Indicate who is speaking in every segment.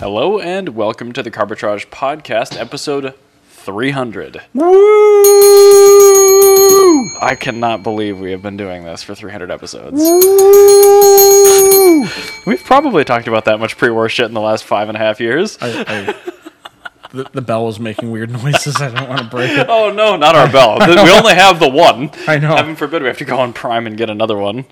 Speaker 1: and welcome to the Carbitrage Podcast, episode 300.
Speaker 2: Woo!
Speaker 1: I cannot believe we have been doing this for 300 episodes.
Speaker 2: Woo!
Speaker 1: We've probably talked about that much pre war shit in the last five and a half years.
Speaker 2: I, I, the, the bell was making weird noises. I don't want to break it.
Speaker 1: Oh no, not our bell. we only have the one.
Speaker 2: I know.
Speaker 1: Heaven forbid we have to go on Prime and get another one.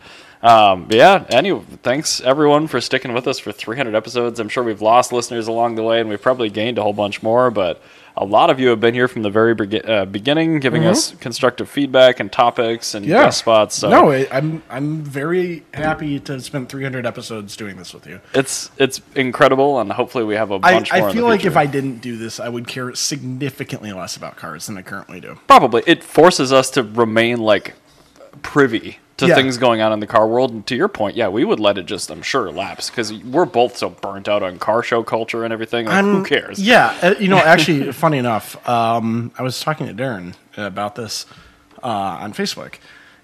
Speaker 1: Um, but yeah, anyway, thanks everyone for sticking with us for 300 episodes. I'm sure we've lost listeners along the way and we've probably gained a whole bunch more, but a lot of you have been here from the very begi- uh, beginning, giving us constructive feedback and topics and
Speaker 2: Mm-hmm. Yeah.
Speaker 1: guest spots. So
Speaker 2: No, I, I'm I'm very happy to spend 300 episodes doing this with you.
Speaker 1: it's it's incredible, and hopefully we have a
Speaker 2: I,
Speaker 1: bunch more.
Speaker 2: I
Speaker 1: in the
Speaker 2: feel like if
Speaker 1: future.
Speaker 2: I didn't do this, I would care significantly less about cars than I currently do.
Speaker 1: probably it forces us to remain like privy to
Speaker 2: Yeah.
Speaker 1: things going on in the car world and to your point yeah we would let it just i'm sure lapse because we're both so burnt out on car show culture and everything like, who
Speaker 2: Um,
Speaker 1: cares
Speaker 2: Yeah, uh, you know, actually, funny enough, um, I was talking to Darren about this uh, on Facebook,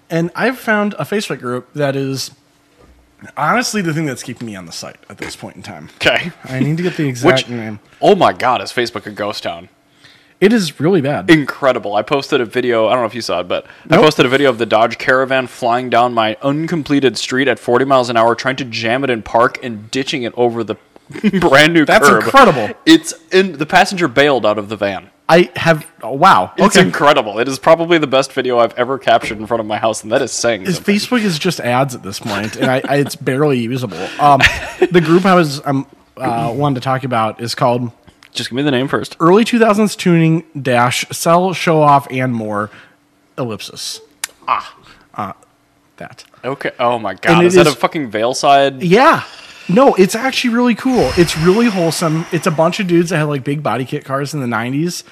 Speaker 2: and I've found a Facebook group that is honestly the thing that's keeping me on the site at this point in time.
Speaker 1: okay
Speaker 2: I need to get the
Speaker 1: which
Speaker 2: exact name.
Speaker 1: oh my god is facebook a ghost town
Speaker 2: It is really bad.
Speaker 1: incredible i posted a video i don't know if you saw it but i
Speaker 2: Nope.
Speaker 1: posted a video of the dodge caravan flying down my uncompleted street at 40 miles an hour trying to jam it in park and ditching it over the brand new
Speaker 2: That's
Speaker 1: curb.
Speaker 2: incredible.
Speaker 1: it's in the passenger bailed out of the van
Speaker 2: I have. Oh, wow.
Speaker 1: It's
Speaker 2: Okay.
Speaker 1: incredible. It is probably the best video I've ever captured in front of my house, and that is saying
Speaker 2: Is
Speaker 1: something.
Speaker 2: Facebook is just ads at this point, and I, I, it's barely usable. Um, the group I was um, uh, wanted to talk about is called
Speaker 1: Just give me the name first.
Speaker 2: Early 2000s Tuning Dash Sell Show Off and More Ellipsis. Ah, uh, that.
Speaker 1: Okay. Oh my god,
Speaker 2: it
Speaker 1: is that
Speaker 2: is-
Speaker 1: a fucking veil side?
Speaker 2: Yeah. No, it's actually really cool. It's really wholesome. It's a bunch of dudes that had like big body kit cars in the 90s.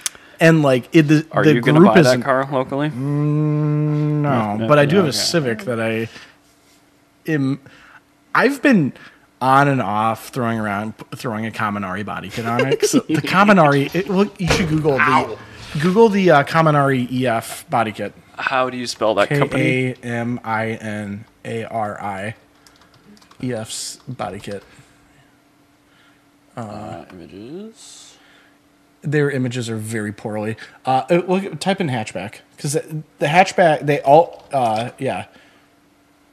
Speaker 2: And like it, the,
Speaker 1: Are
Speaker 2: the
Speaker 1: you going to
Speaker 2: group
Speaker 1: buy
Speaker 2: is
Speaker 1: that car locally?
Speaker 2: No, but I do have a
Speaker 1: okay.
Speaker 2: Civic that I am. I've been on and off throwing around throwing a Kaminari body kit on it. 'cause the Kaminari, it, look, you should Google the Google the uh, Kaminari EF body kit.
Speaker 1: How do you spell that company?
Speaker 2: K A M I N A R I EF's body kit.
Speaker 1: Uh, images.
Speaker 2: Their images are very poorly. Uh, uh, look, type in hatchback because the the hatchback they all uh, yeah.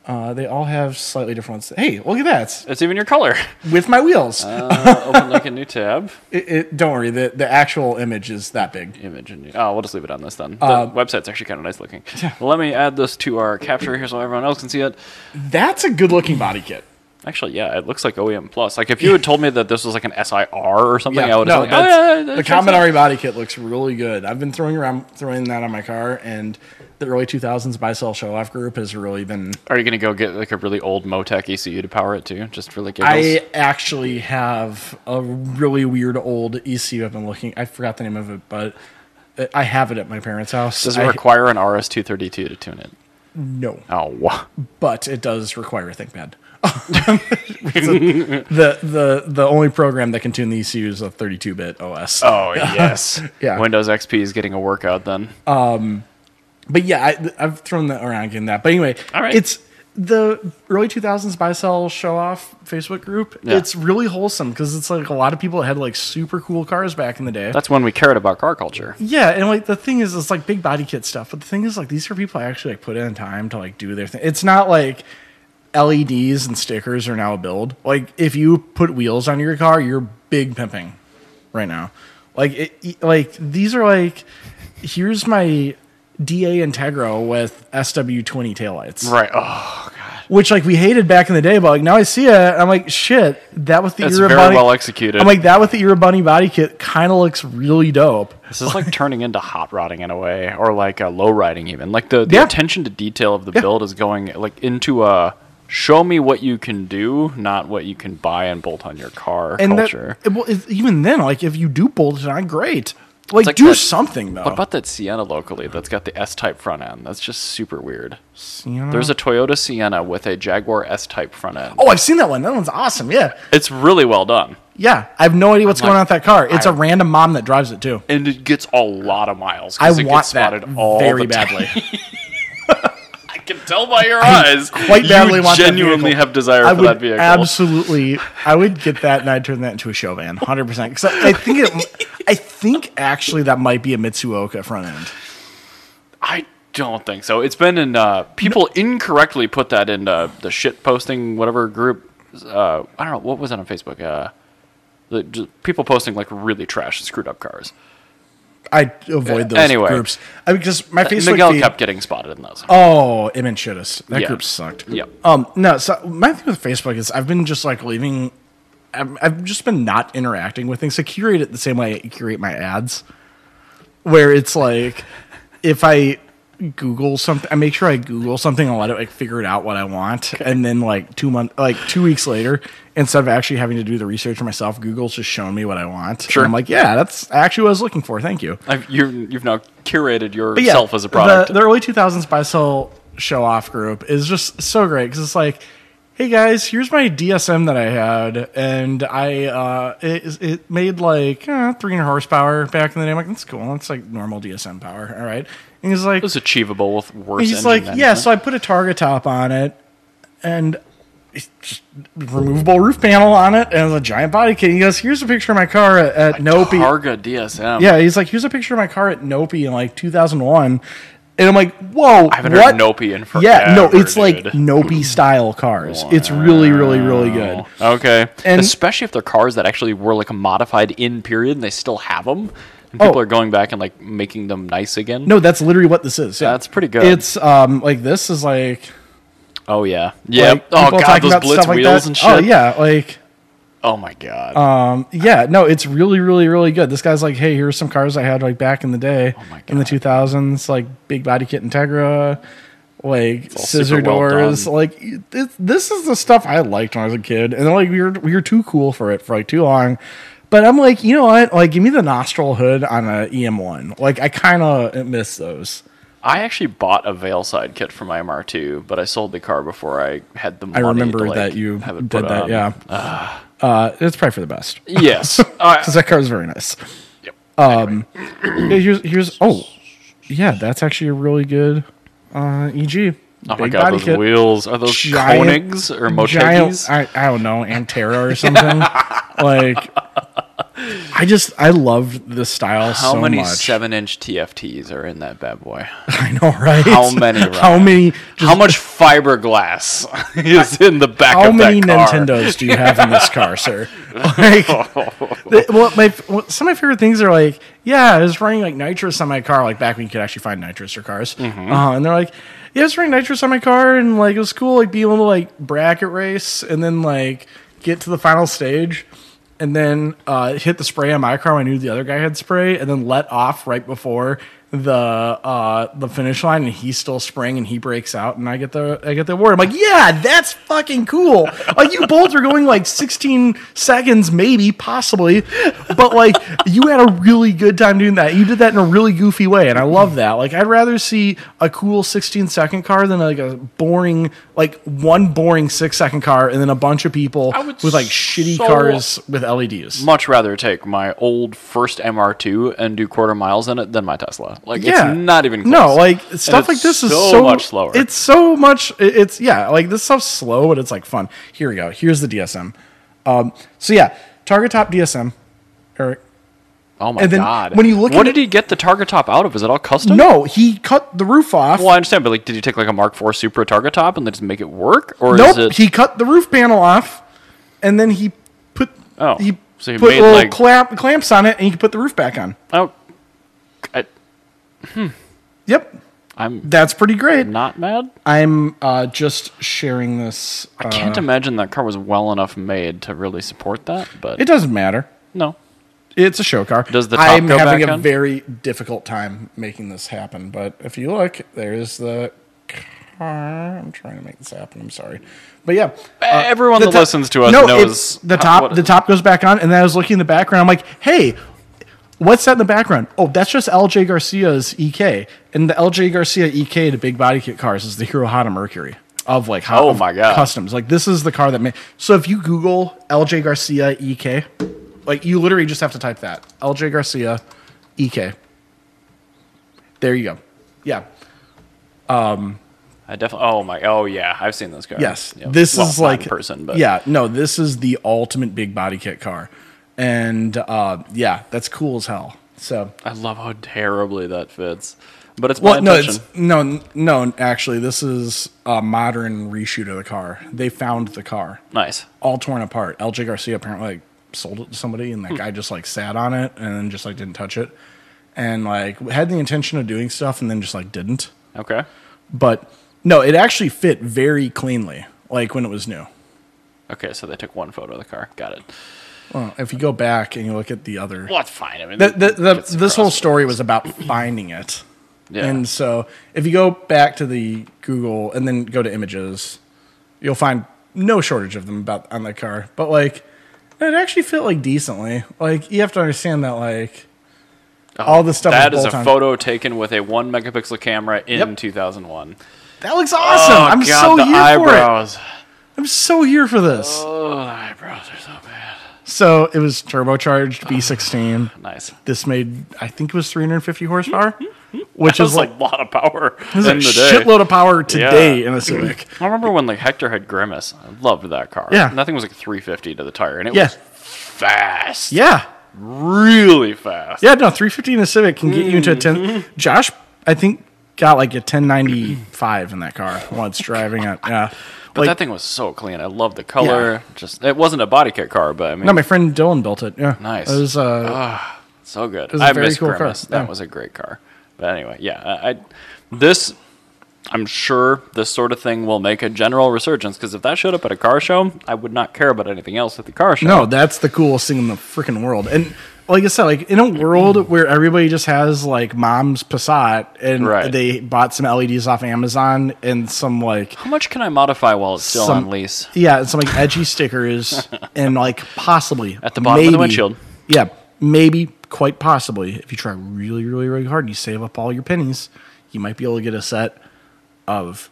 Speaker 2: Uh, they all have slightly different ones. Hey, look at that! It's
Speaker 1: It's even your color.
Speaker 2: with my wheels.
Speaker 1: Uh, open like a new tab.
Speaker 2: it, it, don't worry, the, the actual image is that big.
Speaker 1: Image and oh, we'll just leave it on this then. The
Speaker 2: Uh,
Speaker 1: website's actually kind of nice looking. Let me add this to our capture here so everyone else can see it.
Speaker 2: That's a good looking body kit.
Speaker 1: Actually, yeah, it looks like OEM plus. Like if you had told me that this was like an SIR or something, I would
Speaker 2: no,
Speaker 1: have been like,
Speaker 2: that's-
Speaker 1: oh, yeah, that
Speaker 2: the
Speaker 1: checks out.
Speaker 2: Commodore body kit looks really good. I've been throwing around throwing that on my car, and the early 2000s buy sell show off group has really been.
Speaker 1: Are you gonna go get like a really old Motec ECU to power it too? Just for like giggles?
Speaker 2: I actually have a really weird old ECU. I've been looking. I forgot the name of it, but I have it at my parents' house.
Speaker 1: Does it
Speaker 2: I-
Speaker 1: require an RS two thirty two to tune it?
Speaker 2: no?
Speaker 1: Oh, wha-
Speaker 2: but it does require a ThinkPad. the the the only program that can tune the ECU is a 32-bit OS.
Speaker 1: oh yes,
Speaker 2: Yeah. Uh,
Speaker 1: Windows XP is getting a workout then.
Speaker 2: But yeah, I, I've thrown that around again. That, but anyway,
Speaker 1: All right.
Speaker 2: it's the early 2000s buy sell show off Facebook group.
Speaker 1: Yeah.
Speaker 2: It's really wholesome because it's like a lot of people had like super cool cars back in the day.
Speaker 1: That's when we cared about car culture.
Speaker 2: yeah, and like the thing is, it's like big body kit stuff. But the thing is, like these are people I actually like put in time to like do their thing. It's not like LEDs and stickers are now a build. Like if you put wheels on your car, you're big pimping right now. Like it, e, like these are like here's my DA Integro with SW20 taillights,
Speaker 1: Right. Oh,
Speaker 2: which like we hated back in the day, but like now I see it, and I'm like shit. That with the
Speaker 1: it's
Speaker 2: Era
Speaker 1: very
Speaker 2: Bunny,
Speaker 1: well executed.
Speaker 2: I'm like that with the Era Bunny body kit kind of looks really dope.
Speaker 1: this is like turning into hot rodding in a way, or like uh, low riding even. Like the, the
Speaker 2: Yeah.
Speaker 1: attention to detail of the build is going like into a show me what you can do, not what you can buy and bolt on your car
Speaker 2: and
Speaker 1: culture.
Speaker 2: that well, if, even then, like if you do bolt it on, great. Like,
Speaker 1: like
Speaker 2: do
Speaker 1: that-
Speaker 2: something though.
Speaker 1: What about that Sienna locally that's got the S type front end? That's just super weird.
Speaker 2: You know?
Speaker 1: There's a Toyota Sienna with a Jaguar S type front end.
Speaker 2: Hmm. oh, I've seen that one. That one's awesome. Yeah,
Speaker 1: It's really well done.
Speaker 2: yeah. I have no idea what's
Speaker 1: I'm
Speaker 2: going on
Speaker 1: like,
Speaker 2: with that car. It's a
Speaker 1: I-
Speaker 2: random mom that drives it too.
Speaker 1: And it gets a lot of miles.
Speaker 2: I
Speaker 1: 'cause it
Speaker 2: want
Speaker 1: gets
Speaker 2: that
Speaker 1: spotted all
Speaker 2: very
Speaker 1: the time.
Speaker 2: badly.
Speaker 1: I can tell by your eyes.
Speaker 2: quite badly
Speaker 1: you
Speaker 2: want that
Speaker 1: genuinely
Speaker 2: vehicle.
Speaker 1: have desire
Speaker 2: I
Speaker 1: for
Speaker 2: would
Speaker 1: that vehicle.
Speaker 2: absolutely. I would get that, and I'd turn that into a show van, hundred percent. Because I, I think it, I think actually that might be a Mitsuoka front end.
Speaker 1: I don't think so. It's been in uh, people incorrectly put that in uh, the shit posting whatever group. Uh, I don't know what was that on Facebook. Uh, the, just people posting like really trash, screwed up cars.
Speaker 2: I avoid those
Speaker 1: Anyway. Uh,
Speaker 2: groups. I mean, because my Facebook
Speaker 1: Miguel
Speaker 2: feed,
Speaker 1: kept getting spotted in those.
Speaker 2: Oh, Im and Shittus. That
Speaker 1: Yeah.
Speaker 2: group sucked.
Speaker 1: Yep.
Speaker 2: Um, no, so my thing with Facebook is I've been just like leaving, I've, I've just been not interacting with things. I curate it the same way I curate my ads, where it's like if I Google something, I make sure I Google something and let it like figure it out what I want. And then like two month, like two weeks later, instead of actually having to do the research myself, Google's just shown me what I want. And
Speaker 1: Sure.
Speaker 2: I'm like, yeah, that's actually what I was looking for. Thank you.
Speaker 1: I've, you you've now curated
Speaker 2: But yeah,
Speaker 1: yourself as a product.
Speaker 2: The, the early 2000s buy sell show off group is just so great because it's like, hey guys, here's my DSM that I had, and I uh, it, it made like uh, 300 horsepower back in the day. I'm like, that's cool. That's like normal DSM power. All right. And he's like,
Speaker 1: it was achievable with worse.
Speaker 2: he's
Speaker 1: engine
Speaker 2: like, yeah.
Speaker 1: management.
Speaker 2: So I put a target top on it, and it's just removable roof panel on it, and a giant body kit. He goes, here's a picture of my car at, E." at Nopi.
Speaker 1: Targa DSM.
Speaker 2: Yeah, he's like, here's a picture of my car at Nopi in like 2001. And I'm like, whoa.
Speaker 1: I haven't
Speaker 2: what?
Speaker 1: heard Nopi in for
Speaker 2: Yeah, no, it's
Speaker 1: dude.
Speaker 2: like Nopi style cars. It's really, really, really good.
Speaker 1: Oh. Okay.
Speaker 2: And-
Speaker 1: Especially if they're cars that actually were like modified in period and they still have them. And people
Speaker 2: Oh.
Speaker 1: are going back and like making them nice again.
Speaker 2: No, that's literally what this is. Yeah,
Speaker 1: That's pretty good.
Speaker 2: It's um like this is like
Speaker 1: Oh, yeah. Yeah.
Speaker 2: like,
Speaker 1: oh,
Speaker 2: people
Speaker 1: God.
Speaker 2: talking
Speaker 1: Those
Speaker 2: about
Speaker 1: blitz
Speaker 2: stuff like
Speaker 1: wheels
Speaker 2: that.
Speaker 1: and shit.
Speaker 2: Oh yeah, Uh, like
Speaker 1: Oh, my God.
Speaker 2: yeah, no, it's really, really, really good. This guy's like, hey, here's some cars I had like back in the day,
Speaker 1: Oh my
Speaker 2: in the 2000s, like big body kit Integra, like
Speaker 1: all
Speaker 2: scissor
Speaker 1: super well
Speaker 2: doors,
Speaker 1: done.
Speaker 2: like it, this is the stuff I liked when I was a kid, and like we were we were too cool for it for like too long. But I'm like, you know what? Like, give me the nostril hood on a EM1. Like, I kind of miss those.
Speaker 1: I actually bought a Veilside kit for my MR2, but I sold the car before I had the
Speaker 2: I
Speaker 1: money.
Speaker 2: remember
Speaker 1: to, like,
Speaker 2: that you
Speaker 1: have
Speaker 2: did
Speaker 1: it
Speaker 2: that.
Speaker 1: put on. Ah.
Speaker 2: Yeah, uh, it's probably for the best
Speaker 1: Yes.
Speaker 2: because
Speaker 1: I-
Speaker 2: that car is very nice.
Speaker 1: yep.
Speaker 2: Um, Yeah, here's here's oh yeah, that's actually a really good uh, EG.
Speaker 1: Oh my god, those wheels are those
Speaker 2: Giant-
Speaker 1: Koenigs or
Speaker 2: giant.
Speaker 1: Motegis?
Speaker 2: I, I don't know Antera or something. like I just I loved this style
Speaker 1: How
Speaker 2: so
Speaker 1: many
Speaker 2: much.
Speaker 1: seven-inch TFTs are in that bad boy?
Speaker 2: I know, right?
Speaker 1: How many, Ryan?
Speaker 2: How many?
Speaker 1: how much fiberglass is in the back
Speaker 2: How
Speaker 1: of
Speaker 2: many
Speaker 1: that car?
Speaker 2: Nintendos do you have in this car, sir? Like, the, well, my well, some of my favorite things are like, yeah, I was running like nitrous on my car, like back when you could actually find nitrous for cars,
Speaker 1: Mm-hmm.
Speaker 2: uh, and they're like, yeah, I was running nitrous on my car, and like it was cool, like being able to like bracket race and then like get to the final stage. And then uh, hit the spray on my car. when I knew the other guy had spray, and then let off right before the uh, the finish line, and he's still spraying, and he breaks out, and I get the I get the award. I'm like, yeah, that's fucking cool. Like you both are going like 16 seconds, maybe possibly, but like you had a really good time doing that. You did that in a really goofy way, and I love that. Like I'd rather see a cool 16 second car than like a boring like one boring six second car, and then a bunch of people
Speaker 1: I would
Speaker 2: with like shitty
Speaker 1: so-
Speaker 2: cars with LEDs.
Speaker 1: Much rather take my old first MR2 and do quarter miles in it than my Tesla. Like
Speaker 2: yeah,
Speaker 1: it's not even close.
Speaker 2: no like
Speaker 1: And
Speaker 2: stuff
Speaker 1: it's
Speaker 2: like this is
Speaker 1: so
Speaker 2: so
Speaker 1: much slower.
Speaker 2: It's so much. it- It's yeah, like this stuff's slow, but it's like fun. Here we go. Here's the DSM. Um, so yeah, target top DSM, Eric.
Speaker 1: oh my
Speaker 2: and then
Speaker 1: god.
Speaker 2: when you look
Speaker 1: what
Speaker 2: at
Speaker 1: did he get the target top out of? Is it all custom?
Speaker 2: No, he cut the roof off.
Speaker 1: Well, I understand, but like, did he take like a Mark IV Supra target top and then just make it work, or
Speaker 2: nope,
Speaker 1: is it?
Speaker 2: he cut the roof panel off, and then he put
Speaker 1: Oh,
Speaker 2: he
Speaker 1: so he
Speaker 2: put
Speaker 1: made,
Speaker 2: little
Speaker 1: like-
Speaker 2: clamp, clamps on it, and he could put the roof back on.
Speaker 1: oh, I,
Speaker 2: Yep,
Speaker 1: I'm
Speaker 2: that's pretty great.
Speaker 1: not mad.
Speaker 2: I'm uh, just sharing this. Uh,
Speaker 1: Can't imagine that car was well enough made to really support that, but
Speaker 2: it doesn't matter.
Speaker 1: no.
Speaker 2: It's a show car.
Speaker 1: Does the top
Speaker 2: I'm
Speaker 1: go
Speaker 2: having
Speaker 1: back
Speaker 2: a
Speaker 1: on?
Speaker 2: very difficult time making this happen, but if you look, there's the car. I'm trying to make this happen. I'm sorry, but yeah,
Speaker 1: E-, Everyone that
Speaker 2: top-
Speaker 1: listens to us
Speaker 2: Uh, no,
Speaker 1: knows
Speaker 2: it's the
Speaker 1: how-
Speaker 2: top.
Speaker 1: what-
Speaker 2: the top goes back on, and then I was looking in the background. I'm like, hey, what's that in the background? Oh, that's just LJ Garcia's EK, and the LJ Garcia EK to big body kit cars is the Hero Honda Mercury of like hot,
Speaker 1: Oh
Speaker 2: of
Speaker 1: my God.
Speaker 2: customs. Like this is the car that made. So if you Google LJ Garcia EK, like you literally just have to type that LJ Garcia E EK. There you go. Yeah. Um,
Speaker 1: I definitely. Oh my. Oh yeah, I've seen those cars.
Speaker 2: Yes,
Speaker 1: Yeah.
Speaker 2: this
Speaker 1: Well,
Speaker 2: is
Speaker 1: not
Speaker 2: like
Speaker 1: in person, but
Speaker 2: yeah, no, this is the ultimate big body kit car, and uh, yeah, that's cool as hell. So
Speaker 1: I love how terribly that fits. But it's my
Speaker 2: well, no,
Speaker 1: intention.
Speaker 2: it's, no, n- no. Actually, this is a modern reshoot of the car. They found the car
Speaker 1: nice.
Speaker 2: all torn apart. LJ Garcia apparently like sold it to somebody, and that
Speaker 1: Hmm.
Speaker 2: guy just like sat on it and then just like didn't touch it, and like had the intention of doing stuff and then just like didn't.
Speaker 1: Okay.
Speaker 2: But no, it actually fit very cleanly, like when it was new.
Speaker 1: Okay, so they took one photo of the car. Got it.
Speaker 2: Well, if you go back and you look at the other,
Speaker 1: Well, that's fine. I mean,
Speaker 2: the, the, the,
Speaker 1: it's
Speaker 2: this whole
Speaker 1: crossed.
Speaker 2: story was about finding it.
Speaker 1: Yeah.
Speaker 2: And so if you go back to the Google and then go to images, you'll find no shortage of them about on the car. But like it actually fit like decently. Like you have to understand that like all the stuff
Speaker 1: Oh, That
Speaker 2: was
Speaker 1: is a
Speaker 2: bolt-on.
Speaker 1: photo taken with a one megapixel camera in
Speaker 2: Yep.
Speaker 1: 2001.
Speaker 2: That looks awesome.
Speaker 1: Oh,
Speaker 2: I'm
Speaker 1: God,
Speaker 2: so
Speaker 1: the
Speaker 2: here for it.
Speaker 1: eyebrows.
Speaker 2: I'm so here for this.
Speaker 1: Oh, the eyebrows are so bad.
Speaker 2: So it was turbocharged V16.
Speaker 1: Nice.
Speaker 2: This made I think it was 350 horsepower, which
Speaker 1: Just
Speaker 2: is
Speaker 1: like
Speaker 2: like,
Speaker 1: a lot of power in
Speaker 2: this is
Speaker 1: the
Speaker 2: a
Speaker 1: day.
Speaker 2: shitload of power today
Speaker 1: Yeah. Mm.
Speaker 2: in a Civic.
Speaker 1: I remember when like Hector had Grimace. I loved that car.
Speaker 2: Yeah.
Speaker 1: Nothing was like 350 to the tire, and it
Speaker 2: Yeah.
Speaker 1: was fast.
Speaker 2: yeah.
Speaker 1: Really fast.
Speaker 2: Yeah, no, 350 in a Civic can get you into a
Speaker 1: Mm.
Speaker 2: 10. Josh, I think, got like a 1095 in that car once driving it. Yeah.
Speaker 1: But
Speaker 2: like,
Speaker 1: that thing was so clean. I loved the color. Just it wasn't a body kit car, but I mean,
Speaker 2: no, my friend Dylan built it. Yeah.
Speaker 1: Nice. Ah.
Speaker 2: It was, uh,
Speaker 1: so good.
Speaker 2: was a
Speaker 1: I
Speaker 2: very
Speaker 1: miss
Speaker 2: cool car.
Speaker 1: Grimace. That
Speaker 2: Yeah.
Speaker 1: was a great car. But anyway, yeah, I, I this I'm sure this sort of thing will make a general resurgence because if that showed up at a car show, I would not care about anything else at the car show.
Speaker 2: no, that's the coolest thing in the freaking world. And like I said, like in a
Speaker 1: Mm.
Speaker 2: world where everybody just has like mom's Passat and
Speaker 1: Right.
Speaker 2: they bought some LEDs off Amazon and some like
Speaker 1: How much can I modify while it's still
Speaker 2: some-
Speaker 1: on lease?
Speaker 2: Yeah, and some like edgy stickers and like possibly
Speaker 1: At the bottom of the windshield.
Speaker 2: Yeah, maybe quite possibly if you try really, really, really hard and you save up all your pennies, you might be able to get a set of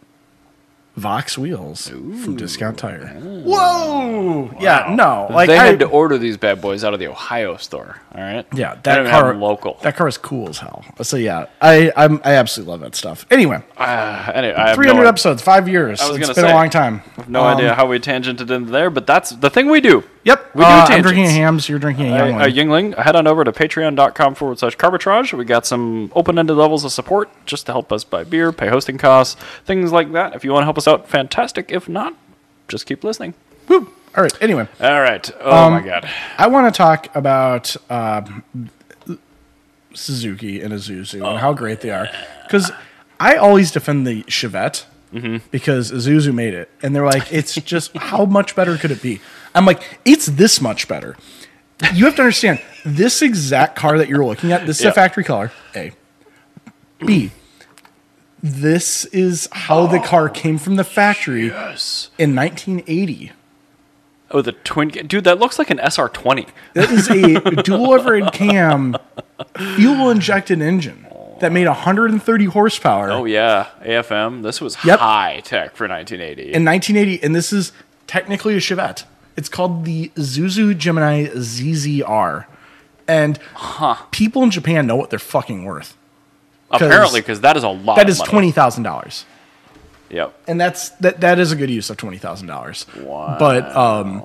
Speaker 2: Vox wheels from Discount Tire. Whoa! Yeah, no, like
Speaker 1: they
Speaker 2: I,
Speaker 1: had to order these bad boys out of the Ohio store. All right.
Speaker 2: yeah,
Speaker 1: They
Speaker 2: that
Speaker 1: don't even have
Speaker 2: car
Speaker 1: them local.
Speaker 2: That car is cool as hell. So yeah, I I'm, I absolutely love that stuff. Anyway,
Speaker 1: Ah, anyway, I have
Speaker 2: three hundred
Speaker 1: no,
Speaker 2: episodes, five years.
Speaker 1: was
Speaker 2: it's
Speaker 1: gonna
Speaker 2: been
Speaker 1: say,
Speaker 2: a long time. Um,
Speaker 1: No idea how we tangented into there, but that's the thing we do.
Speaker 2: Yep,
Speaker 1: We do
Speaker 2: uh, I'm
Speaker 1: tangents.
Speaker 2: drinking a hams. You're drinking a young
Speaker 1: Uh, uh, Yingling, head on over to patreon.com forward slash carbitrage. We got some open ended levels of support just to help us buy beer, pay hosting costs, things like that. If you want to help us out, fantastic. If not, just keep listening.
Speaker 2: Woo. All right. Anyway,
Speaker 1: All right. Oh
Speaker 2: Um,
Speaker 1: my God.
Speaker 2: I want to talk about um, Suzuki and Isuzu and how great they are. Because I always defend the Chevette because Isuzu made it, and they're like, it's just how much better could it be? I'm like, it's this much better. You have to understand this exact car that you're looking at. This is
Speaker 1: Yeah.
Speaker 2: a factory color. A. B. This is how the car came from the factory
Speaker 1: Yes.
Speaker 2: in 1980.
Speaker 1: Oh, the twin. Dude, that looks like an SR20.
Speaker 2: That is a dual overhead cam fuel injected engine that made 130 horsepower
Speaker 1: Oh, yeah. AFM. This was
Speaker 2: Yep.
Speaker 1: high tech for 1980.
Speaker 2: in 1980, and this is technically a Chevette. It's called the Zuzu Gemini ZZR, and people in Japan know what they're fucking worth.
Speaker 1: Apparently, because that is a lot
Speaker 2: That
Speaker 1: of
Speaker 2: is
Speaker 1: money.
Speaker 2: twenty thousand dollars,
Speaker 1: Yep.
Speaker 2: and that's that. That is a good use of twenty thousand dollars. But um,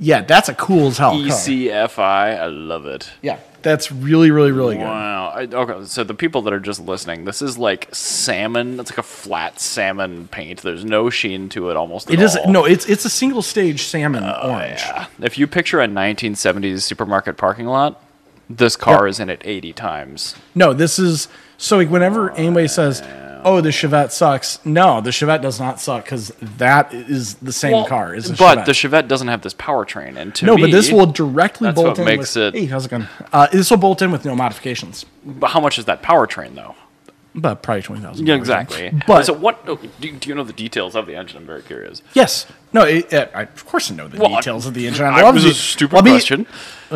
Speaker 2: yeah, that's a cool as hell car.
Speaker 1: ECFI. E I love it.
Speaker 2: Yeah, that's really, really, really good.
Speaker 1: Wow. I, okay, so the people that are just listening, this is like salmon. It's like a flat salmon paint. There's no sheen to it almost.
Speaker 2: It
Speaker 1: at
Speaker 2: is
Speaker 1: all.
Speaker 2: no, it's it's a single stage salmon orange.
Speaker 1: Oh, Yeah. If you picture a 1970s supermarket parking lot, this car is in it 80 times.
Speaker 2: No, this is so like whenever anybody says, "Oh, the Chevette sucks," no, the Chevette does not suck because that is the same car. Is a
Speaker 1: but
Speaker 2: Chevette.
Speaker 1: the Chevette doesn't have this powertrain. And to
Speaker 2: no,
Speaker 1: me,
Speaker 2: but this will directly
Speaker 1: that's
Speaker 2: bolt
Speaker 1: what
Speaker 2: in.
Speaker 1: makes
Speaker 2: with,
Speaker 1: it-
Speaker 2: Hey, how's it going? Uh, this will bolt in with no modifications,
Speaker 1: but how much is that powertrain though?
Speaker 2: but probably twenty thousand.
Speaker 1: Yeah, exactly.
Speaker 2: But
Speaker 1: so what? oh, do, do you know the details of the engine? I'm very curious.
Speaker 2: yes, no, it, it, I of course know the
Speaker 1: Well, I-
Speaker 2: details of the engine. I
Speaker 1: I
Speaker 2: love
Speaker 1: was
Speaker 2: the-
Speaker 1: a stupid
Speaker 2: let me-
Speaker 1: question.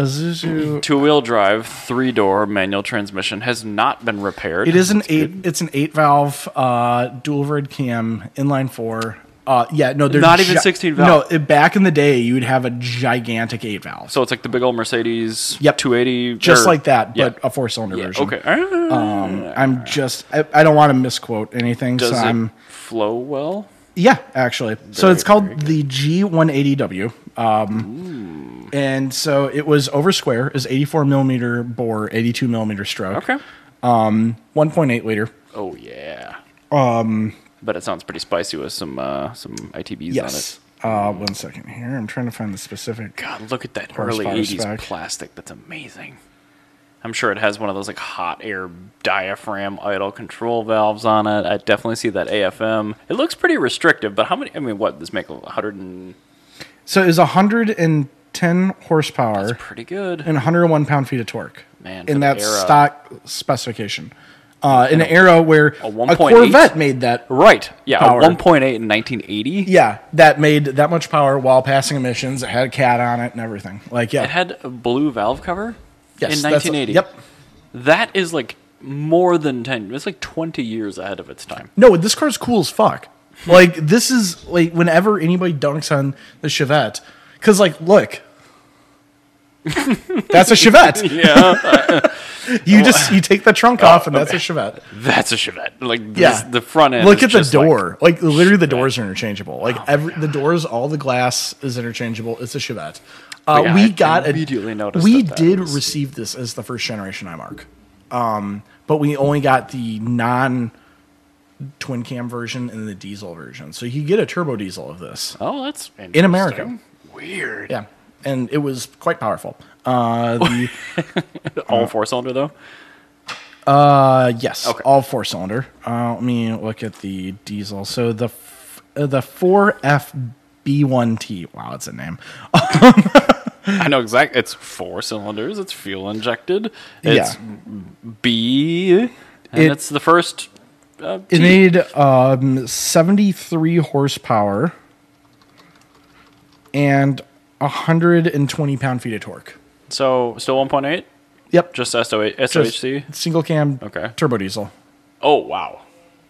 Speaker 2: Isuzu-
Speaker 1: Two wheel drive, three door manual transmission has not been repaired.
Speaker 2: It is an eight. It's an eight valve uh, dual overhead cam inline four. Uh, yeah, no, they're
Speaker 1: Not even 16 valve.
Speaker 2: No, it- back in the day, you would have a gigantic eight valve,
Speaker 1: So it's like the big old Mercedes
Speaker 2: Yep.
Speaker 1: 280.
Speaker 2: just
Speaker 1: or-
Speaker 2: like that,
Speaker 1: yeah.
Speaker 2: but a four cylinder
Speaker 1: Yeah,
Speaker 2: version.
Speaker 1: okay. Ah,
Speaker 2: Um, I'm just I, I don't want to misquote anything,
Speaker 1: Does
Speaker 2: so
Speaker 1: it
Speaker 2: I'm
Speaker 1: flow well?
Speaker 2: yeah, actually. so
Speaker 1: Very,
Speaker 2: it's called the G180W. Um, and so it was over square, is 84 millimeter bore, 82 millimeter stroke,
Speaker 1: Okay.
Speaker 2: 1.8 liter.
Speaker 1: Oh yeah. Um, but it sounds pretty spicy with some uh, some ITBs
Speaker 2: Yes. Uh, one second here. I'm trying to find the specific.
Speaker 1: on it. God, look at that
Speaker 2: Horsepower
Speaker 1: early '80s
Speaker 2: spec.
Speaker 1: plastic. That's amazing. I'm sure it has one of those like hot air diaphragm idle control valves on it. I definitely see that AFM. It looks pretty restrictive, but how many? I mean, what does make 100 and
Speaker 2: So it was 110 horsepower
Speaker 1: that's pretty good.
Speaker 2: and 101 pound feet of torque.
Speaker 1: Man, for
Speaker 2: in
Speaker 1: the
Speaker 2: that
Speaker 1: era.
Speaker 2: stock specification. Uh, in an era where a,
Speaker 1: 1.8?
Speaker 2: Corvette made that.
Speaker 1: right? Yeah, a
Speaker 2: Power.
Speaker 1: 1.8 in 1980.
Speaker 2: Yeah, that made that much power while passing emissions. It had a cat on it and everything. Like, yeah.
Speaker 1: It had a blue valve cover
Speaker 2: Yes,
Speaker 1: in
Speaker 2: that's a-
Speaker 1: 1980.
Speaker 2: yep.
Speaker 1: That is like more than 10. It's like 20 years ahead of its time.
Speaker 2: No, this car's cool as fuck. Like this is like whenever anybody dunks on the Chevette, because like look, that's a Chevette.
Speaker 1: Yeah.
Speaker 2: You just you take the trunk off and that's a Chevette.
Speaker 1: That's a Chevette. Like this,
Speaker 2: Yeah,
Speaker 1: the front end.
Speaker 2: Look
Speaker 1: is
Speaker 2: at the
Speaker 1: just, like, Oh
Speaker 2: door. Like, literally, the doors are interchangeable. Like every the doors, all the glass is interchangeable. It's a Chevette. Uh,
Speaker 1: Yeah,
Speaker 2: we
Speaker 1: I
Speaker 2: got a-
Speaker 1: immediately noticed
Speaker 2: We
Speaker 1: that that
Speaker 2: did
Speaker 1: was-
Speaker 2: receive this as the first generation iMark, um, but we only got the non twin cam version and the diesel version. So you get a turbo diesel of this.
Speaker 1: oh, that's
Speaker 2: in America.
Speaker 1: interesting. Weird.
Speaker 2: Yeah, and it was quite powerful. Uh, the,
Speaker 1: All four cylinder though.
Speaker 2: uh, yes,
Speaker 1: Okay.
Speaker 2: all four cylinder. Uh, let me look at the diesel. So the f- uh, the four F B one T. Wow, it's a name.
Speaker 1: I know exactly. It's four cylinders. It's fuel injected. It's B, and
Speaker 2: It-
Speaker 1: it's the first. Uh,
Speaker 2: It
Speaker 1: T.
Speaker 2: made um, seventy three horsepower and hundred and twenty pound feet of torque.
Speaker 1: so still 1.8.
Speaker 2: Yep,
Speaker 1: Just SOH,
Speaker 2: just
Speaker 1: SOHC.
Speaker 2: single cam
Speaker 1: Okay.
Speaker 2: turbo diesel.
Speaker 1: Oh wow.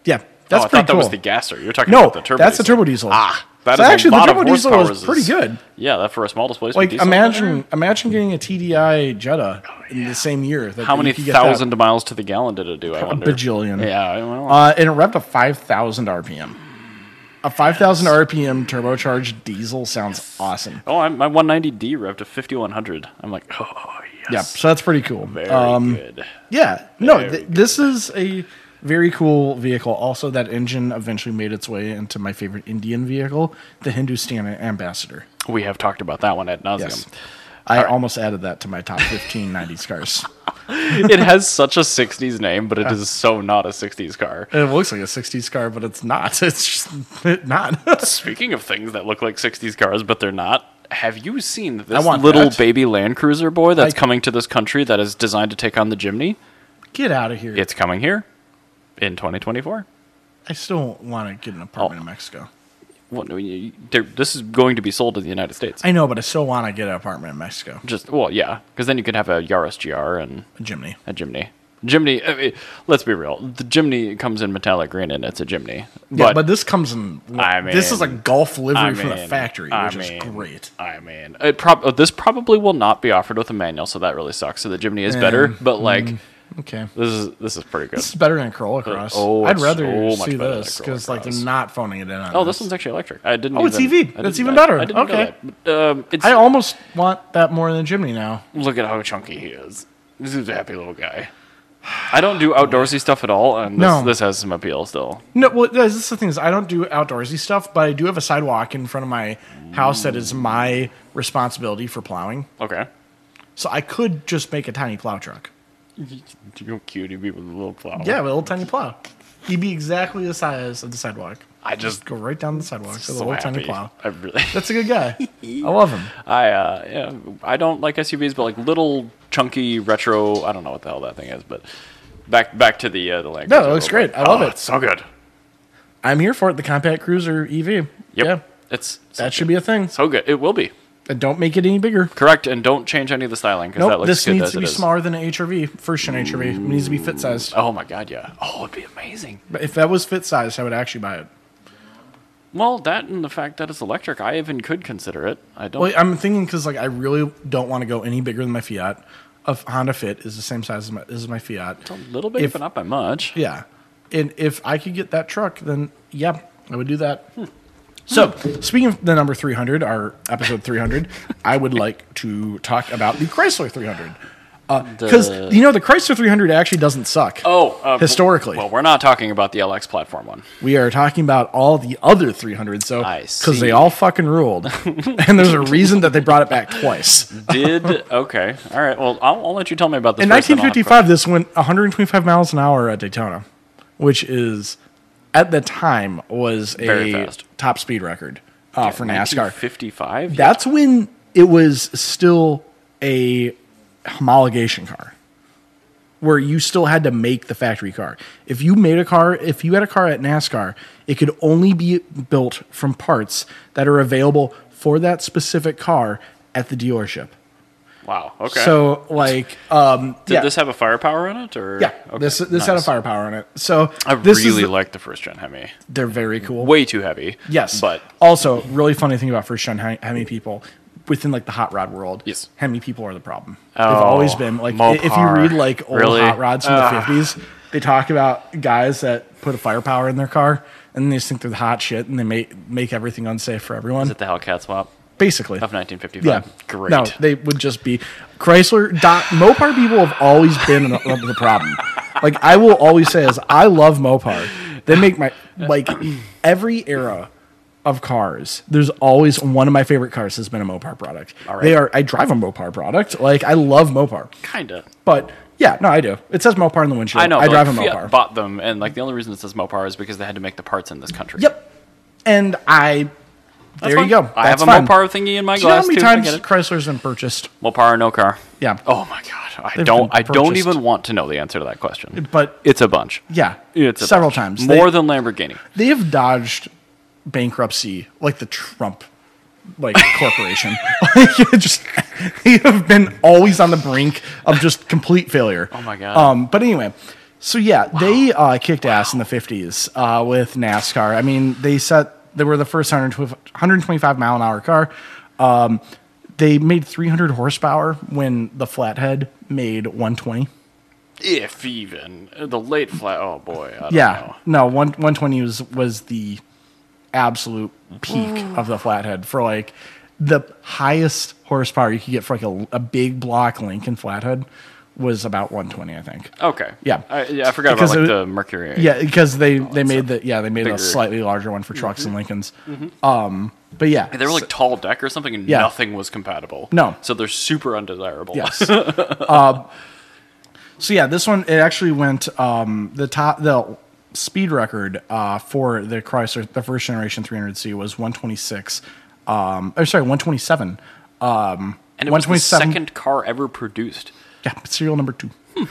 Speaker 2: Yeah, that's
Speaker 1: oh, I
Speaker 2: pretty
Speaker 1: thought
Speaker 2: cool.
Speaker 1: that was the gasser. You're talking
Speaker 2: no,
Speaker 1: about the turbo.
Speaker 2: that's the turbo diesel.
Speaker 1: Ah, that
Speaker 2: so
Speaker 1: is a
Speaker 2: actually
Speaker 1: lot
Speaker 2: the
Speaker 1: of
Speaker 2: turbo diesel
Speaker 1: horsepower
Speaker 2: was
Speaker 1: is-
Speaker 2: pretty good.
Speaker 1: Yeah, that for a small displacement.
Speaker 2: Like
Speaker 1: diesel Oh,
Speaker 2: imagine imagine getting a TDI Jetta in the same year. That
Speaker 1: how many
Speaker 2: you could get that.
Speaker 1: thousand miles to the gallon did it do? I wonder.
Speaker 2: bajillion.
Speaker 1: Yeah. Well,
Speaker 2: Uh, and it revved to five thousand RPM. A five thousand RPM turbocharged diesel sounds awesome.
Speaker 1: oh, I'm, my 190D revved to 5100. I'm like, oh yes.
Speaker 2: Yeah, so that's pretty cool.
Speaker 1: Very
Speaker 2: Um,
Speaker 1: good.
Speaker 2: yeah, no,
Speaker 1: Very
Speaker 2: th- this is a very cool vehicle. Also, that engine eventually made its way into my favorite Indian vehicle, the Hindustan Ambassador.
Speaker 1: We have talked about that one at nauseum.
Speaker 2: Yes. I almost added that to my top 15 90s cars.
Speaker 1: it has such a 60s name, but it is so not a 60s car.
Speaker 2: It looks like a 60s car, but it's not. It's just not.
Speaker 1: Speaking of things that look like 60s cars, but they're not. Have you seen this
Speaker 2: want
Speaker 1: little
Speaker 2: that.
Speaker 1: baby Land Cruiser boy that's
Speaker 2: I-
Speaker 1: coming to this country that is designed to take on the Jimny?
Speaker 2: Get out of here.
Speaker 1: It's coming here in 2024.
Speaker 2: I still want to get an
Speaker 1: Oh.
Speaker 2: apartment in Mexico.
Speaker 1: Well, no, you- they're- this is going to be sold in the United States.
Speaker 2: I know, but I still want to get an apartment in Mexico.
Speaker 1: Just well, yeah, because then you could have a Yaris GR and
Speaker 2: Jimny.
Speaker 1: a Jimny. Jimny, I mean, let's be real. The Jimny comes in metallic green, and it's a Jimny. But,
Speaker 2: Yeah, but, this comes in.
Speaker 1: I
Speaker 2: this is a
Speaker 1: mean-
Speaker 2: golf livery
Speaker 1: I
Speaker 2: from the
Speaker 1: mean-
Speaker 2: factory,
Speaker 1: I
Speaker 2: which
Speaker 1: mean-
Speaker 2: is great.
Speaker 1: I mean, it prob- uh, this probably will not be offered with a manual, so that really sucks. So the Jimny is better,
Speaker 2: Yeah. Mm-hmm.
Speaker 1: but like
Speaker 2: Okay.
Speaker 1: this is this is pretty good.
Speaker 2: This is better than a Corolla Cross.
Speaker 1: oh,
Speaker 2: I'd
Speaker 1: it's
Speaker 2: rather
Speaker 1: so much
Speaker 2: see
Speaker 1: better than a
Speaker 2: this
Speaker 1: Corolla
Speaker 2: because like they're
Speaker 1: Cross.
Speaker 2: not phoning it in on.
Speaker 1: Oh, this one's actually electric. I didn't.
Speaker 2: Oh, it's
Speaker 1: even-
Speaker 2: EV.
Speaker 1: I
Speaker 2: That's
Speaker 1: didn't-
Speaker 2: even better.
Speaker 1: I didn't know
Speaker 2: Okay.
Speaker 1: that. But, um, it's,
Speaker 2: I almost want that more than a Jimny now.
Speaker 1: look at how chunky he is. This is a happy little guy. I don't do outdoorsy stuff at all, and this,
Speaker 2: No.
Speaker 1: this has some appeal still.
Speaker 2: No, well, guys, this is the thing is I don't do outdoorsy stuff, but I do have a sidewalk in front of my house that is my responsibility for plowing.
Speaker 1: Okay.
Speaker 2: So I could just make a tiny plow truck.
Speaker 1: You're cute. You'd be with a little flower.
Speaker 2: Yeah, with a little tiny plow. He'd be exactly the size of the sidewalk.
Speaker 1: I just
Speaker 2: Go right down the sidewalk with
Speaker 1: so
Speaker 2: a little tiny
Speaker 1: happy.
Speaker 2: plow.
Speaker 1: I really.
Speaker 2: That's a good guy. I love him.
Speaker 1: I uh, yeah, I don't like SUVs, but like little chunky retro. I don't know what the hell that thing is, but back back to the uh, the Land
Speaker 2: No, it
Speaker 1: Cruiser
Speaker 2: looks
Speaker 1: real quick.
Speaker 2: great. I love
Speaker 1: Oh,
Speaker 2: it.
Speaker 1: It's so good.
Speaker 2: I'm here for it. The compact cruiser EV.
Speaker 1: Yep.
Speaker 2: Yeah,
Speaker 1: It's
Speaker 2: that should be a thing.
Speaker 1: so good. It will be
Speaker 2: And don't make it any bigger.
Speaker 1: correct, and don't change any of the styling because that
Speaker 2: Nope,
Speaker 1: looks
Speaker 2: this
Speaker 1: good
Speaker 2: needs
Speaker 1: as
Speaker 2: to
Speaker 1: it
Speaker 2: be
Speaker 1: is.
Speaker 2: smaller than an HRV. First gen HRV it needs to be fit sized.
Speaker 1: Oh my god, yeah. Oh, it'd be amazing.
Speaker 2: But if that was fit sized, I would actually buy it.
Speaker 1: Well, that and the fact that it's electric, I even could consider it. I don't.
Speaker 2: Well, I'm thinking because like I really don't want to go any bigger than my Fiat. A Honda Fit is the same size as my, as my Fiat.
Speaker 1: a little bit,
Speaker 2: if-
Speaker 1: but not by much.
Speaker 2: Yeah, and if I could get that truck, then yeah, I would do that.
Speaker 1: Hmm.
Speaker 2: So speaking of the number 300, our episode 300, I would like to talk about the Chrysler 300 because
Speaker 1: The-
Speaker 2: you know the Chrysler 300 actually doesn't suck.
Speaker 1: Oh, uh,
Speaker 2: Historically.
Speaker 1: Well, we're not talking about the LX platform one.
Speaker 2: We are talking about all the other 300, so
Speaker 1: I
Speaker 2: because
Speaker 1: see.
Speaker 2: they all fucking ruled, and there's a reason that they brought it back twice.
Speaker 1: Did okay. All right. Well, I'll, I'll let you tell me about this.
Speaker 2: In
Speaker 1: first, then I'll have
Speaker 2: 1955, this went 125 miles an hour at Daytona, which is at the time was
Speaker 1: Very
Speaker 2: a
Speaker 1: fast.
Speaker 2: top speed record uh, for NASCAR.
Speaker 1: 55.
Speaker 2: That's when it was still a homologation car where you still had to make the factory car. If you made a car, if you had a car at NASCAR, it could only be built from parts that are available for that specific car at the dealership.
Speaker 1: Wow. Okay.
Speaker 2: So like um
Speaker 1: did
Speaker 2: yeah.
Speaker 1: this have a firepower in it, or
Speaker 2: Yeah, this this had a
Speaker 1: nice.
Speaker 2: firepower on it. So
Speaker 1: I
Speaker 2: this
Speaker 1: really
Speaker 2: is,
Speaker 1: like the first gen Hemi.
Speaker 2: they're very cool.
Speaker 1: Way too heavy.
Speaker 2: yes,
Speaker 1: but
Speaker 2: also really funny thing about first gen Hemi Hemi people within like the hot rod world.
Speaker 1: Yes.
Speaker 2: Hemi people are the problem.
Speaker 1: Oh,
Speaker 2: They've always been like i- if you
Speaker 1: Mopar.
Speaker 2: read like old
Speaker 1: Really?
Speaker 2: hot rods from
Speaker 1: Ah.
Speaker 2: the fifties, they talk about guys that put a firepower in their car and they just think they're the hot shit and they make make everything unsafe for everyone.
Speaker 1: is it the Hellcat swap
Speaker 2: Basically,
Speaker 1: of 1955?
Speaker 2: yeah,
Speaker 1: Great.
Speaker 2: No, they would just be Chrysler. Dot, Mopar people have always been the- the problem. Like I will always say, is I love Mopar. They make my like every era of cars. There's always one of my favorite cars has been a Mopar product.
Speaker 1: right.
Speaker 2: They are. I drive a Mopar product. Like I love Mopar,
Speaker 1: Kinda.
Speaker 2: but yeah, no, I do. It says Mopar in the windshield.
Speaker 1: I know.
Speaker 2: I
Speaker 1: but,
Speaker 2: drive
Speaker 1: like,
Speaker 2: a
Speaker 1: Fiat
Speaker 2: Mopar.
Speaker 1: Bought them, and like the only reason it says Mopar is because they had to make the parts in this country.
Speaker 2: yep. And I.
Speaker 1: That's
Speaker 2: there
Speaker 1: fine.
Speaker 2: you go.
Speaker 1: I have
Speaker 2: That's
Speaker 1: a
Speaker 2: fine.
Speaker 1: Mopar thingy in my
Speaker 2: Do you know how
Speaker 1: glass
Speaker 2: many
Speaker 1: too. I
Speaker 2: times
Speaker 1: get it.
Speaker 2: Chrysler's been purchased?
Speaker 1: Mopar or no car?
Speaker 2: Yeah.
Speaker 1: Oh my god. I don't.
Speaker 2: been
Speaker 1: I don't
Speaker 2: purchased.
Speaker 1: even want to know the answer to that question.
Speaker 2: But
Speaker 1: It's a bunch.
Speaker 2: Yeah,
Speaker 1: It's a
Speaker 2: several
Speaker 1: bunch.
Speaker 2: times.
Speaker 1: More
Speaker 2: they,
Speaker 1: than Lamborghini.
Speaker 2: they have dodged bankruptcy like the Trump like corporation. like it just they have been always on the brink of just complete failure. Oh
Speaker 1: my God.
Speaker 2: Um, but anyway. So yeah, they uh, kicked ass in the '50s uh, with NASCAR. I mean, they set they were the first 120 125 mile an hour car. Um, they made 300 horsepower when the flathead made 120.
Speaker 1: If even the late flat. Oh boy. I don't
Speaker 2: Yeah.
Speaker 1: Know.
Speaker 2: No, one one twenty was was the absolute peak of the flathead for like the highest horsepower you could get for like a, a big block Lincoln flathead was about one twenty, I think.
Speaker 1: Okay.
Speaker 2: Yeah.
Speaker 1: I, yeah. I forgot
Speaker 2: Because
Speaker 1: about like
Speaker 2: it was-
Speaker 1: the Mercury.
Speaker 2: Yeah, because they they made the yeah they made
Speaker 1: Oh, bigger. Mm-hmm.
Speaker 2: a slightly larger one for trucks and Lincolns. Um, but yeah,
Speaker 1: They were like tall deck or something, and
Speaker 2: Yeah.
Speaker 1: nothing was compatible.
Speaker 2: No.
Speaker 1: So they're super undesirable.
Speaker 2: Yes. um, so yeah, this one it actually went um, the top the speed record uh, for the Chrysler the first generation 300C was 126. Um, or sorry, 127. Um,
Speaker 1: and it was the second car ever produced.
Speaker 2: Yeah, serial number two.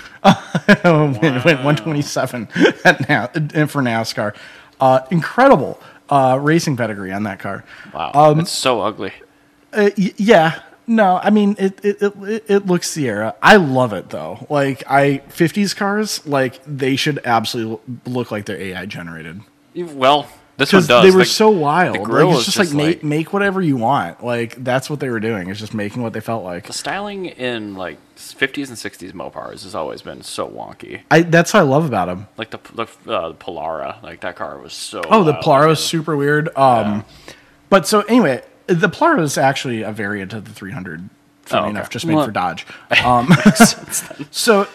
Speaker 2: it went 127 at Na- and for NASCAR. Uh, incredible uh, racing pedigree on that car.
Speaker 1: Wow.
Speaker 2: Um,
Speaker 1: it's so ugly.
Speaker 2: Uh, y- yeah. No, I mean it it, it. it it looks Sierra. I love it though. Like I fifties cars, like they should absolutely look like they're AI generated
Speaker 1: Well, this one
Speaker 2: because
Speaker 1: does.
Speaker 2: they were
Speaker 1: Like,
Speaker 2: so wild.
Speaker 1: The grill
Speaker 2: like,
Speaker 1: is
Speaker 2: it's just,
Speaker 1: just
Speaker 2: like,
Speaker 1: like
Speaker 2: make make whatever you want. Like that's what they were doing. It's just making what they felt like.
Speaker 1: the styling in like 50s and 60s Mopars has always been so wonky.
Speaker 2: I that's what I love about them.
Speaker 1: Like the the uh, Polara, like that car was so.
Speaker 2: Oh, the
Speaker 1: wild.
Speaker 2: Polaro is super weird. Um, but so anyway, the Polaro is actually a variant of the 300. Funny
Speaker 1: Oh, okay.
Speaker 2: enough, just made
Speaker 1: Well-
Speaker 2: for Dodge. Um, so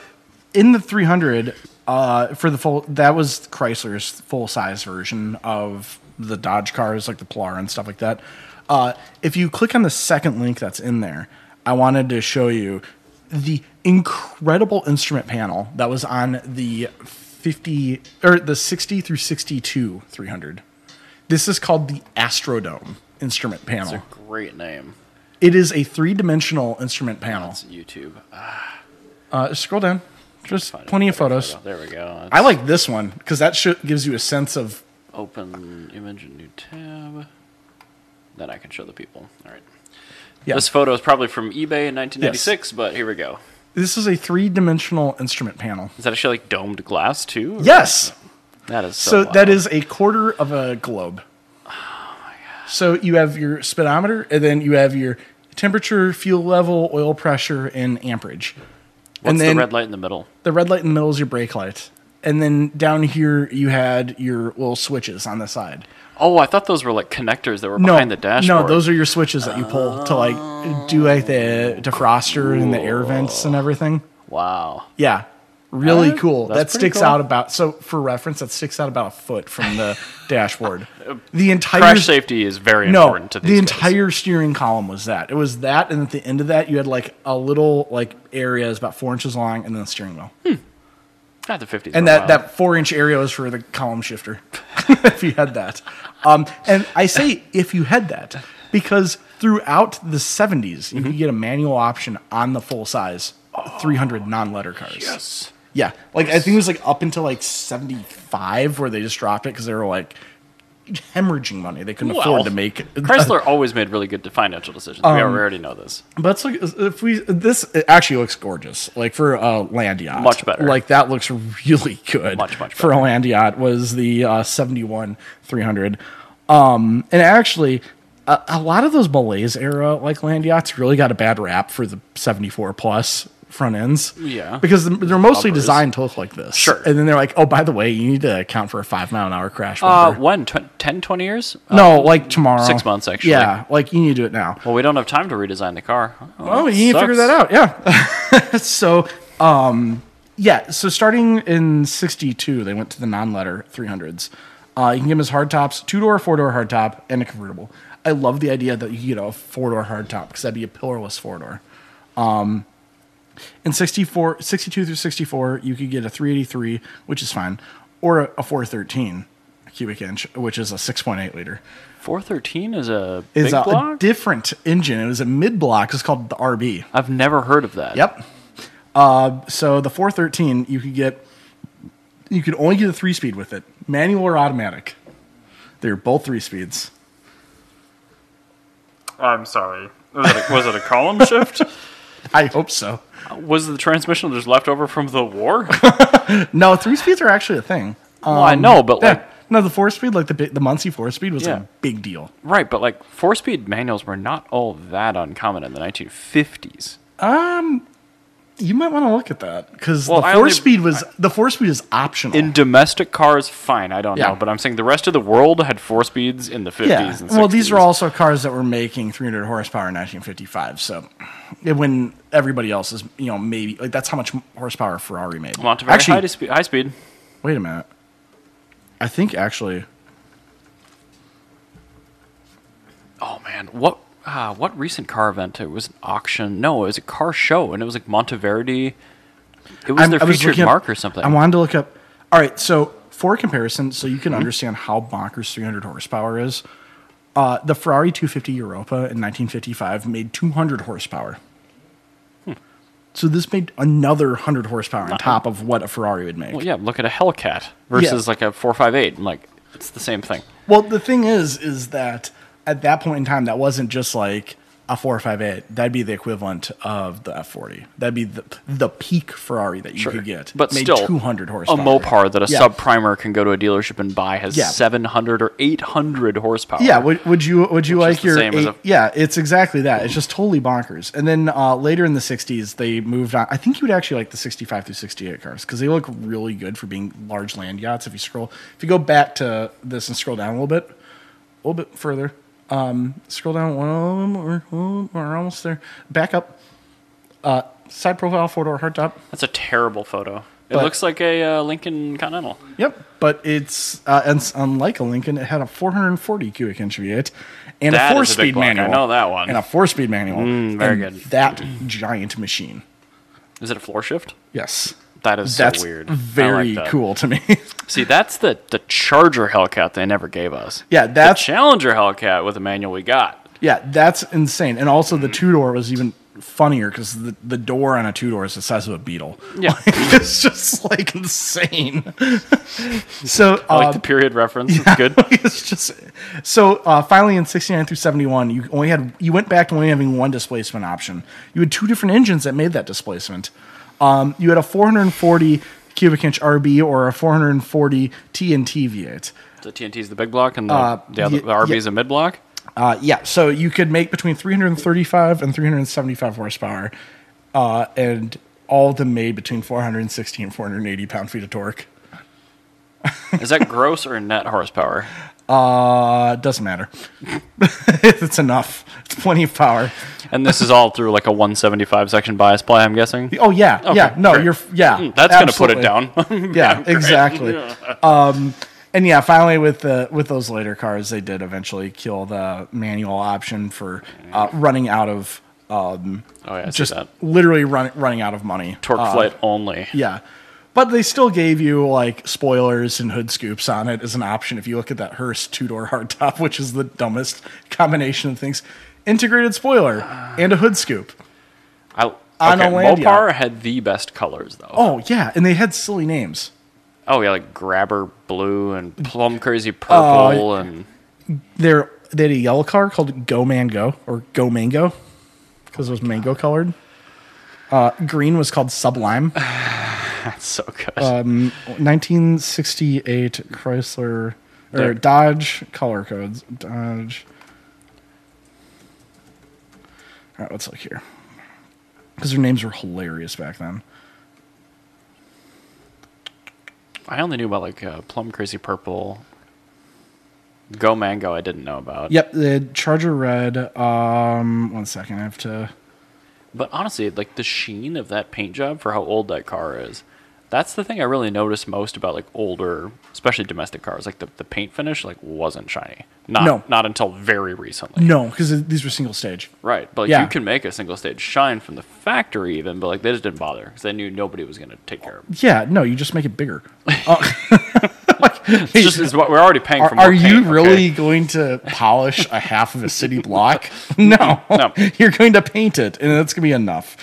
Speaker 2: in the 300, uh, for the full, that was Chrysler's full size version of the Dodge cars, like the Polaro and stuff like that. Uh, if you click on the second link that's in there, I wanted to show you the incredible instrument panel that was on the 50 or the 60 through 62 300. This is called the Astrodome instrument panel.
Speaker 1: Great name.
Speaker 2: It is a three-dimensional instrument panel.
Speaker 1: It's YouTube.
Speaker 2: Uh, scroll down. Just plenty of photos.
Speaker 1: There we go.
Speaker 2: I like this one because that sh- gives you a sense of
Speaker 1: open image in new tab. Then I can show the people. All right.
Speaker 2: Yeah.
Speaker 1: This photo is probably from eBay in 1996, but here we go.
Speaker 2: this is a three-dimensional instrument panel.
Speaker 1: Is that actually like domed glass too?
Speaker 2: Yes.
Speaker 1: That is so.
Speaker 2: So that
Speaker 1: wild.
Speaker 2: is a quarter of a globe. So you have your speedometer, and then you have your temperature, fuel level, oil pressure, and amperage.
Speaker 1: What's
Speaker 2: and then
Speaker 1: the red light in the middle?
Speaker 2: the red light in the middle is your brake light. And then down here you had your little switches on the side.
Speaker 1: Oh, I thought those were like connectors that were behind the dashboard.
Speaker 2: No, those are your switches that you pull to like do like
Speaker 1: Oh,
Speaker 2: the defroster and the air vents and everything.
Speaker 1: Wow.
Speaker 2: Yeah. Really
Speaker 1: Uh,
Speaker 2: cool.
Speaker 1: that's
Speaker 2: That
Speaker 1: pretty
Speaker 2: sticks
Speaker 1: cool.
Speaker 2: out about so for reference, that sticks out about a foot from the dashboard. The entire
Speaker 1: Uh, Crash safety is very
Speaker 2: no,
Speaker 1: important to these
Speaker 2: the
Speaker 1: guys.
Speaker 2: entire steering column was that. It was that, and at the end of that, you had like a little like area is about four inches long, and then the steering wheel.
Speaker 1: Hmm. Not the 50s. were
Speaker 2: and that,
Speaker 1: wild.
Speaker 2: that four inch area was for the column shifter if you had that um, and i say if you had that because throughout the 70s
Speaker 1: Mm-hmm.
Speaker 2: you could get a manual option on the full size 300 non-letter cars
Speaker 1: Yes.
Speaker 2: yeah like i think it was like up until like 75 where they just dropped it because they were like hemorrhaging money they couldn't
Speaker 1: Well,
Speaker 2: afford to make Um,
Speaker 1: Chrysler always made really good financial decisions. we already know this.
Speaker 2: But it's like if we this it actually looks gorgeous. Like for a land yacht,
Speaker 1: Much better.
Speaker 2: Like that looks really good.
Speaker 1: Much, much
Speaker 2: for a land yacht was the uh, seventy one three hundred, um, and actually. A, a lot of those Malays era like land yachts really got a bad rap for the 74 plus front ends.
Speaker 1: Yeah.
Speaker 2: Because th- they're mostly
Speaker 1: Bumpers.
Speaker 2: designed to look like this.
Speaker 1: Sure.
Speaker 2: And then they're like, oh, by the way, you need to account for a five mile an hour crash.
Speaker 1: Uh,
Speaker 2: bumper."
Speaker 1: when? Tw- 10, 20 years? Uh,
Speaker 2: no, like tomorrow.
Speaker 1: six months, actually.
Speaker 2: Yeah. Like you need to do it now.
Speaker 1: well, we don't have time to redesign the car. Oh,
Speaker 2: Oh, you need to figure
Speaker 1: sucks.
Speaker 2: that out. Yeah. so, um, yeah. So starting in '62, they went to the non-letter 300s. Uh, you can get them as hardtops, two door, four door hardtop, and a convertible. I love the idea that you could get a four door hardtop because that'd be a pillarless four door. Um, in 64, 62 through 64, you could get a 383, which is fine, or a, a 413 cubic inch, which is a 6.8 liter
Speaker 1: Four thirteen is a
Speaker 2: is
Speaker 1: big
Speaker 2: a, a
Speaker 1: block.
Speaker 2: different engine. It was a mid block. It's called the RB.
Speaker 1: I've never heard of that.
Speaker 2: Yep. Uh, so the 413, you could get, you could only get a three speed with it, manual or automatic. They're both three speeds.
Speaker 1: I'm sorry. Was it a, was it a column shift?
Speaker 2: I hope so.
Speaker 1: Was the transmission just left over from the war?
Speaker 2: No, three speeds are actually a thing. Um,
Speaker 1: well, I know, but like,
Speaker 2: yeah. No, the four speed, like the big, the Muncie four speed, was
Speaker 1: Yeah.
Speaker 2: a big deal.
Speaker 1: right, but like, four-speed manuals were not all that uncommon in the 1950s.
Speaker 2: You might want to look at that because
Speaker 1: Well,
Speaker 2: the
Speaker 1: I
Speaker 2: four
Speaker 1: only-
Speaker 2: speed was the four speed is optional.
Speaker 1: In domestic cars, fine, I don't
Speaker 2: Yeah.
Speaker 1: know, but I'm saying the rest of the world had four speeds in the 50s
Speaker 2: yeah.
Speaker 1: and 60s.
Speaker 2: Well, these are also cars that were making 300 horsepower in 1955. So it- when everybody else is, you know, maybe like that's how much horsepower Ferrari made.
Speaker 1: Montevideo
Speaker 2: Actually,
Speaker 1: high, to spe- high speed.
Speaker 2: Wait a minute. I think actually,
Speaker 1: Oh man, what uh, what recent car event? It was an auction. No, it was a car show, and it was like Monteverdi. It was
Speaker 2: I'm-
Speaker 1: their
Speaker 2: I was
Speaker 1: featured
Speaker 2: looking up-
Speaker 1: mark or something.
Speaker 2: I wanted to look up. All right, so for comparison, so you
Speaker 1: Mm-hmm.
Speaker 2: can understand how bonkers 300 horsepower is. Uh, the Ferrari 250 Europa in 1955 made 200 horsepower.
Speaker 1: Hmm.
Speaker 2: So this made another 100 horsepower on top of what a Ferrari would make.
Speaker 1: well, yeah, look at a Hellcat versus
Speaker 2: Yeah.
Speaker 1: like a four five eight. Like it's the same thing.
Speaker 2: Well, the thing is, is that at that point in time, that wasn't just like a 458. That'd be the equivalent of the F40. That'd be the, the peak Ferrari that you could get.
Speaker 1: but
Speaker 2: Made
Speaker 1: still
Speaker 2: 200
Speaker 1: A
Speaker 2: horsepower.
Speaker 1: Mopar that a
Speaker 2: Yeah.
Speaker 1: subprimer can go to a dealership and buy has
Speaker 2: Yeah.
Speaker 1: seven hundred or eight hundred horsepower.
Speaker 2: Yeah, would, would you would you
Speaker 1: is
Speaker 2: like
Speaker 1: the
Speaker 2: your
Speaker 1: same as
Speaker 2: eight-
Speaker 1: a-
Speaker 2: yeah? It's exactly that. It's just totally bonkers. And then uh, later in the '60s, they moved on. I think you would actually like the '65 through '68 cars because they look really good for being large land yachts. If you scroll, if you go back to this and scroll down a little bit, a little bit further, um, scroll down one of them. We're, oh, we're almost there. Back up. Uh, side profile four door hardtop.
Speaker 1: that's a terrible photo. It
Speaker 2: But-
Speaker 1: looks like a uh, Lincoln Continental.
Speaker 2: Yep, but it's uh, and it's unlike a Lincoln. It had a 440 cubic inch V8 and
Speaker 1: That
Speaker 2: a
Speaker 1: is a big
Speaker 2: four-speed
Speaker 1: block. I
Speaker 2: manual.
Speaker 1: know that one. Mm,
Speaker 2: And a four-speed manual.
Speaker 1: very
Speaker 2: And
Speaker 1: good.
Speaker 2: That giant machine.
Speaker 1: Is it a floor shift?
Speaker 2: Yes,
Speaker 1: That is
Speaker 2: that's
Speaker 1: so weird. I like
Speaker 2: Very
Speaker 1: that.
Speaker 2: cool to me.
Speaker 1: See, that's the the Charger Hellcat they never gave us.
Speaker 2: yeah,
Speaker 1: the
Speaker 2: that's
Speaker 1: Challenger Hellcat with a manual we got.
Speaker 2: yeah, that's insane. And also
Speaker 1: Mm.
Speaker 2: the two-door was even funnier because the, the door on a two-door is the size of a Beetle.
Speaker 1: Yeah.
Speaker 2: Like, it's just like insane. so
Speaker 1: I like
Speaker 2: uh,
Speaker 1: the period reference. It's good.
Speaker 2: it's just so uh, finally in 69 through 71 you only had you went back to only having one displacement option you had two different engines that made that displacement um, you had a 440 cubic inch rb or a 440 tnt v8
Speaker 1: The TNT is the big block, and the, the, other,
Speaker 2: ye-
Speaker 1: the RB
Speaker 2: Uh, yeah.
Speaker 1: is a mid block.
Speaker 2: Uh, yeah, so you could make between 335 and 375 horsepower, uh, and all of them made between 460 and 480 pound feet of torque.
Speaker 1: Is that gross or net horsepower?
Speaker 2: Uh, it doesn't matter. it's enough. It's plenty of power.
Speaker 1: And this is all through like a 175 section bias ply, I'm guessing.
Speaker 2: Oh yeah, yeah. No,
Speaker 1: great. Hmm,
Speaker 2: you're f- yeah.
Speaker 1: That's going to put it
Speaker 2: absolutely.
Speaker 1: down.
Speaker 2: yeah, exactly. um, and yeah, finally with the with those later cars, they did eventually kill the manual option for uh, running out of um,
Speaker 1: Oh, yeah, I see
Speaker 2: just
Speaker 1: that.
Speaker 2: literally run, running out of money.
Speaker 1: Torque
Speaker 2: Uh,
Speaker 1: flight only.
Speaker 2: Yeah. But they still gave you like spoilers and hood scoops on it as an option. If you look at that Hearst two door hardtop, which is the dumbest combination of things, integrated spoiler and a hood scoop.
Speaker 1: I,
Speaker 2: On
Speaker 1: okay,
Speaker 2: a land yacht.
Speaker 1: Mopar had the best colors though. Oh.
Speaker 2: Oh yeah, and they had silly names.
Speaker 1: yeah, like grabber blue and plum crazy purple
Speaker 2: Oh,
Speaker 1: and
Speaker 2: They're, they had a yellow car called Go Mango or Go Mango because it was mango colored. Uh, green was called Sublime.
Speaker 1: that's so good.
Speaker 2: Uh, 1968 Chrysler or
Speaker 1: There.
Speaker 2: Dodge color codes. Dodge. All right, let's look here. Because their names were hilarious back then.
Speaker 1: I only knew about like uh, plum crazy purple. Go mango, I didn't know about.
Speaker 2: Yep, the Charger Red. Um, one second, I have to.
Speaker 1: But honestly, like the sheen of that paint job for how old that car is, that's the thing I really noticed most about like older, especially domestic cars. Like the, the paint finish like wasn't shiny. Not
Speaker 2: No.
Speaker 1: not until very recently.
Speaker 2: No, because these were single stage.
Speaker 1: Right. But like,
Speaker 2: Yeah.
Speaker 1: you can make a single stage shine from the factory even, but like they just didn't bother because they knew nobody was gonna take care of it.
Speaker 2: Yeah, no, you just make it bigger. Uh,
Speaker 1: It's just it's what we're already paying for
Speaker 2: Are,
Speaker 1: more
Speaker 2: are you
Speaker 1: paint,
Speaker 2: really
Speaker 1: okay?
Speaker 2: going to polish a half of a city block? No.
Speaker 1: No. Mm.
Speaker 2: You're going to paint it, and that's going to be enough.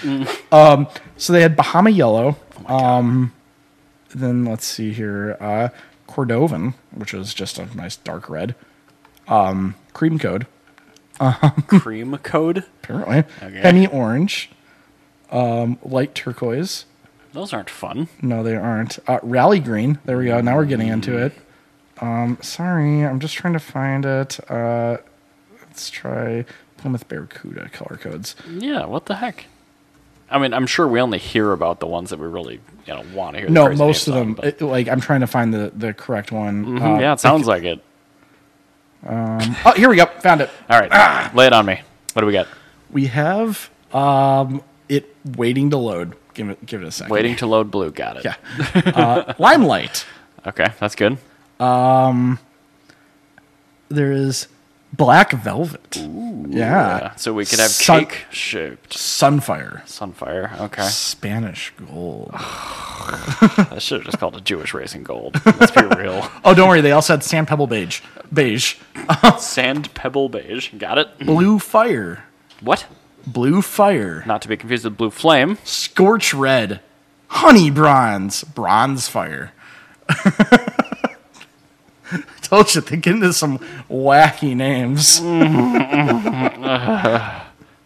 Speaker 2: Um, so they had Bahama Yellow.
Speaker 1: Oh
Speaker 2: um, then let's see here uh, Cordovan, which is just a nice dark red. Um, cream code,
Speaker 1: cream code?
Speaker 2: apparently.
Speaker 1: Okay.
Speaker 2: Penny orange. Um, light turquoise.
Speaker 1: Those aren't fun.
Speaker 2: No, they aren't. Uh, Rally Green. There we go. Now we're getting into it. Um, sorry, I'm just trying to find it. Uh, let's try Plymouth Barracuda color codes.
Speaker 1: Yeah, what the heck? I mean, I'm sure we only hear about the ones that we really you know want to hear. the
Speaker 2: No,
Speaker 1: crazy names
Speaker 2: most of them.
Speaker 1: but-
Speaker 2: it- like I'm trying to find the the correct one.
Speaker 1: Mhm,
Speaker 2: Uh,
Speaker 1: yeah, it sounds like it.
Speaker 2: Oh, here we go. Found it.
Speaker 1: All right, lay it on me. What do we got?
Speaker 2: We have um, it waiting to load. Give it give it a second.
Speaker 1: Waiting to load blue. Got it.
Speaker 2: Yeah. Uh, Limelight.
Speaker 1: Okay, that's good.
Speaker 2: There is Black Velvet. yeah.
Speaker 1: Yeah, So we could have
Speaker 2: Sun-
Speaker 1: cake shaped
Speaker 2: Sunfire.
Speaker 1: sunfire. Okay.
Speaker 2: Spanish gold.
Speaker 1: I should have just called it Jewish racing gold. Let's be real.
Speaker 2: Oh, don't worry. They also had sand pebble beige, beige,
Speaker 1: Sand pebble beige. Got it.
Speaker 2: blue fire,
Speaker 1: What?
Speaker 2: blue fire,
Speaker 1: Not to be confused with blue flame.
Speaker 2: scorch red, honey bronze, bronze fire. Told you, they get into some wacky names.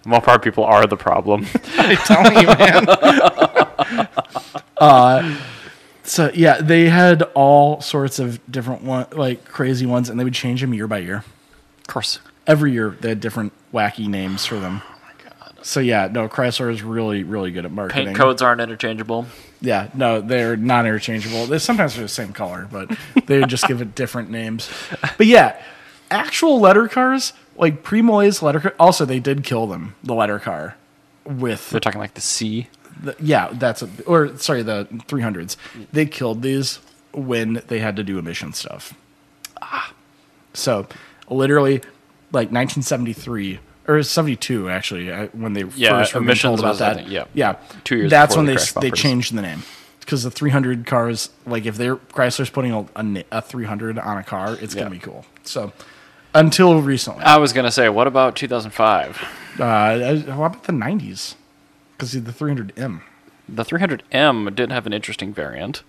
Speaker 1: Mopar people are the problem.
Speaker 2: I'm telling you, man. uh, so yeah, they had all sorts of different one, like crazy ones, and they would change them year by year.
Speaker 1: of course.
Speaker 2: every year they had different wacky names for them. So yeah, no, Chrysler is really, really good at marketing.
Speaker 1: Oh Paint codes aren't interchangeable.
Speaker 2: Yeah, no, they're not interchangeable. They sometimes are the same color, but they would just give it different names. But yeah, actual letter cars, like Primoy's letter car also they did kill them, the letter car. With
Speaker 1: They're talking like the C.
Speaker 2: the, yeah, that's a, or sorry, the 300s. They killed these when they had to do emission stuff. Ah. So, literally, like 1973 or 72, actually, I- when they
Speaker 1: Yeah,
Speaker 2: first were being
Speaker 1: emissions
Speaker 2: told about
Speaker 1: was, I
Speaker 2: that.
Speaker 1: think, yeah.
Speaker 2: yeah,
Speaker 1: Two years
Speaker 2: That's
Speaker 1: before
Speaker 2: when
Speaker 1: the
Speaker 2: they
Speaker 1: crash
Speaker 2: s- they
Speaker 1: bumpers.
Speaker 2: changed the name because the 300 cars, like if they're Chrysler's putting a, a, ni- a 300 on a car, it's
Speaker 1: Yeah.
Speaker 2: gonna be cool. So, until recently,
Speaker 1: I was gonna say, what about 2005?
Speaker 2: uh, I- how about the 90s? Because the 300M.
Speaker 1: The 300M did have an interesting variant,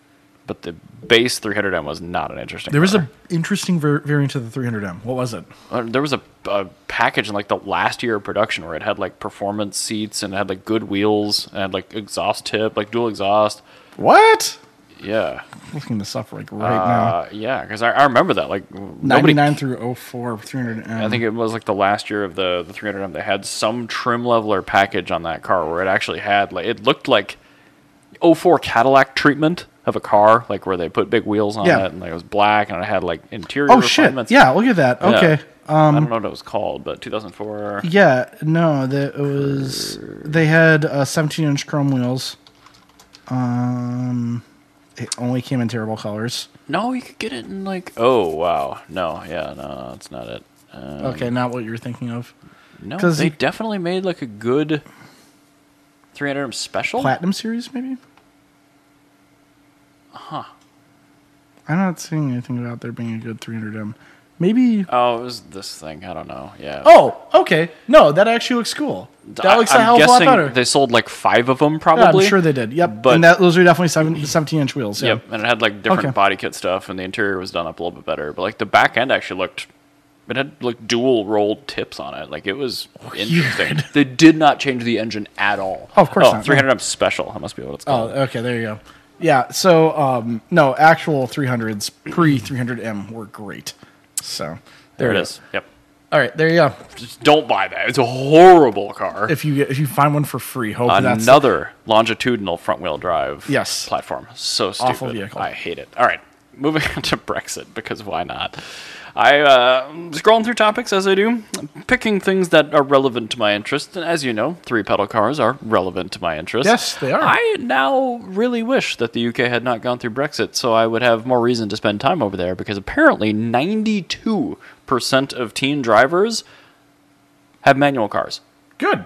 Speaker 1: but the base 300M was not an interesting.
Speaker 2: There was
Speaker 1: car.
Speaker 2: an interesting ver- variant of the 300M. What was it?
Speaker 1: Uh, there was a, a package in like the last year of production where it had like performance seats and it had like good wheels and had like exhaust tip, like dual exhaust.
Speaker 2: What?
Speaker 1: Yeah.
Speaker 2: Looking this up like right now.
Speaker 1: Uh, yeah, because I, I remember that. Like nobody.
Speaker 2: 99 through 04, 300.
Speaker 1: I think it was like the last year of the the 300M. They had some trim level or package on that car where it actually had like it looked like 04 Cadillac treatment of a car, like where they put big wheels on
Speaker 2: Yeah.
Speaker 1: it and like, it was black and it had like interior.
Speaker 2: Oh, shit.
Speaker 1: refinements.
Speaker 2: Yeah, look at that.
Speaker 1: Yeah.
Speaker 2: Okay. Um,
Speaker 1: I don't know what it was called, but 2004.
Speaker 2: Yeah, no, that it was. They had uh, 17 inch chrome wheels. Um, it only came in terrible colors.
Speaker 1: No, you could get it in like. Oh wow, no, yeah, no, that's not it. Uh,
Speaker 2: Okay, not what you're thinking of.
Speaker 1: no,
Speaker 2: 'cause
Speaker 1: they
Speaker 2: you-
Speaker 1: definitely made like a good 300 special.
Speaker 2: Platinum series, maybe? Huh. I'm not seeing anything about there being a good 300M. Maybe.
Speaker 1: oh, it was this thing. I don't know. Yeah.
Speaker 2: Oh, okay. No, that actually looks cool. That
Speaker 1: I-
Speaker 2: looks a
Speaker 1: I'm
Speaker 2: hell of a lot
Speaker 1: guessing
Speaker 2: better.
Speaker 1: They sold like five of them,
Speaker 2: Yeah, I'm
Speaker 1: probably.
Speaker 2: sure they did. Yep.
Speaker 1: but-
Speaker 2: and that, those are definitely seven, 17 inch wheels. Yeah.
Speaker 1: Yep, and it had like different
Speaker 2: Okay.
Speaker 1: body kit stuff, and the interior was done up a little bit better. But like the back end actually looked, it had like dual rolled tips on it. Like it was interesting. They did not change the engine at all.
Speaker 2: Oh, of course not, no.
Speaker 1: 300 M special. That must be what it's
Speaker 2: Oh,
Speaker 1: called.
Speaker 2: okay. There you go. Yeah. So, um, no, actual 300s pre 300M were great. So,
Speaker 1: there it
Speaker 2: you
Speaker 1: is. Yep.
Speaker 2: go. All right. There you go.
Speaker 1: Just don't buy that. It's a horrible car.
Speaker 2: If you get, if you find one for free, hope that's
Speaker 1: Another longitudinal front wheel drive
Speaker 2: Yes.
Speaker 1: platform. So stupid.
Speaker 2: Awful vehicle.
Speaker 1: I hate it. All right. Moving on to Brexit because why not? I uh, scrolling through topics as I do, picking things that are relevant to my interest. And as you know, three pedal cars are relevant to my interest.
Speaker 2: Yes, they are.
Speaker 1: I now really wish that the UK had not gone through Brexit, so I would have more reason to spend time over there because apparently ninety-two percent of teen drivers have manual cars.
Speaker 2: good.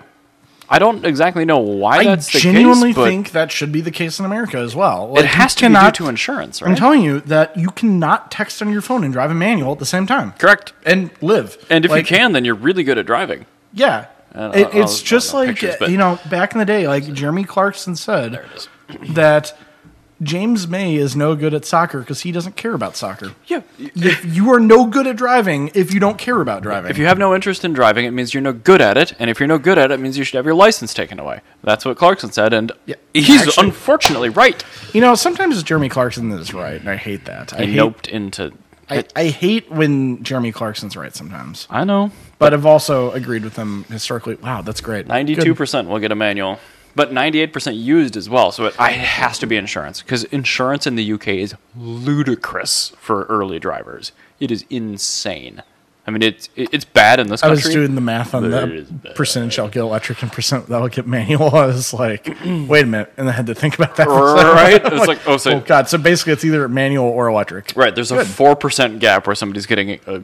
Speaker 1: I don't exactly know why
Speaker 2: I
Speaker 1: that's the
Speaker 2: genuinely
Speaker 1: case, but
Speaker 2: think that should be the case in America as well.
Speaker 1: it
Speaker 2: Like, you
Speaker 1: has to
Speaker 2: cannot-
Speaker 1: be due to insurance,
Speaker 2: I'm
Speaker 1: right?
Speaker 2: telling you that you cannot text on your phone and drive a manual at the same time.
Speaker 1: Correct.
Speaker 2: And live.
Speaker 1: And if
Speaker 2: Like,
Speaker 1: you can, then you're really good at driving.
Speaker 2: Yeah.
Speaker 1: don't-
Speaker 2: It,
Speaker 1: I don't- I
Speaker 2: it's
Speaker 1: don't
Speaker 2: just
Speaker 1: know
Speaker 2: like,
Speaker 1: pictures,
Speaker 2: uh,
Speaker 1: but-
Speaker 2: you know, back in the day, like Jeremy Clarkson said that James May is no good at soccer because he doesn't care about soccer.
Speaker 1: Yeah.
Speaker 2: If you are no good at driving if you don't care about driving.
Speaker 1: If you have no interest in driving, it means you're no good at it, and if you're no good at it, it means you should have your license taken away. That's what Clarkson said, and
Speaker 2: Yeah.
Speaker 1: he's
Speaker 2: Actually-
Speaker 1: unfortunately right.
Speaker 2: You know, sometimes Jeremy Clarkson is right, and I hate that. I
Speaker 1: He
Speaker 2: hate,
Speaker 1: noped into.
Speaker 2: I, I hate when Jeremy Clarkson's right sometimes.
Speaker 1: I know.
Speaker 2: But I've also agreed with him historically. Wow, that's great.
Speaker 1: Ninety-two
Speaker 2: Good.
Speaker 1: percent will get a manual, but ninety-eight percent used as well. So it, I- it has to be insurance because insurance in the UK is ludicrous for early drivers. It is insane. I mean, it's it, it's bad in this
Speaker 2: I
Speaker 1: country.
Speaker 2: was doing the math on
Speaker 1: That is
Speaker 2: the
Speaker 1: bad.
Speaker 2: percentage I'll get electric and percent that'll get manual. I was like, wait a minute. And I had to think about that. for a second.
Speaker 1: Right? It's like, oh, so-
Speaker 2: God. So basically, it's either manual or electric.
Speaker 1: Right, there's a four percent gap where somebody's getting a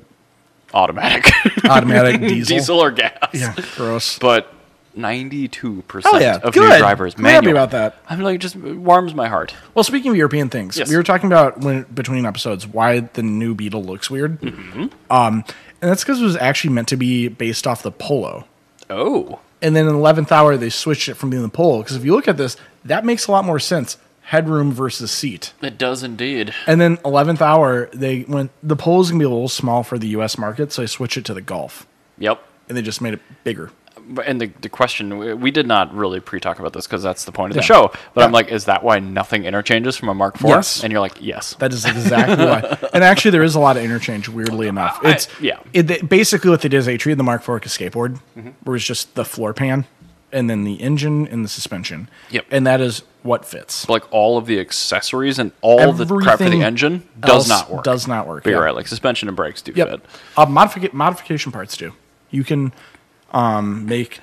Speaker 1: automatic,
Speaker 2: Automatic diesel.
Speaker 1: diesel. or gas.
Speaker 2: Yeah. Gross.
Speaker 1: But ninety-two
Speaker 2: Oh,
Speaker 1: percent
Speaker 2: yeah.
Speaker 1: of
Speaker 2: Good.
Speaker 1: new drivers
Speaker 2: I'm
Speaker 1: manual.
Speaker 2: happy about that.
Speaker 1: I'm like, it just warms my heart.
Speaker 2: Well, speaking of European things,
Speaker 1: Yes.
Speaker 2: we were talking about when between episodes why the new Beetle looks weird.
Speaker 1: Mm-hmm.
Speaker 2: Um, and that's because it was actually meant to be based off the Polo.
Speaker 1: Oh,
Speaker 2: And then in the 11th hour, they switched it from being the Polo. Because if you look at this, that makes a lot more sense headroom versus seat.
Speaker 1: it does indeed.
Speaker 2: And then 11th hour, they went, the Polo's going to be a little small for the US market. So they switched it to the Golf.
Speaker 1: Yep.
Speaker 2: And they just made it bigger.
Speaker 1: But- and the, the question we- we did not really pre-talk about this because that's the point of the
Speaker 2: Yeah.
Speaker 1: show but i'm
Speaker 2: Yeah.
Speaker 1: like is that why nothing interchanges from a mark iv
Speaker 2: Yes.
Speaker 1: and you're like yes
Speaker 2: That is exactly why. And actually, there is a lot of interchange, weirdly enough.
Speaker 1: I-
Speaker 2: It's
Speaker 1: yeah. Mm-hmm.
Speaker 2: It, they- basically, what they did is they treated the Mark IV like a skateboard, where it's just the floor pan and then the engine and the suspension.
Speaker 1: Yep.
Speaker 2: And that is what fits.
Speaker 1: like all of the accessories and all the crap for the
Speaker 2: Everything
Speaker 1: engine does
Speaker 2: else
Speaker 1: not work
Speaker 2: Does not work.
Speaker 1: but you're
Speaker 2: yeah.
Speaker 1: right like suspension and brakes do
Speaker 2: Yep.
Speaker 1: fit
Speaker 2: Uh, modifica- modification parts do. You can um, make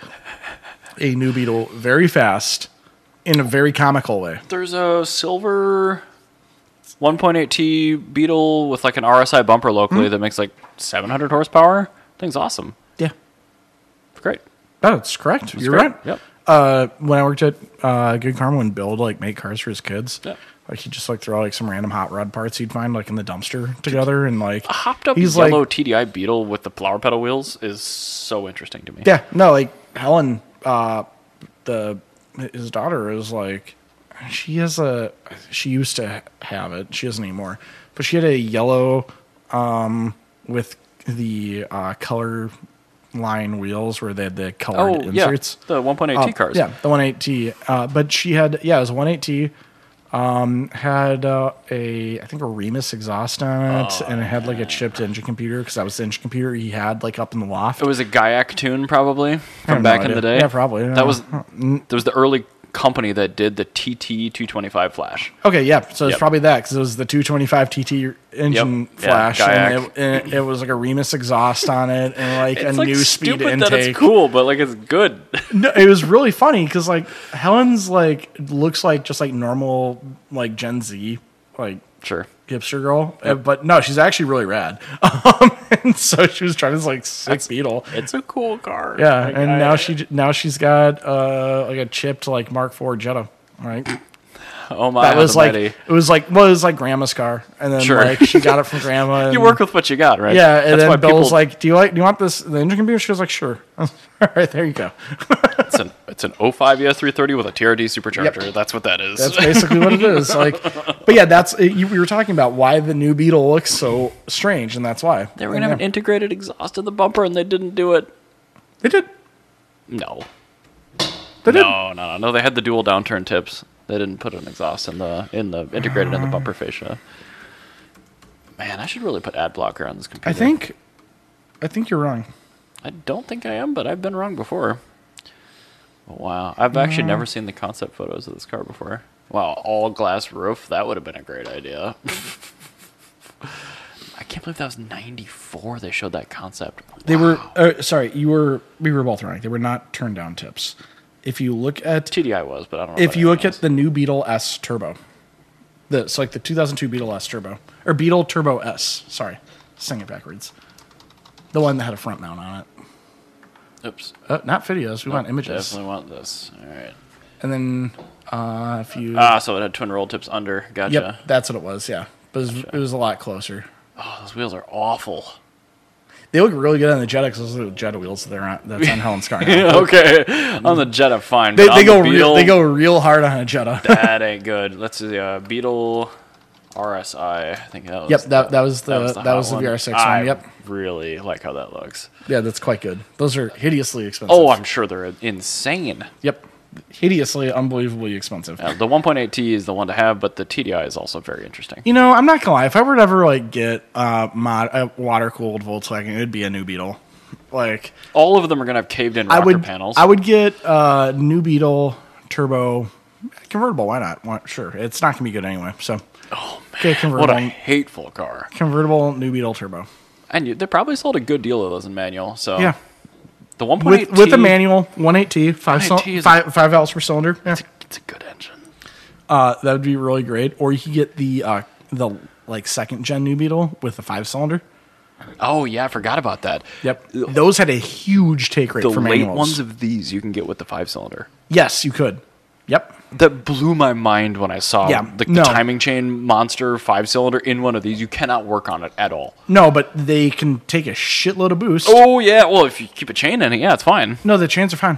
Speaker 2: a new Beetle very fast in a very comical way.
Speaker 1: there's a silver 1.8t beetle with like an rsi bumper locally
Speaker 2: Hmm.
Speaker 1: that makes like 700 horsepower thing's awesome
Speaker 2: Yeah.
Speaker 1: great
Speaker 2: Oh, That's correct. You're
Speaker 1: great.
Speaker 2: right.
Speaker 1: Yep.
Speaker 2: Uh, when I worked at uh, Good Karma and Bill to like make cars for his kids,
Speaker 1: Yep.
Speaker 2: like he'd just like throw like some random hot rod parts he'd find like in the dumpster together and like
Speaker 1: hopped up
Speaker 2: He's
Speaker 1: yellow
Speaker 2: like,
Speaker 1: tdi beetle with the flower pedal wheels is so interesting to me
Speaker 2: yeah, no, like Helen, uh, the his daughter is like, she has a she used to have it. She doesn't anymore, but she had a yellow um with the uh, color line wheels where they had the colored
Speaker 1: oh yeah
Speaker 2: inserts.
Speaker 1: the 1.8t
Speaker 2: Uh,
Speaker 1: cars
Speaker 2: Yeah, the 180. Uh, but she had, yeah, it was a 180. Um, had uh, a I think a Remus exhaust on
Speaker 1: Oh,
Speaker 2: it, and it had like a chipped engine computer because that was the engine computer he had like up in the loft.
Speaker 1: It was a Gaiac tune, probably
Speaker 2: I have
Speaker 1: from back
Speaker 2: no
Speaker 1: in the
Speaker 2: idea.
Speaker 1: day.
Speaker 2: Yeah, probably.
Speaker 1: That was that was the early company that did the TT two twenty five flash.
Speaker 2: Okay, yeah. So it's
Speaker 1: Yep.
Speaker 2: probably that because it was the 225 TT engine
Speaker 1: Yep. Yeah,
Speaker 2: flash, and
Speaker 1: kayak.
Speaker 2: it, and it, was like a Remus exhaust on it, and like a
Speaker 1: it's like
Speaker 2: new
Speaker 1: stupid
Speaker 2: speed intake.
Speaker 1: that it's cool, but like it's good.
Speaker 2: No, it was really funny because like Helen's like looks like just like normal like Gen Z like
Speaker 1: sure.
Speaker 2: hipster girl, Uh, but no, she's actually really rad. Um, and so she was driving this like sick Beetle.
Speaker 1: It's a cool car.
Speaker 2: Yeah,
Speaker 1: Like,
Speaker 2: and
Speaker 1: I-
Speaker 2: now she now she's got uh like a chipped like Mark IV Jetta. Right,
Speaker 1: oh my
Speaker 2: that was like
Speaker 1: almighty.
Speaker 2: it was like well, it was like grandma's car, and then
Speaker 1: Sure.
Speaker 2: like she got it from grandma.
Speaker 1: you
Speaker 2: and-
Speaker 1: work with what you got, right?
Speaker 2: yeah, and
Speaker 1: That's why
Speaker 2: then Bill's
Speaker 1: people,
Speaker 2: like, "Do you like? Do you want this the engine computer?" She was like, "Sure." All right, there you go.
Speaker 1: it's an it's an 05 ES three thirty with a TRD supercharger. That's what that is.
Speaker 2: That's basically what it is. Like, but yeah, that's it, you, we were talking about why the new Beetle looks so strange, and that's why
Speaker 1: they were gonna have an
Speaker 2: Yeah.
Speaker 1: integrated exhaust in the bumper, and they didn't do it.
Speaker 2: They did.
Speaker 1: No,
Speaker 2: They did.
Speaker 1: no, no, no. They had the dual downturn tips. They didn't put an exhaust in the in the integrated in the bumper fascia. Man, I should really put ad blocker on this computer.
Speaker 2: I think, I think you're wrong.
Speaker 1: I don't think I am, but I've been wrong before. Oh, Wow, I've actually
Speaker 2: Mm.
Speaker 1: never seen the concept photos of this car before. Wow, all glass roof. That would have been a great idea. I can't believe that was '94. They showed that concept.
Speaker 2: They were. Uh, sorry, you were. We were both wrong. They were not turn down tips. If you look at
Speaker 1: TDI was, but I don't. know
Speaker 2: if
Speaker 1: about
Speaker 2: you look
Speaker 1: anyone
Speaker 2: at the new Beetle S Turbo, the it's like the 2002 Beetle S Turbo or Beetle Turbo S. Sorry, saying it backwards. The one that had a front mount on it.
Speaker 1: else. oops,
Speaker 2: Uh, not videos. We want images.
Speaker 1: Oh. definitely want this. All right.
Speaker 2: And then uh, if you
Speaker 1: Ah, so it had twin roll tips under. Gotcha.
Speaker 2: Yep, that's what it was. Yeah, but it was, it was a lot closer.
Speaker 1: Oh, those wheels are awful.
Speaker 2: They look really good on the Jetta because those are the Jetta wheels that are on, that's on Helen's car. now.
Speaker 1: okay, on the Jetta, fine.
Speaker 2: They,
Speaker 1: but
Speaker 2: they
Speaker 1: on
Speaker 2: go
Speaker 1: the
Speaker 2: real,
Speaker 1: Beetle,
Speaker 2: they go real hard on a Jetta.
Speaker 1: That ain't good. Let's see. Uh, Beetle RSI. I think that was.
Speaker 2: yep, that that was the that was the,
Speaker 1: hot
Speaker 2: VR6
Speaker 1: I
Speaker 2: one. Yep,
Speaker 1: Really like how that looks.
Speaker 2: yeah, that's quite good. Those are hideously expensive.
Speaker 1: Oh, I'm sure they're insane.
Speaker 2: yep, hideously, unbelievably expensive.
Speaker 1: Uh, the 1.8T is the one to have, but the TDI is also very interesting.
Speaker 2: You know, I'm not gonna lie. If I were to ever like get uh, mod a water cooled Volkswagen, it'd be a new Beetle. Like
Speaker 1: All of them are going to have caved in
Speaker 2: I
Speaker 1: rocker
Speaker 2: would
Speaker 1: panels.
Speaker 2: I would get uh, new Beetle turbo convertible. Why not? Why, sure, it's not gonna be good anyway. So oh man, get a
Speaker 1: what
Speaker 2: convertible,
Speaker 1: a hateful car.
Speaker 2: convertible new Beetle turbo.
Speaker 1: And you, they probably sold a good deal of those in manual. So
Speaker 2: Yeah,
Speaker 1: the 1.8T
Speaker 2: with with a manual 180 five,
Speaker 1: 180
Speaker 2: cil-
Speaker 1: is-
Speaker 2: five, five valves per cylinder. Yeah.
Speaker 1: It's a good engine.
Speaker 2: Uh, that would be really great. Or you could get the uh, the like second gen new Beetle with a five cylinder.
Speaker 1: Oh yeah, I forgot about that.
Speaker 2: Yep, those had a huge take rate
Speaker 1: The
Speaker 2: for
Speaker 1: late
Speaker 2: manuals.
Speaker 1: ones of these you can get with the five cylinder.
Speaker 2: yes, you could. Yep.
Speaker 1: That blew my mind when I saw
Speaker 2: Yeah,
Speaker 1: the, the
Speaker 2: no.
Speaker 1: timing chain monster five cylinder in one of these. You cannot work on it at all.
Speaker 2: No, but they can take a shitload of boost.
Speaker 1: Oh yeah, well if you keep a chain in it, yeah, it's fine.
Speaker 2: No, the chains are fine.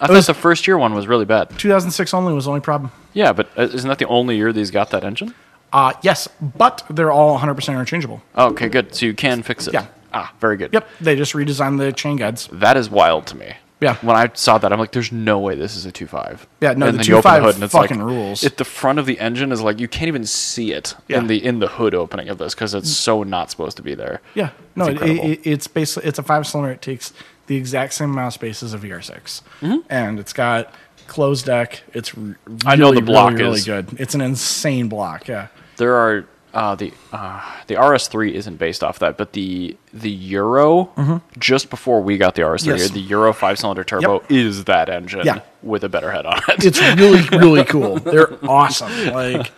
Speaker 1: I thought the first year one was really bad.
Speaker 2: 2006 only was the only problem.
Speaker 1: Yeah, but uh, isn't that the only year these got that engine?
Speaker 2: Uh, yes, but they're all 100% interchangeable.
Speaker 1: Okay, good. So you can fix it.
Speaker 2: Oh. Yeah.
Speaker 1: Ah, very good.
Speaker 2: Yep, they just redesigned the chain guides.
Speaker 1: That is wild to me.
Speaker 2: Yeah.
Speaker 1: When I saw that, I'm like, "There's no way this is a 2.5."
Speaker 2: Yeah, no, the
Speaker 1: then you open
Speaker 2: 2.5 fucking rules.
Speaker 1: It, the front of the engine is like you can't even see it
Speaker 2: Yeah. Mm.
Speaker 1: in the in the hood opening of this because it's so not supposed to be there.
Speaker 2: Yeah, no,
Speaker 1: It's
Speaker 2: it, it,
Speaker 1: incredible.
Speaker 2: it- it's basically it's a five cylinder. It takes the exact same amount of space as a VR6, and it's got closed deck. It's r- really,
Speaker 1: Mm-hmm. I know the block
Speaker 2: really, really
Speaker 1: is-
Speaker 2: good. It's an insane block. Yeah,
Speaker 1: There are uh, the uh, the RS3 isn't based off that, but the the Euro just before we got the RS3,
Speaker 2: Mm-hmm. Yes.
Speaker 1: the Euro five cylinder turbo is that engine
Speaker 2: Yeah.
Speaker 1: with a better head on it.
Speaker 2: it's really really cool. They're awesome. Like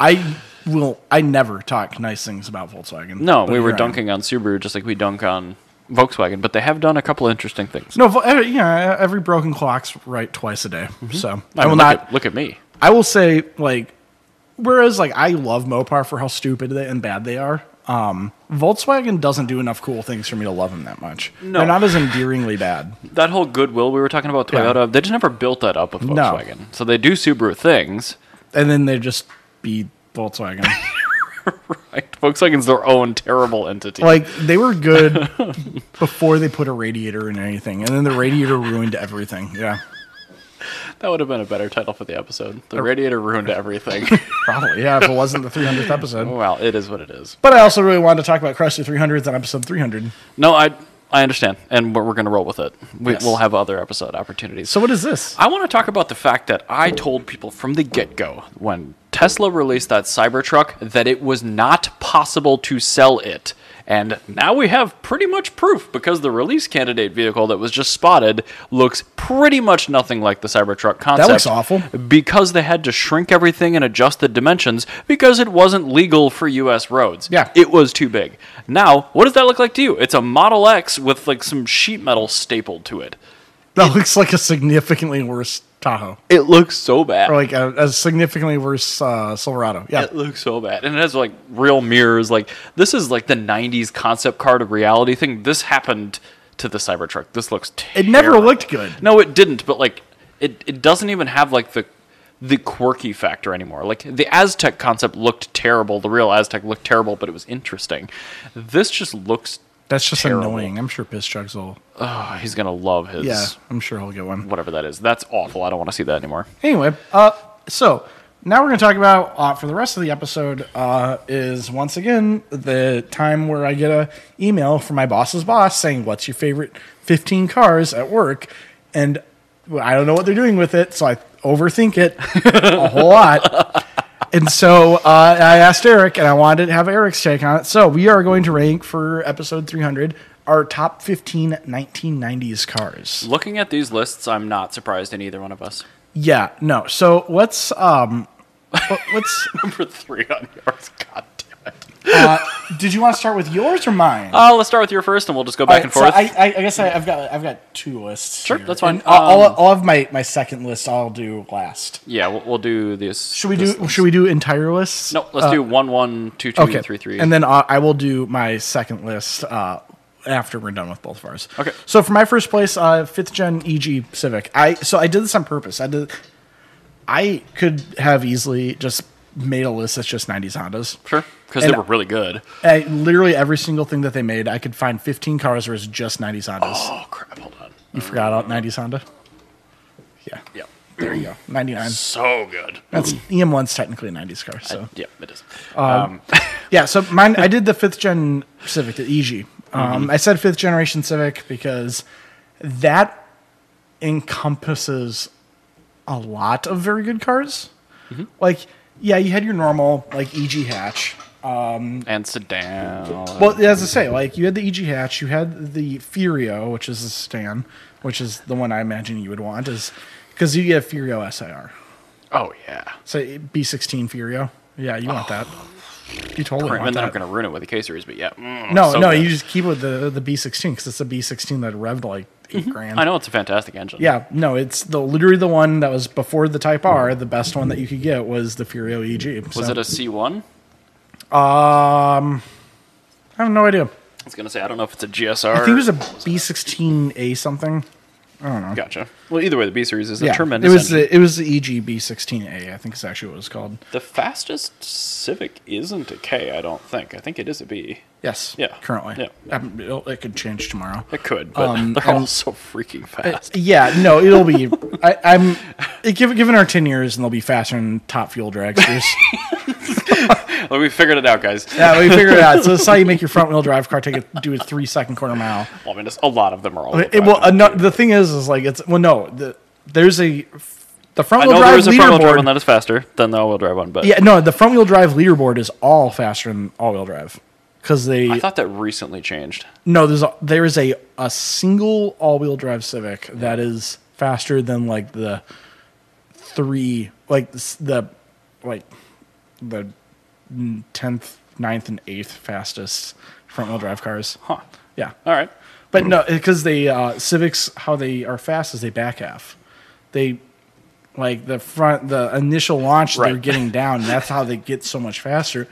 Speaker 2: I will. I never talk nice things about Volkswagen.
Speaker 1: No,
Speaker 2: but
Speaker 1: we were
Speaker 2: here I am.
Speaker 1: dunking on Subaru just like we dunk on Volkswagen, but they have done a couple interesting things.
Speaker 2: No, Vol- every, yeah, every broken clock's right twice a day.
Speaker 1: Mm-hmm.
Speaker 2: So I
Speaker 1: mean,
Speaker 2: will
Speaker 1: look
Speaker 2: not
Speaker 1: at, look at me.
Speaker 2: I will say, like, whereas like I love Mopar for how stupid they and bad they are, um, Volkswagen doesn't do enough cool things for me to love them that much.
Speaker 1: No.
Speaker 2: They're not as endearingly bad.
Speaker 1: That whole goodwill we were talking about
Speaker 2: Yeah.
Speaker 1: Toyota, they just never built that up with
Speaker 2: No.
Speaker 1: Volkswagen. So they do Subaru things.
Speaker 2: And then they just be Volkswagen.
Speaker 1: Right? Volkswagen's their own terrible entity.
Speaker 2: like they were good before they put a radiator in anything, and then the radiator ruined everything. Yeah.
Speaker 1: That would have been a better title for the episode. The radiator ruined everything.
Speaker 2: Probably, yeah, if it wasn't the 300th episode.
Speaker 1: well, it is what it is.
Speaker 2: But I also really wanted to talk about Krusty 300th on episode 300.
Speaker 1: No, I I understand, and we're, we're going to roll with it. We,
Speaker 2: Yes.
Speaker 1: We'll have other episode opportunities.
Speaker 2: So what is this?
Speaker 1: I want to talk about the fact that I told people from the get go when Tesla released that Cybertruck that it was not possible to sell it. And now we have pretty much proof because the release candidate vehicle that was just spotted looks pretty much nothing like the Cybertruck concept.
Speaker 2: looks awful.
Speaker 1: Because they had to shrink everything and adjust the dimensions because it wasn't legal for U.S. roads.
Speaker 2: Yeah.
Speaker 1: It was too big. Now, what does that look like to you? It's a Model X with like some sheet metal stapled to it.
Speaker 2: That looks like a significantly worse Tahoe,
Speaker 1: It looks so bad.
Speaker 2: or like a, a significantly worse uh, Silverado. Yeah,
Speaker 1: It looks so bad. And it has like real mirrors. Like this is like the '90s concept car to reality thing. This happened to the Cybertruck. This looks.
Speaker 2: it never
Speaker 1: terrible.
Speaker 2: looked good.
Speaker 1: No, it didn't. But like, it it doesn't even have like the the quirky factor anymore. Like the Aztec concept looked terrible. The real Aztec looked terrible, but it was interesting. This just looks.
Speaker 2: That's just
Speaker 1: Terrible.
Speaker 2: annoying. I'm sure Piss Chugs will.
Speaker 1: Oh, he's gonna love his.
Speaker 2: Yeah, I'm sure he'll get one.
Speaker 1: Whatever that is. That's awful. I don't want to see that anymore.
Speaker 2: Anyway, uh, so now we're going to talk about uh, for the rest of the episode uh, is once again the time where I get a email from my boss's boss saying, "What's your favorite 15 cars at work?" And well, I don't know what they're doing with it, so I overthink it a whole lot. And so uh, I asked Eric, and I wanted to have Eric's take on it. So we are going to rank for episode 300 our top 15 1990s cars.
Speaker 1: Looking at these lists, I'm not surprised in either one of us.
Speaker 2: Yeah, no. So let's um let- let's
Speaker 1: Number three on yours. God damn it.
Speaker 2: uh did you want to start with yours or mine?
Speaker 1: Uh, let's start with your first, and we'll just go back
Speaker 2: Alright,
Speaker 1: and
Speaker 2: so
Speaker 1: forth.
Speaker 2: I, I, I guess I, I've got I've got two lists.
Speaker 1: Sure,
Speaker 2: here.
Speaker 1: that's fine. Um,
Speaker 2: And I'll, I'll, I'll have my, my second list. I'll do last.
Speaker 1: yeah, we'll, we'll do this.
Speaker 2: Should we do Should we do entire lists? Uh,
Speaker 1: No, let's do one, one, two, two,
Speaker 2: okay.
Speaker 1: three, three.
Speaker 2: And then uh, I will do my second list uh, after we're done with both of ours.
Speaker 1: Okay.
Speaker 2: So for my first place, uh, fifth gen EG Civic. I so I did this on purpose. I did. I could have easily just made a list that's just '90s Hondas.
Speaker 1: sure, because they
Speaker 2: and-
Speaker 1: were really good.
Speaker 2: I, literally every single thing that they made, I could find 15 cars where it's just 90s Hondas.
Speaker 1: Oh crap! Hold on.
Speaker 2: You forgot out 90s Honda? Yeah.
Speaker 1: Yep,
Speaker 2: There you go. 99.
Speaker 1: so good.
Speaker 2: That's EM1's technically a 90s car. So,
Speaker 1: Yep, it is.
Speaker 2: Um, yeah. So, mine, I did the fifth gen Civic, the EG. Um, I said fifth generation Civic because that encompasses a lot of very good cars. Like, yeah, you had your normal, like, EG hatch.
Speaker 1: And sedan.
Speaker 2: Well, as I say, like you had the EG hatch, you had the Furio, which is a Stan, which is the one I imagine you would want, is because you get Furio SIR,
Speaker 1: oh yeah.
Speaker 2: so B16 Furio. Yeah, you want that. You totally
Speaker 1: Right,
Speaker 2: want
Speaker 1: and then I'm
Speaker 2: that.
Speaker 1: gonna ruin it with the K series, but yeah. Mm,
Speaker 2: No,
Speaker 1: so
Speaker 2: no,
Speaker 1: good.
Speaker 2: you just keep with the the B16 because it's a B16 that revved like 8 grand.
Speaker 1: Mm-hmm. I know it's a fantastic engine.
Speaker 2: Yeah, no, it's the literally the one that was before the Type R. The best one that you could get was the Furio E EG.
Speaker 1: Was it a C1?
Speaker 2: Um, I have no idea.
Speaker 1: I was gonna say I don't know if it's a GSR.
Speaker 2: I think it was a B16A something.
Speaker 1: Gotcha. Well, either way, the B series is a tremendous.
Speaker 2: It was
Speaker 1: engine.
Speaker 2: the it was the EGB sixteen A. I think is actually what it was called.
Speaker 1: the fastest Civic isn't a K. I don't think. I think it is a B.
Speaker 2: Yes.
Speaker 1: Yeah.
Speaker 2: Currently.
Speaker 1: Yeah.
Speaker 2: Um, it'll- it could change tomorrow.
Speaker 1: It could, but
Speaker 2: Um,
Speaker 1: they're all
Speaker 2: and-
Speaker 1: so freaking fast.
Speaker 2: Yeah. No, it'll be. I, I'm given given our ten years, and they'll be faster than top fuel dragsters.
Speaker 1: Well, we figured it out, guys.
Speaker 2: yeah, we figured it out. So that's how you make your front wheel drive car take a do a three second quarter mile.
Speaker 1: Well, I mean, just a lot of them are all.
Speaker 2: It, well, uh, no, the thing is, is like it's well, no, the, there's a the
Speaker 1: I
Speaker 2: front wheel
Speaker 1: know
Speaker 2: drive
Speaker 1: there is a front wheel drive
Speaker 2: leaderboard.
Speaker 1: one that is faster than the all wheel drive one, but
Speaker 2: yeah, no, the front wheel drive leaderboard is all faster than all wheel drive because they
Speaker 1: I thought that recently changed.
Speaker 2: No, there's a, there is a a single all wheel drive Civic that is faster than like the three like s- the like the tenth, 9th, and eighth fastest front wheel drive cars.
Speaker 1: Huh.
Speaker 2: Yeah,
Speaker 1: All right.
Speaker 2: but no, because they uh, Civics how they are fast is they back half. They like the front the initial launch they're
Speaker 1: Right.
Speaker 2: getting down. That's how they get so much faster.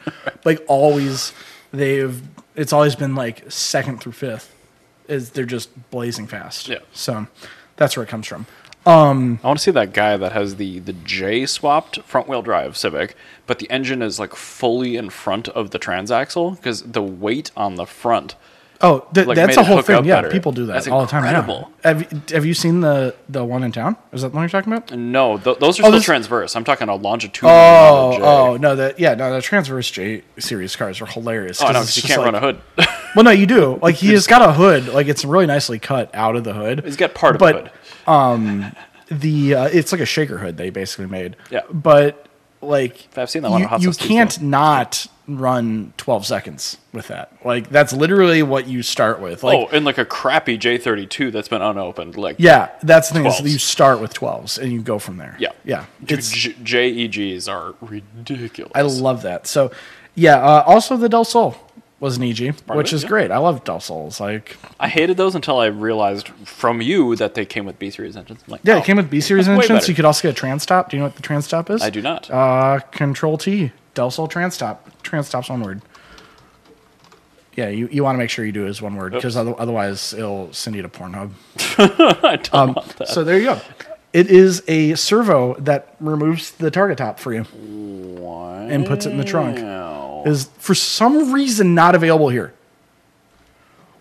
Speaker 2: Like always, they've it's always been like second through fifth. Is they're just blazing fast.
Speaker 1: Yeah.
Speaker 2: So that's where it comes from.
Speaker 1: I want to see that guy that has the the J swapped front wheel drive Civic, but the engine is like fully in front of the transaxle because the weight on the front
Speaker 2: Oh, th-
Speaker 1: Like,
Speaker 2: that's
Speaker 1: made
Speaker 2: a
Speaker 1: it
Speaker 2: whole
Speaker 1: hook
Speaker 2: thing.
Speaker 1: up
Speaker 2: Yeah,
Speaker 1: better.
Speaker 2: people do that
Speaker 1: That's
Speaker 2: all the time. Yeah.
Speaker 1: incredible.
Speaker 2: Have Have you seen the the one in town? Is that the one you're talking about?
Speaker 1: No, th- those are
Speaker 2: Oh,
Speaker 1: still
Speaker 2: this-
Speaker 1: transverse. I'm talking a longitudinal.
Speaker 2: Oh,
Speaker 1: J.
Speaker 2: oh no, that yeah, no, the Transverse J series cars are hilarious.
Speaker 1: Oh, no, because
Speaker 2: 'cause it's
Speaker 1: you
Speaker 2: just
Speaker 1: can't run
Speaker 2: like-
Speaker 1: a hood.
Speaker 2: Well, no, you do. Like he's got a hood. Like it's really nicely cut out of the hood.
Speaker 1: He's got part of
Speaker 2: but um,
Speaker 1: a hood.
Speaker 2: the uh, it's like a shaker hood they basically made.
Speaker 1: Yeah.
Speaker 2: But like
Speaker 1: I've seen that one
Speaker 2: you,
Speaker 1: on hot
Speaker 2: you
Speaker 1: sauce
Speaker 2: can't not run 12 seconds with that. Like that's literally what you start with. Like
Speaker 1: oh, and like a crappy J32 that's been unopened. Like
Speaker 2: yeah, that's the thing is
Speaker 1: 12s.
Speaker 2: you start with 12s and you go from there.
Speaker 1: Yeah.
Speaker 2: Yeah.
Speaker 1: Dude,
Speaker 2: It's
Speaker 1: J- JEGs are ridiculous.
Speaker 2: I love that. So yeah, uh, also the Del Sol was an EG,
Speaker 1: of
Speaker 2: which
Speaker 1: it,
Speaker 2: is
Speaker 1: yeah.
Speaker 2: great. I love Del Sols. Like
Speaker 1: I hated those until I realized from you that they came with B series engines. I'm like,
Speaker 2: yeah,
Speaker 1: oh,
Speaker 2: it came with B series
Speaker 1: that's way
Speaker 2: engines.
Speaker 1: better.
Speaker 2: You could also get a trans stop. Do you know what the trans stop is?
Speaker 1: I do not.
Speaker 2: Uh, control T, Del Sol trans stop. Trans stop's one word. Yeah, you, you want to make sure you do it as one word because otherwise it'll send you to Pornhub.
Speaker 1: I don't
Speaker 2: um,
Speaker 1: want that.
Speaker 2: So there you go. It is a servo that removes the target top for you and puts it in the trunk.
Speaker 1: Wow.
Speaker 2: Is for some reason not available here.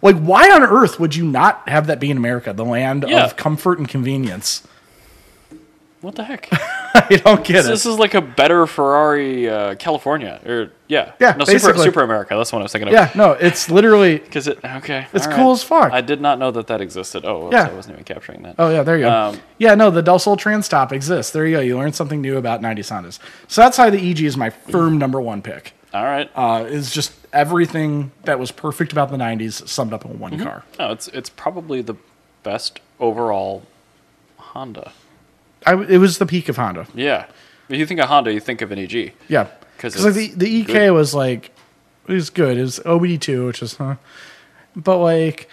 Speaker 2: Like, why on earth would you not have that be in America, the land
Speaker 1: Yeah.
Speaker 2: of comfort and convenience?
Speaker 1: What the heck?
Speaker 2: I don't get it.
Speaker 1: this is like a better Ferrari uh, California. Or yeah,
Speaker 2: Yeah,
Speaker 1: no Super,
Speaker 2: basically.
Speaker 1: Super America. That's what I was thinking of.
Speaker 2: Yeah, no, it's literally.
Speaker 1: because it okay.
Speaker 2: It's
Speaker 1: all
Speaker 2: cool as fuck.
Speaker 1: I did not know that that existed. Oh, oops,
Speaker 2: Yeah.
Speaker 1: I wasn't even capturing that.
Speaker 2: Oh yeah, there you go.
Speaker 1: Um,
Speaker 2: yeah, no, the Del Sol Trans Stop exists. There you go. You learned something new about 90 Sondas. So that's why the EG is my firm number one pick.
Speaker 1: All right.
Speaker 2: Uh, is just everything that was perfect about the 90s summed up in one car.
Speaker 1: no, it's it's probably the best overall Honda.
Speaker 2: I w it was the peak of Honda.
Speaker 1: Yeah. If you think of Honda, you think of an E EG.
Speaker 2: Yeah,
Speaker 1: 'Cause
Speaker 2: because like the
Speaker 1: it's
Speaker 2: the EK
Speaker 1: good.
Speaker 2: was like it was good. It was OBD two, which is huh, but like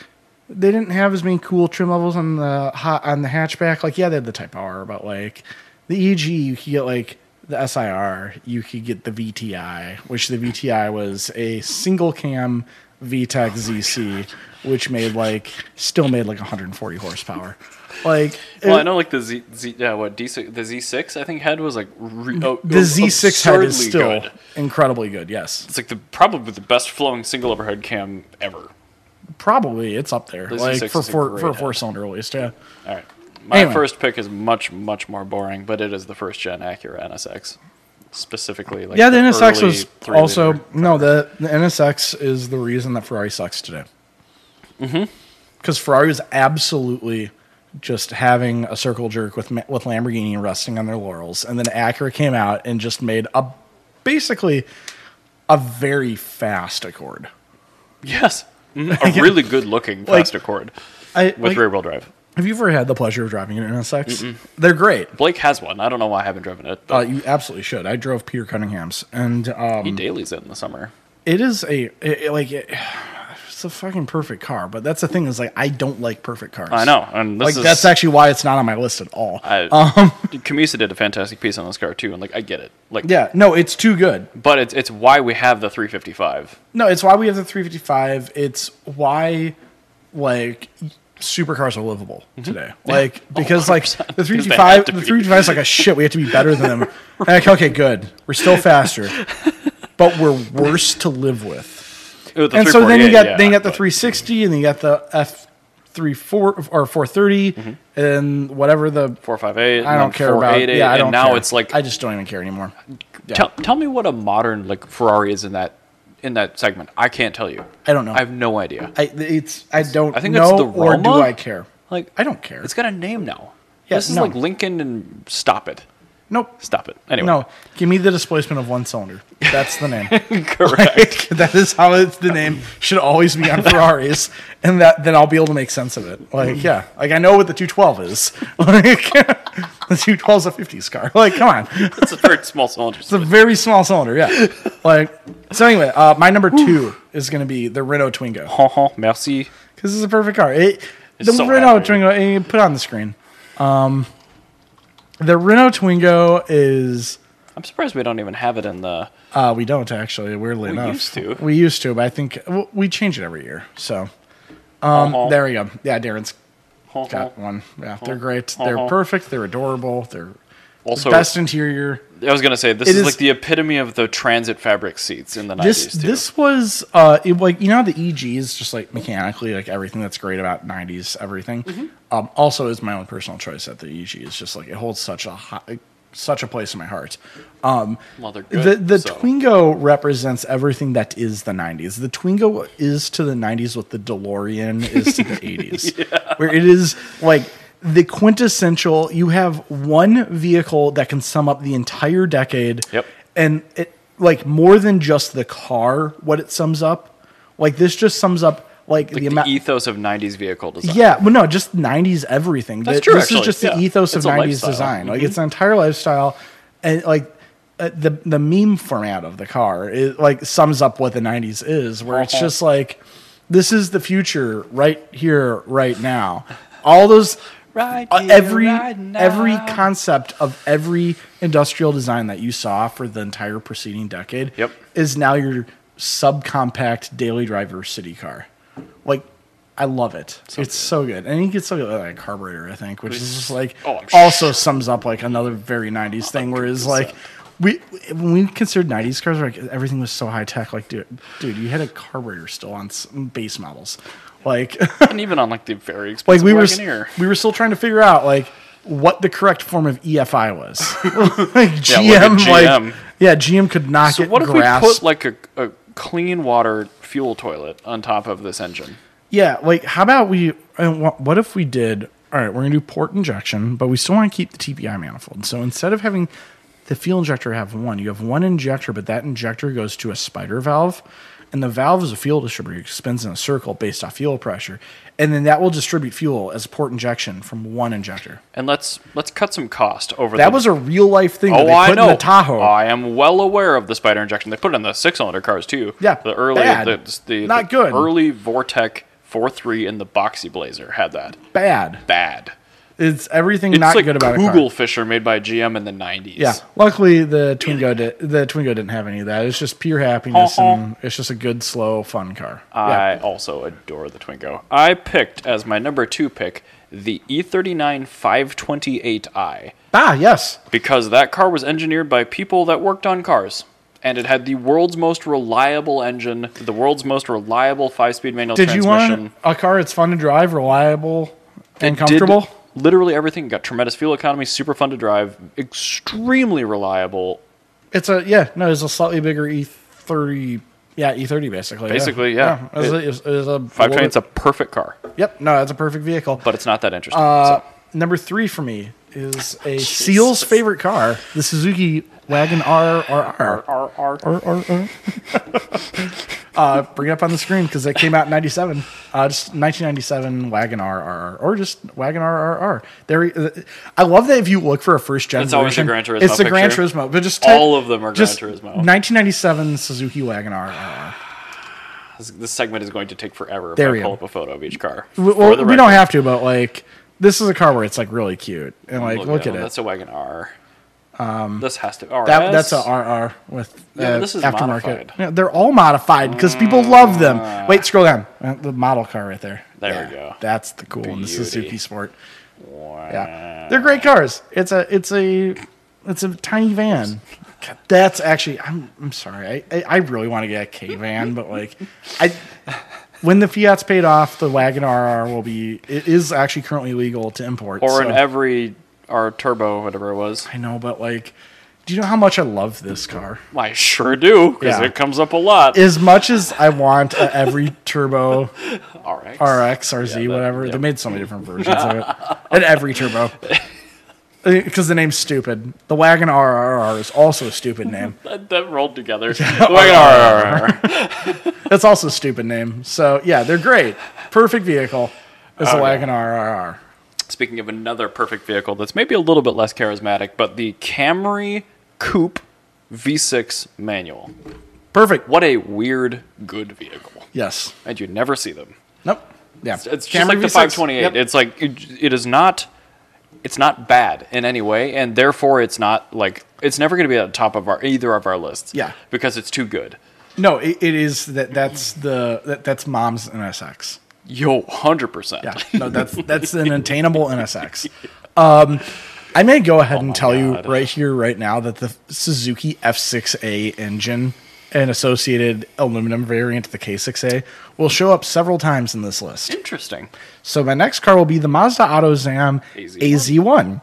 Speaker 2: they didn't have as many cool trim levels on the ha- on the hatchback. Like yeah, they had the Type R, but like the EG, you could get like the SIR, you could get the VTI, which the VTI was a single cam E
Speaker 1: Oh
Speaker 2: VTEC ZC, which made like still made like 140 horsepower. Like
Speaker 1: Well,
Speaker 2: it-
Speaker 1: I know like the Z, Z yeah, what D six, the Z six, I think head was like re- oh,
Speaker 2: the Z6 head is
Speaker 1: absurdly
Speaker 2: still
Speaker 1: good.
Speaker 2: incredibly good. Yes.
Speaker 1: It's like the probably the best flowing single overhead cam ever.
Speaker 2: probably it's up there
Speaker 1: This
Speaker 2: like
Speaker 1: V6
Speaker 2: for
Speaker 1: is a
Speaker 2: four
Speaker 1: great
Speaker 2: for a
Speaker 1: head.
Speaker 2: four cylinder at least yeah
Speaker 1: All right, my
Speaker 2: Anyway.
Speaker 1: first pick is much much more boring, but it is the first gen Acura NSX, specifically like
Speaker 2: yeah the nsx
Speaker 1: early
Speaker 2: was
Speaker 1: three-liter.
Speaker 2: also no the, the nsx is the reason that ferrari sucks today because mm-hmm. ferrari was absolutely just having a circle jerk with Ma- with lamborghini resting on their laurels and then acura came out and just made a basically a very fast accord
Speaker 1: yes, Mm, a really good looking
Speaker 2: Like,
Speaker 1: fast Accord
Speaker 2: I,
Speaker 1: with
Speaker 2: like,
Speaker 1: rear wheel drive.
Speaker 2: have you ever had the pleasure of driving an nsx they're great
Speaker 1: Blake has one. I don't know why I haven't driven it. But
Speaker 2: uh, you absolutely should i drove peter cunningham's and um,
Speaker 1: he dailies it in the summer.
Speaker 2: it is a it, it, like it, it's a fucking perfect car but that's the thing is like i don't like perfect cars
Speaker 1: I know, and this
Speaker 2: like
Speaker 1: is
Speaker 2: that's actually um, why it's not on my list at all
Speaker 1: I, Camisa did a fantastic piece on this car too, and like I get it, like
Speaker 2: yeah no it's too good
Speaker 1: but it's it's why we have the 355.
Speaker 2: no it's why we have the 355 it's why like supercars are livable
Speaker 1: Mm-hmm.
Speaker 2: today like
Speaker 1: Oh,
Speaker 2: because like the 355
Speaker 1: had
Speaker 2: the
Speaker 1: to be.
Speaker 2: 355 is like a shit we have to be better than them like okay good we're still faster but we're worse to live with
Speaker 1: Ooh, the
Speaker 2: and so then you
Speaker 1: 348,
Speaker 2: got
Speaker 1: yeah,
Speaker 2: then you got the
Speaker 1: but-
Speaker 2: 360 and then you got the F three four or 430
Speaker 1: Mm-hmm.
Speaker 2: and whatever the
Speaker 1: 458.
Speaker 2: I don't care about yeah I
Speaker 1: and
Speaker 2: don't
Speaker 1: now
Speaker 2: care.
Speaker 1: it's like
Speaker 2: I just don't even care anymore. Yeah.
Speaker 1: tell, tell me what a modern like Ferrari is in that in that segment. I can't tell you.
Speaker 2: I don't know.
Speaker 1: I have no idea.
Speaker 2: I it's I don't
Speaker 1: I think
Speaker 2: know
Speaker 1: that's the
Speaker 2: or do
Speaker 1: Roma?
Speaker 2: I care?
Speaker 1: Like
Speaker 2: I don't care.
Speaker 1: It's got a name now.
Speaker 2: Yeah,
Speaker 1: this is
Speaker 2: no.
Speaker 1: like Lincoln and stop it.
Speaker 2: nope.
Speaker 1: Stop it. Anyway.
Speaker 2: No, give me the displacement of one cylinder. That's the name.
Speaker 1: Correct.
Speaker 2: that is how it's the name should always be on Ferraris, and that then I'll be able to make sense of it.
Speaker 1: Mm-hmm.
Speaker 2: Like, yeah, like I know what the 212 is. Like, the 212 is a 50s car. Like, come on,
Speaker 1: it's a very small cylinder.
Speaker 2: it's a very small cylinder. Yeah, like so. Anyway, uh, my number two is going to be the Renault Twingo
Speaker 1: Uh-huh. Merci.
Speaker 2: because it's a perfect car. It, the
Speaker 1: so
Speaker 2: Renault
Speaker 1: happy.
Speaker 2: Twingo, eh, put it on the screen. Um, the Renault Twingo is.
Speaker 1: I'm surprised we don't even have it in the.
Speaker 2: Uh, we don't actually. Weirdly enough,
Speaker 1: used to.
Speaker 2: We used to, but I think w- we change it every year. So um,
Speaker 1: Uh-huh.
Speaker 2: there we go. Yeah, Darren's
Speaker 1: Uh-huh.
Speaker 2: got one. Yeah, they're great. They're
Speaker 1: Uh-huh.
Speaker 2: perfect. They're adorable. They're
Speaker 1: Also,
Speaker 2: best interior.
Speaker 1: I was gonna say this
Speaker 2: It
Speaker 1: is,
Speaker 2: is-
Speaker 1: like the epitome of the transit fabric seats in the
Speaker 2: This
Speaker 1: nineties. too.
Speaker 2: this was uh it, like you know how the EG is just like mechanically like everything that's great about '90s everything. Um, also, is my own personal choice that the EG is just like it holds such a high, such a place in my heart. Um,
Speaker 1: well, they're
Speaker 2: the
Speaker 1: good,
Speaker 2: the
Speaker 1: so.
Speaker 2: Twingo represents everything that is the '90s. The Twingo is to the '90s what the DeLorean is to the '80s, where it is like the quintessential. You have one vehicle that can sum up the entire decade.
Speaker 1: Yep.
Speaker 2: and it like more than just the car. What it sums up, like this, just sums up like, the,
Speaker 1: the
Speaker 2: amount.
Speaker 1: ethos of nineties vehicle design.
Speaker 2: Yeah, well, no, just '90s everything.
Speaker 1: That's
Speaker 2: Th-
Speaker 1: true,
Speaker 2: This
Speaker 1: actually,
Speaker 2: is just
Speaker 1: yeah.
Speaker 2: the ethos
Speaker 1: It's
Speaker 2: of
Speaker 1: a
Speaker 2: '90s
Speaker 1: lifestyle. Mm-hmm.
Speaker 2: design. Like it's an entire lifestyle, and like uh, the the meme format of the car it like sums up what the '90s is, where it's
Speaker 1: Uh-huh.
Speaker 2: just like this is the future right here, right now. All those.
Speaker 1: Right
Speaker 2: uh,
Speaker 1: here,
Speaker 2: every
Speaker 1: right
Speaker 2: every
Speaker 1: now.
Speaker 2: concept of every industrial design that you saw for the entire preceding decade
Speaker 1: Yep.
Speaker 2: is now your subcompact daily driver city car. Like, I love it. it's so good. And you get so good at like carburetor, I think, which is just like
Speaker 1: Oh, I'm Oh,
Speaker 2: also sums up like another very 90s thing, whereas like we when we considered 90s cars, like everything was so high tech. Like, dude, dude, you had a carburetor still on s- base models. Like,
Speaker 1: and even on like the very expensive
Speaker 2: like we were
Speaker 1: Wagoneer.
Speaker 2: we were still trying to figure out like what the correct form of EFI was. like GM,
Speaker 1: Yeah, look at
Speaker 2: like
Speaker 1: GM.
Speaker 2: yeah, GM could not
Speaker 1: So
Speaker 2: get
Speaker 1: what if
Speaker 2: grasped.
Speaker 1: we put like a, a clean water fuel toilet on top of this engine?
Speaker 2: Yeah, like how about we? And wha- what if we did? All right, we're gonna do port injection, but we still want to keep the TPI manifold. So instead of having the fuel injector have one, you have one injector, but that injector goes to a spider valve, and the valve is a fuel distributor. It spins in a circle based off fuel pressure, and then that will distribute fuel as port injection from one injector.
Speaker 1: And let's let's cut some cost over
Speaker 2: That
Speaker 1: the,
Speaker 2: was a real life thing that
Speaker 1: Oh,
Speaker 2: they
Speaker 1: I
Speaker 2: put
Speaker 1: know. Uh,
Speaker 2: in the Tahoe.
Speaker 1: I am well aware of the spider injection. They put it in the six-cylinder cars too.
Speaker 2: Yeah,
Speaker 1: the early,
Speaker 2: bad.
Speaker 1: the, the
Speaker 2: Not
Speaker 1: the
Speaker 2: good.
Speaker 1: Early Vortec four three in the Boxy Blazer had that.
Speaker 2: Bad.
Speaker 1: Bad.
Speaker 2: It's everything
Speaker 1: It's
Speaker 2: not
Speaker 1: like
Speaker 2: good about a car.
Speaker 1: Google Fisher made by GM in the nineties.
Speaker 2: Yeah. Luckily, the Twingo did, the Twingo didn't have any of that. It's just pure happiness,
Speaker 1: Uh-huh. Uh,
Speaker 2: and it's just a good, slow, fun car.
Speaker 1: I also adore the Twingo. I picked as my number two pick the E E39 528i.
Speaker 2: Ah, yes.
Speaker 1: because that car was engineered by people that worked on cars. And it had the world's most reliable engine, the world's most reliable five speed manual
Speaker 2: Did you
Speaker 1: transmission.
Speaker 2: want a car that's fun to drive, reliable, and
Speaker 1: It did
Speaker 2: comfortable?
Speaker 1: literally everything. Got tremendous fuel economy, super fun to drive, extremely reliable.
Speaker 2: It's a yeah. No, it's a slightly bigger E thirty. Yeah, E thirty basically.
Speaker 1: Basically, yeah.
Speaker 2: It was a- it was- it was a
Speaker 1: Five
Speaker 2: little
Speaker 1: train's a
Speaker 2: bit-
Speaker 1: perfect car,
Speaker 2: Yep. No, that's a perfect vehicle.
Speaker 1: but it's not that interesting.
Speaker 2: Uh,
Speaker 1: so.
Speaker 2: number three for me is a Seal's favorite car, the Suzuki Wagon R R R.
Speaker 1: R, R.
Speaker 2: Or, or, or. uh, bring it up on the screen because it came out in 97. Uh, just 1997 Wagon R, R, R, or just Wagon R, R, R. There, uh, I love that if you look for a first generation,
Speaker 1: always the Gran Turismo
Speaker 2: It's the Gran
Speaker 1: picture.
Speaker 2: Turismo, but just
Speaker 1: All of them are Gran
Speaker 2: just
Speaker 1: Turismo.
Speaker 2: 1997 Suzuki Wagon R, R, R.
Speaker 1: This, this segment is going to take forever if
Speaker 2: There
Speaker 1: I
Speaker 2: we
Speaker 1: pull
Speaker 2: go.
Speaker 1: up a photo of each car.
Speaker 2: We,
Speaker 1: For
Speaker 2: well,
Speaker 1: the
Speaker 2: we don't
Speaker 1: record.
Speaker 2: have to, but like this is a car where it's like really cute and like look, at
Speaker 1: that.
Speaker 2: it.
Speaker 1: That's a wagon R. Um, this has to RS.
Speaker 2: That, that's a RR with uh,
Speaker 1: Yeah, but this is
Speaker 2: aftermarket.
Speaker 1: modified. Mm.
Speaker 2: Yeah, they're all modified because people love them. Wait, scroll down. Uh, The model car right there.
Speaker 1: There we
Speaker 2: Yeah,
Speaker 1: go.
Speaker 2: That's the cool one. The
Speaker 1: Beauty.
Speaker 2: Suzuki Sport.
Speaker 1: Wow.
Speaker 2: Yeah, they're great cars. It's a it's a it's a tiny van. That's actually I'm I'm sorry. I I, I really want to get a K van, but like I. When the Fiat's paid off, the Wagon RR will be. It is actually currently legal to import.
Speaker 1: Or in
Speaker 2: so-
Speaker 1: every R turbo, whatever it was.
Speaker 2: I know, but like, do you know how much I love this car?
Speaker 1: I sure do, because
Speaker 2: Yeah.
Speaker 1: it comes up a lot.
Speaker 2: as much as I want a, every turbo
Speaker 1: All right.
Speaker 2: RX, RZ, whatever,
Speaker 1: yeah.
Speaker 2: they made so many different versions of it. And every turbo. Because the name's stupid. The Wagon RRR is also a stupid name.
Speaker 1: That, that rolled together. Wagon R.
Speaker 2: That's also a stupid name. So, yeah, they're great. Perfect vehicle
Speaker 1: Oh,
Speaker 2: is the Wagon RRR.
Speaker 1: Speaking of another perfect vehicle that's maybe a little bit less charismatic, but the Camry Coupe V6 manual.
Speaker 2: Perfect.
Speaker 1: What a weird, good vehicle.
Speaker 2: Yes.
Speaker 1: And you never see them.
Speaker 2: Nope. Yeah.
Speaker 1: It's just
Speaker 2: Camry
Speaker 1: like the
Speaker 2: V6.
Speaker 1: 528.
Speaker 2: Yep.
Speaker 1: It's like it, it is not it's not bad in any way and therefore it's not like it's never going to be at the top of our either of our lists.
Speaker 2: Yeah.
Speaker 1: Because it's too good.
Speaker 2: No, it, it is that. That's the that, that's mom's NSX.
Speaker 1: Yo, 100%.
Speaker 2: Yeah, no, that's that's an attainable NSX. Um, I may go ahead and tell
Speaker 1: Oh God.
Speaker 2: you right here, right now, that the Suzuki F6A engine and associated aluminum variant of the K6A will show up several times in this list.
Speaker 1: Interesting.
Speaker 2: So my next car will be the Mazda AutoZam
Speaker 1: AZ1.
Speaker 2: AZ1.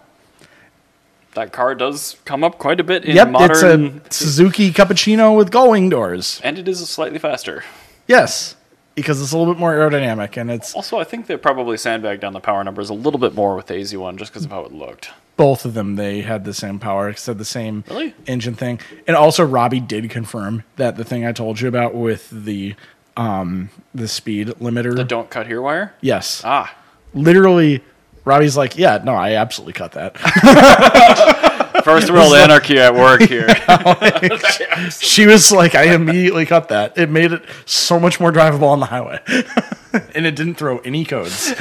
Speaker 1: That car does come up quite a bit in
Speaker 2: Yep,
Speaker 1: modern,
Speaker 2: it's a Suzuki Cappuccino with gullwing doors.
Speaker 1: and it is slightly faster.
Speaker 2: Yes, because it's a little bit more aerodynamic and it's
Speaker 1: Also, I think they probably sandbagged down the power numbers a little bit more with the AZ1 just because of how it looked.
Speaker 2: both of them they had the same power said the same
Speaker 1: Really?
Speaker 2: engine thing and also robbie did confirm that the thing i told you about with the um the speed limiter
Speaker 1: The don't cut here wire.
Speaker 2: yes
Speaker 1: Ah,
Speaker 2: literally robbie's like yeah no i absolutely cut that
Speaker 1: first world anarchy at work here.
Speaker 2: she was like i immediately cut that it made it so much more drivable on the highway and it didn't throw any codes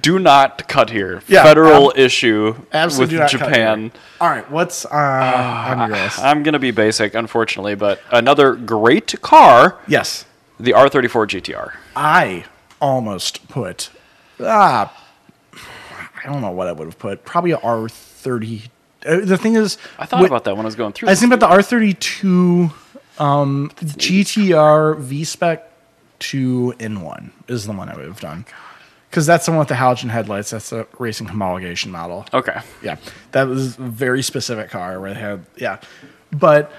Speaker 1: do not cut here.
Speaker 2: Yeah,
Speaker 1: Federal issue
Speaker 2: absolutely do
Speaker 1: with
Speaker 2: not cut
Speaker 1: Japan.
Speaker 2: all right what's uh, on your list
Speaker 1: I'm gonna be basic, unfortunately, but another great car,
Speaker 2: yes
Speaker 1: the R34 GTR.
Speaker 2: I almost put ah, I don't know what I would have put. Probably a R thirty. uh, The thing is,
Speaker 1: I thought
Speaker 2: what-
Speaker 1: about that when I was going through.
Speaker 2: I
Speaker 1: this.
Speaker 2: was thinking about the R um, thirty two GTR V Spec two in one is the one I would have done because that's the one with the halogen headlights. That's a racing homologation model.
Speaker 1: okay.
Speaker 2: Yeah, that was a very specific car where they had yeah, but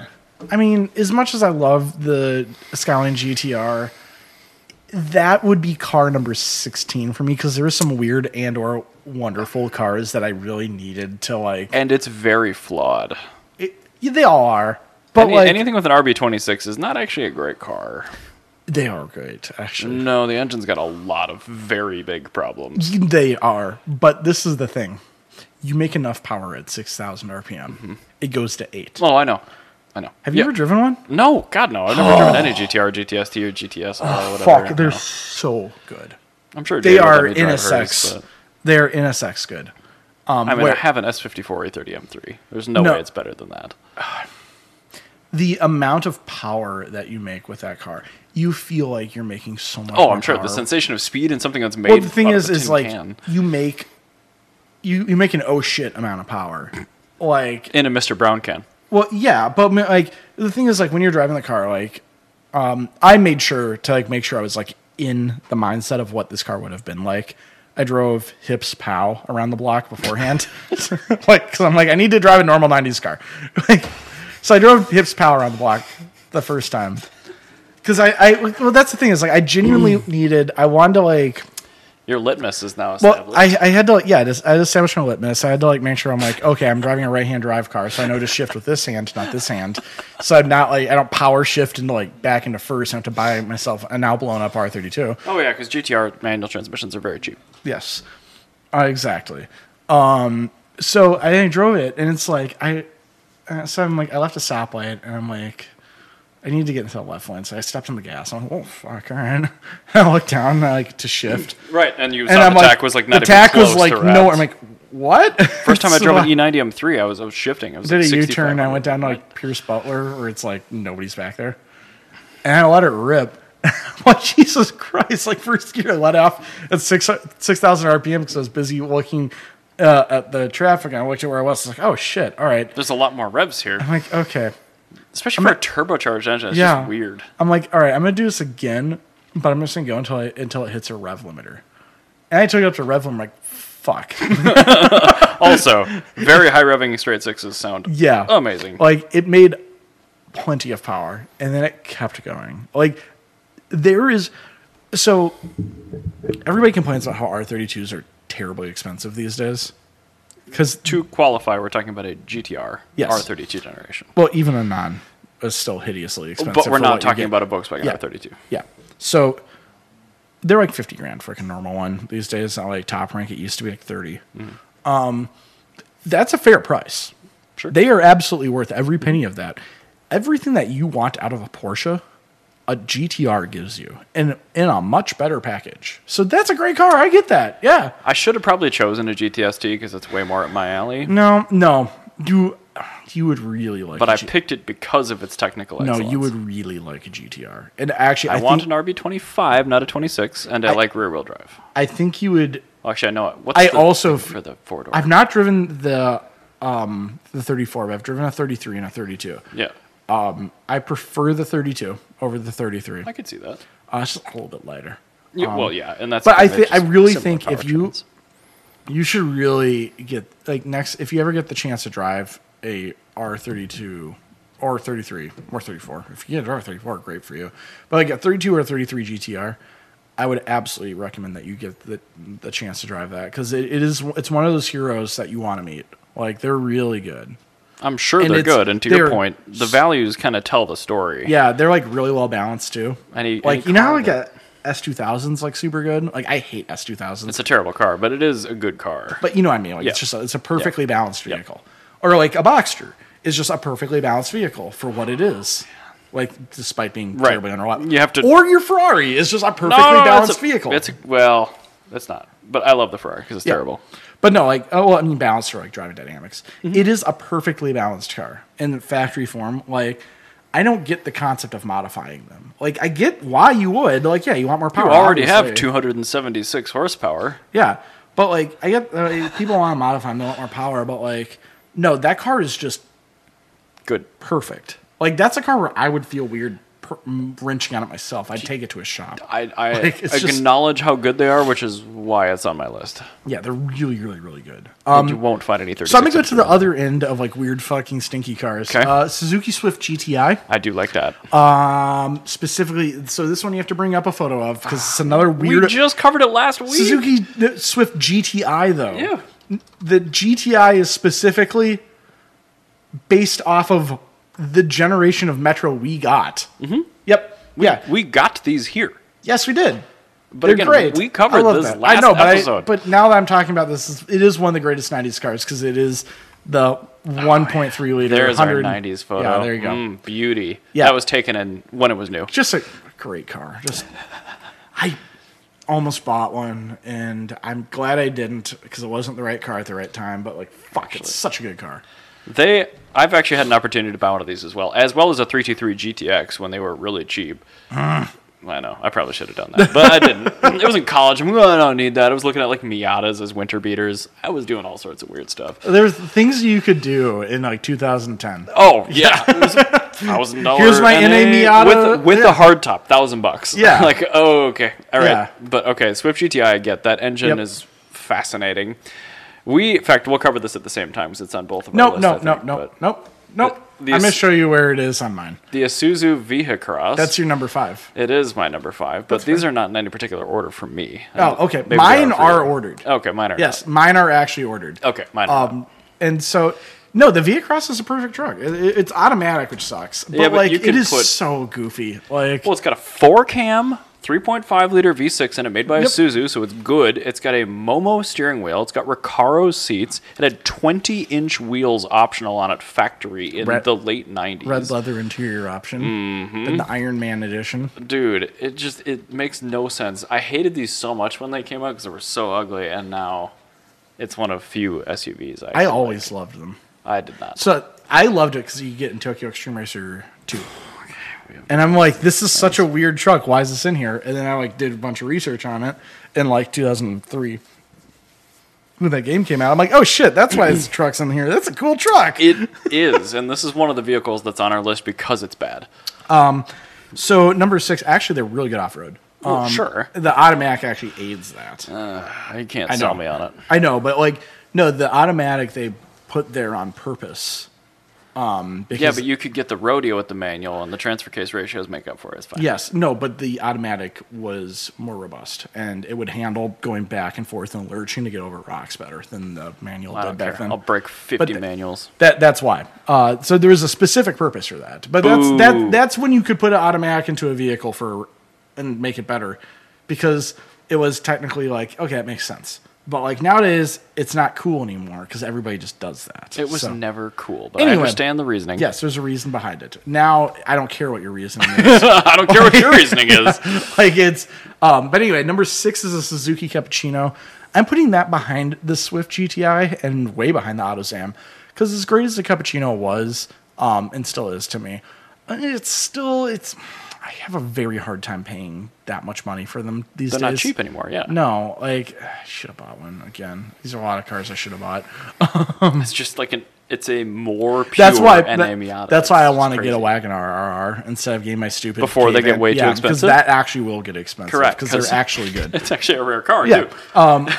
Speaker 2: I mean, as much as I love the Skyline GTR, that would be car number sixteen for me because there were some weird and or wonderful cars that I really needed to like.
Speaker 1: And it's very flawed.
Speaker 2: it- yeah, they all are, but
Speaker 1: Any-
Speaker 2: like
Speaker 1: anything with an RB26 is not actually a great car.
Speaker 2: they are great actually.
Speaker 1: No, the engine's got a lot of very big problems.
Speaker 2: They are, but this is the thing: you make enough power at six thousand RPM, it goes to eight.
Speaker 1: Oh, I know. I know.
Speaker 2: Have you
Speaker 1: Mm-hmm. Yeah.
Speaker 2: ever driven one?
Speaker 1: No, God, no. I've never driven any GTR, GTST, or GTS, or whatever.
Speaker 2: Oh, Fuck,
Speaker 1: you
Speaker 2: they're
Speaker 1: know.
Speaker 2: so good.
Speaker 1: I'm sure
Speaker 2: they
Speaker 1: Jade will let
Speaker 2: are
Speaker 1: me drive hers,
Speaker 2: NSX.
Speaker 1: but-
Speaker 2: They're NSX good. Um,
Speaker 1: I mean,
Speaker 2: where
Speaker 1: I have an S54 A30 M3. There's no,
Speaker 2: No.
Speaker 1: way it's better than that.
Speaker 2: the amount of power that you make with that car, you feel like you're making so much.
Speaker 1: Oh,
Speaker 2: more
Speaker 1: I'm sure
Speaker 2: power.
Speaker 1: the sensation of speed and something that's made.
Speaker 2: Uh-huh. Well, the thing
Speaker 1: out of
Speaker 2: is,
Speaker 1: a
Speaker 2: is
Speaker 1: tin
Speaker 2: like
Speaker 1: can
Speaker 2: you make you you make an oh shit amount of power. Like,
Speaker 1: in a Mr. Brown can.
Speaker 2: well, yeah, but I mean, like the thing is, like when you're driving the car, like um, I made sure to like make sure I was like in the mindset of what this car would have been like. I drove hips pow around the block beforehand, like because I'm like I need to drive a normal '90s car. like, so I drove hips pow around the block the first time because I, I well that's the thing is like I genuinely needed I wanted to like
Speaker 1: Your litmus is now established.
Speaker 2: well, I, I had to, like, yeah, I just, I established my litmus. I had to, like, make sure I'm like, okay, I'm driving a right hand drive car, so I know to shift with this hand, not this hand. So I'm not, like, I don't power shift into, like, back into first. I have to buy myself a now blown up R32.
Speaker 1: oh yeah, because GTR manual transmissions are very cheap.
Speaker 2: Yes, uh, exactly. Um, so I, drove it, and it's like, I, uh, so I'm like, I left a stoplight, and I'm like, I need to get into the left lane. So I stepped on the gas. I'm like, oh, fuck, all right. I look down, I like to shift.
Speaker 1: Right, and you
Speaker 2: And
Speaker 1: saw
Speaker 2: I'm
Speaker 1: the
Speaker 2: like,
Speaker 1: tack was like not
Speaker 2: the tack
Speaker 1: even
Speaker 2: was
Speaker 1: close
Speaker 2: like
Speaker 1: to
Speaker 2: no.
Speaker 1: wrapped.
Speaker 2: I'm like, what?
Speaker 1: First time I
Speaker 2: So
Speaker 1: drove E an
Speaker 2: I
Speaker 1: E90 M3, I was I was shifting. I was
Speaker 2: did
Speaker 1: like
Speaker 2: a
Speaker 1: 65
Speaker 2: U-turn. I
Speaker 1: on
Speaker 2: went
Speaker 1: it.
Speaker 2: down to like Pierce Butler, where it's like nobody's back there, and I let it rip. Well, Jesus Christ! Like first gear, I let off at six six thousand RPM because I was busy looking uh, at the traffic. And I looked at where I was. I was like, oh shit! All right.
Speaker 1: There's a lot more revs here,
Speaker 2: I'm like, okay.
Speaker 1: especially for a turbocharged engine. It's
Speaker 2: Yeah.
Speaker 1: just weird.
Speaker 2: I'm like, all right. I'm gonna do this again, but I'm just gonna go until I, until it hits a rev limiter. And I took it up to rev limiter. I'm like, fuck.
Speaker 1: Also, very high revving straight sixes sound
Speaker 2: Yeah.
Speaker 1: amazing.
Speaker 2: Like it made plenty of power and then it kept going. Like there is so everybody complains about how R32s are terribly expensive these days. Cuz
Speaker 1: to qualify, we're talking about a GTR
Speaker 2: Yes.
Speaker 1: R32 generation,
Speaker 2: well even a non is still hideously expensive.
Speaker 1: but we're
Speaker 2: for
Speaker 1: not
Speaker 2: what you
Speaker 1: talking
Speaker 2: get.
Speaker 1: about a Volkswagen
Speaker 2: Yeah.
Speaker 1: R32.
Speaker 2: Yeah. So they're like 50 grand for like a normal one these days. Not like top rank. It used to be like 30.
Speaker 1: Mm.
Speaker 2: Um, that's a fair price.
Speaker 1: Sure.
Speaker 2: They are absolutely worth every penny of that. Everything that you want out of a Porsche, a GTR gives you in, in a much better package. So that's a great car. I get that. Yeah.
Speaker 1: I should have probably chosen a GTST because it's way more up my alley.
Speaker 2: No, no. You, you would really like
Speaker 1: But
Speaker 2: a
Speaker 1: I
Speaker 2: G-
Speaker 1: picked it because of its technical
Speaker 2: No,
Speaker 1: excellence.
Speaker 2: you would really like a GTR. And actually, I,
Speaker 1: I
Speaker 2: think,
Speaker 1: want an RB25, not a 26, and I, like rear-wheel drive.
Speaker 2: I think you would
Speaker 1: Well, actually, I know it. What's
Speaker 2: I
Speaker 1: the
Speaker 2: also
Speaker 1: thing for the four door.
Speaker 2: I've not driven the um the 34, but I've driven a 33 and a 32.
Speaker 1: Yeah,
Speaker 2: Um, I prefer the 32 over the 33.
Speaker 1: I could see that.
Speaker 2: Uh, it's just a little bit lighter.
Speaker 1: Yeah, well, yeah, and that's.
Speaker 2: Um, but I thi-
Speaker 1: think
Speaker 2: I really think if you- You should really get like next if you ever get the chance to drive a R32 or 33 or 34. If you get an R34, great for you. But like a 32 or 33 GTR, I would absolutely recommend that you get the the chance to drive that because it, it is it's one of those heroes that you want to meet. Like they're really good.
Speaker 1: I'm sure
Speaker 2: and
Speaker 1: they're
Speaker 2: it's-
Speaker 1: good. And to your
Speaker 2: they're
Speaker 1: point, the values kind of tell the story.
Speaker 2: Yeah, they're like really well balanced too.
Speaker 1: Any-
Speaker 2: like
Speaker 1: any
Speaker 2: you know how
Speaker 1: car
Speaker 2: like
Speaker 1: that-
Speaker 2: a S2000's like super good. Like I hate S2000s.
Speaker 1: It's a terrible car, but it is a good car.
Speaker 2: but you know what I mean. Like
Speaker 1: Yeah.
Speaker 2: it's just a, it's a perfectly balanced vehicle, or like a Boxster is just a perfectly balanced vehicle for what it is. Like despite being
Speaker 1: Oh, Right.
Speaker 2: terribly underwhelming,
Speaker 1: You have to-
Speaker 2: Or your Ferrari is just a perfectly
Speaker 1: that's
Speaker 2: balanced
Speaker 1: a-
Speaker 2: vehicle.
Speaker 1: That's a, well, that's not. But I love the Ferrari because it's
Speaker 2: Yeah.
Speaker 1: terrible.
Speaker 2: But no, like oh, well, I mean balanced for like driving dynamics.
Speaker 1: Mm-hmm.
Speaker 2: It is a perfectly balanced car in factory form. Like I don't get the concept of modifying them. Like I get why you would. Like yeah, you want more power.
Speaker 1: You already have
Speaker 2: obviously.
Speaker 1: 276 horsepower.
Speaker 2: Yeah, but like I get uh, people want to modify them. They want more power. But like no, that car is just
Speaker 1: Good.
Speaker 2: perfect. Like that's a car where I would feel weird per- m- wrenching on it myself. I'd take it to a shop.
Speaker 1: I, I
Speaker 2: Like, it's just-
Speaker 1: acknowledge how good they are, which is why it's on my list.
Speaker 2: Yeah, they're really, really, really good.
Speaker 1: And
Speaker 2: Um,
Speaker 1: you won't find any 30.
Speaker 2: so I'm gonna go to the other end of like weird fucking stinky cars.
Speaker 1: Okay.
Speaker 2: Uh, Suzuki Swift GTI.
Speaker 1: I do like that.
Speaker 2: Um, specifically, so this one you have to bring up a photo of because it's another
Speaker 1: we
Speaker 2: weird
Speaker 1: just covered it last week.
Speaker 2: Suzuki the Swift GTI though.
Speaker 1: Yeah.
Speaker 2: The GTI is specifically based off of the generation of Metro we got. Mm-hmm. Yep. yeah.
Speaker 1: We got these here.
Speaker 2: Yes, we did.
Speaker 1: But
Speaker 2: They're
Speaker 1: again,
Speaker 2: great.
Speaker 1: we covered
Speaker 2: I love
Speaker 1: this
Speaker 2: that.
Speaker 1: last
Speaker 2: I know, but I-
Speaker 1: episode.
Speaker 2: but now that I'm talking about this, is- it is one of the greatest '90s cars because it is the 1.3 liter.
Speaker 1: There's our
Speaker 2: 100
Speaker 1: 90s photo.
Speaker 2: Yeah, there you go.
Speaker 1: Mm, beauty.
Speaker 2: Yeah.
Speaker 1: That was taken in when it was new.
Speaker 2: Just a great car. Just I almost bought one, and I'm glad I didn't because it wasn't the right car at the right time. But like, fuck, it's such a good car.
Speaker 1: They, I've actually had an opportunity to buy one of these as well, as well as a 323 GTX when they were really cheap.
Speaker 2: Hmm.
Speaker 1: I know, I probably should have done that, but I didn't. it was in college. I'm like, "Oh, I don't need that. I was looking at like Miatas as winter beaters. I was doing all sorts of weird stuff.
Speaker 2: There's things you could do in like 2010.
Speaker 1: Oh yeah, it was a thousand dollars.
Speaker 2: Here's my NA Miata.
Speaker 1: with with a hard top, thousand bucks.
Speaker 2: Yeah.
Speaker 1: like oh okay, all right.
Speaker 2: Yeah.
Speaker 1: But okay, Swift GTI. I get that engine
Speaker 2: Yep.
Speaker 1: is fascinating. We, in fact, we'll cover this at the same time because it's on both of our
Speaker 2: No,
Speaker 1: lists, I
Speaker 2: no,
Speaker 1: think,
Speaker 2: no, no,
Speaker 1: but
Speaker 2: no, no.
Speaker 1: the-
Speaker 2: I'm gonna show you where it is on mine.
Speaker 1: The Isuzu Vehicross.
Speaker 2: That's your number five.
Speaker 1: It is my number five, but these are not in any particular order from me.
Speaker 2: Oh, okay.
Speaker 1: Maybe they
Speaker 2: Mine
Speaker 1: for you.
Speaker 2: are ordered.
Speaker 1: Okay, mine are.
Speaker 2: Yes, mine are actually ordered.
Speaker 1: not. Okay, mine are. not.
Speaker 2: Um, and so, no, the Via Cross is a perfect truck. It, it- it's automatic, which sucks. But,
Speaker 1: Yeah, but
Speaker 2: like,
Speaker 1: you
Speaker 2: it
Speaker 1: could
Speaker 2: is
Speaker 1: put-
Speaker 2: so goofy. Like,
Speaker 1: Well, it's got a four cam, 3.5 liter V6 in it, made by
Speaker 2: Yep.
Speaker 1: Isuzu, so it's good. It's got a Momo steering wheel. It's got Recaro seats. It had 20 inch wheels optional on it factory in
Speaker 2: Red-
Speaker 1: the late 90s.
Speaker 2: red leather interior option,
Speaker 1: Mm-hmm.
Speaker 2: then the Iron Man edition.
Speaker 1: Dude, it just it makes no sense. I hated these so much when they came out because they were so ugly, and now it's one of few SUVs. I,
Speaker 2: I
Speaker 1: I,
Speaker 2: always loved them.
Speaker 1: did not.
Speaker 2: So I loved it because you get in Tokyo Extreme Racer two. And I'm like, this is such a weird truck. Why is this in here? And then I like did a bunch of research on it in like 2003 when that game came out. I'm like, oh shit, that's why this truck's in here. That's a cool truck.
Speaker 1: It is, and this is one of the vehicles that's on our list because it's bad.
Speaker 2: So number six, actually, they're really good off road.
Speaker 1: Well, sure.
Speaker 2: the automatic actually aids that.
Speaker 1: Uh. You can't
Speaker 2: I know.
Speaker 1: sell me on it.
Speaker 2: I know, but like, no, the automatic they put there on purpose. Um, because,
Speaker 1: Yeah, but you could get the rodeo with the manual, and the transfer case ratios make up for it. It's fine.
Speaker 2: yes, no, but the automatic was more robust and it would handle going back and forth and lurching to get over rocks better than the manual
Speaker 1: I
Speaker 2: did
Speaker 1: don't
Speaker 2: back
Speaker 1: care.
Speaker 2: then.
Speaker 1: I'll break fifty
Speaker 2: But the-
Speaker 1: manuals.
Speaker 2: That that's why. Uh, so there was a specific purpose for that. But that's
Speaker 1: Boo.
Speaker 2: that that's when you could put an automatic into a vehicle for and make it better because it was technically like okay, that makes sense. But like nowadays, it's not cool anymore because everybody just does that.
Speaker 1: It was
Speaker 2: So,
Speaker 1: never cool, but I
Speaker 2: Anyway.
Speaker 1: understand the reasoning.
Speaker 2: yes. There's a reason behind it. Now I don't care what your reasoning is.
Speaker 1: I don't care what your reasoning is.
Speaker 2: like it's. Um, but anyway, number six is a Suzuki Cappuccino. I'm putting that behind the Swift GTI and way behind the AutoZam because as great as the Cappuccino was um, and still is to me, it's still it's. I have a very hard time paying that much money for them these
Speaker 1: They're
Speaker 2: days.
Speaker 1: not cheap anymore. Yeah,
Speaker 2: No, like I should have bought one again. These are a lot of cars I should have bought.
Speaker 1: it's just like an it's a more pure
Speaker 2: That's why.
Speaker 1: and
Speaker 2: that-
Speaker 1: amniotic.
Speaker 2: that's why I
Speaker 1: E It's
Speaker 2: want to get a
Speaker 1: crazy.
Speaker 2: Wagon R RR instead of getting my stupid
Speaker 1: Before they get
Speaker 2: Cayman.
Speaker 1: way too
Speaker 2: Yeah,
Speaker 1: expensive?
Speaker 2: Because that actually will get expensive.
Speaker 1: Correct,
Speaker 2: Because
Speaker 1: 'cause-
Speaker 2: they're actually good.
Speaker 1: It's actually a rare car
Speaker 2: yeah.
Speaker 1: too.
Speaker 2: Um,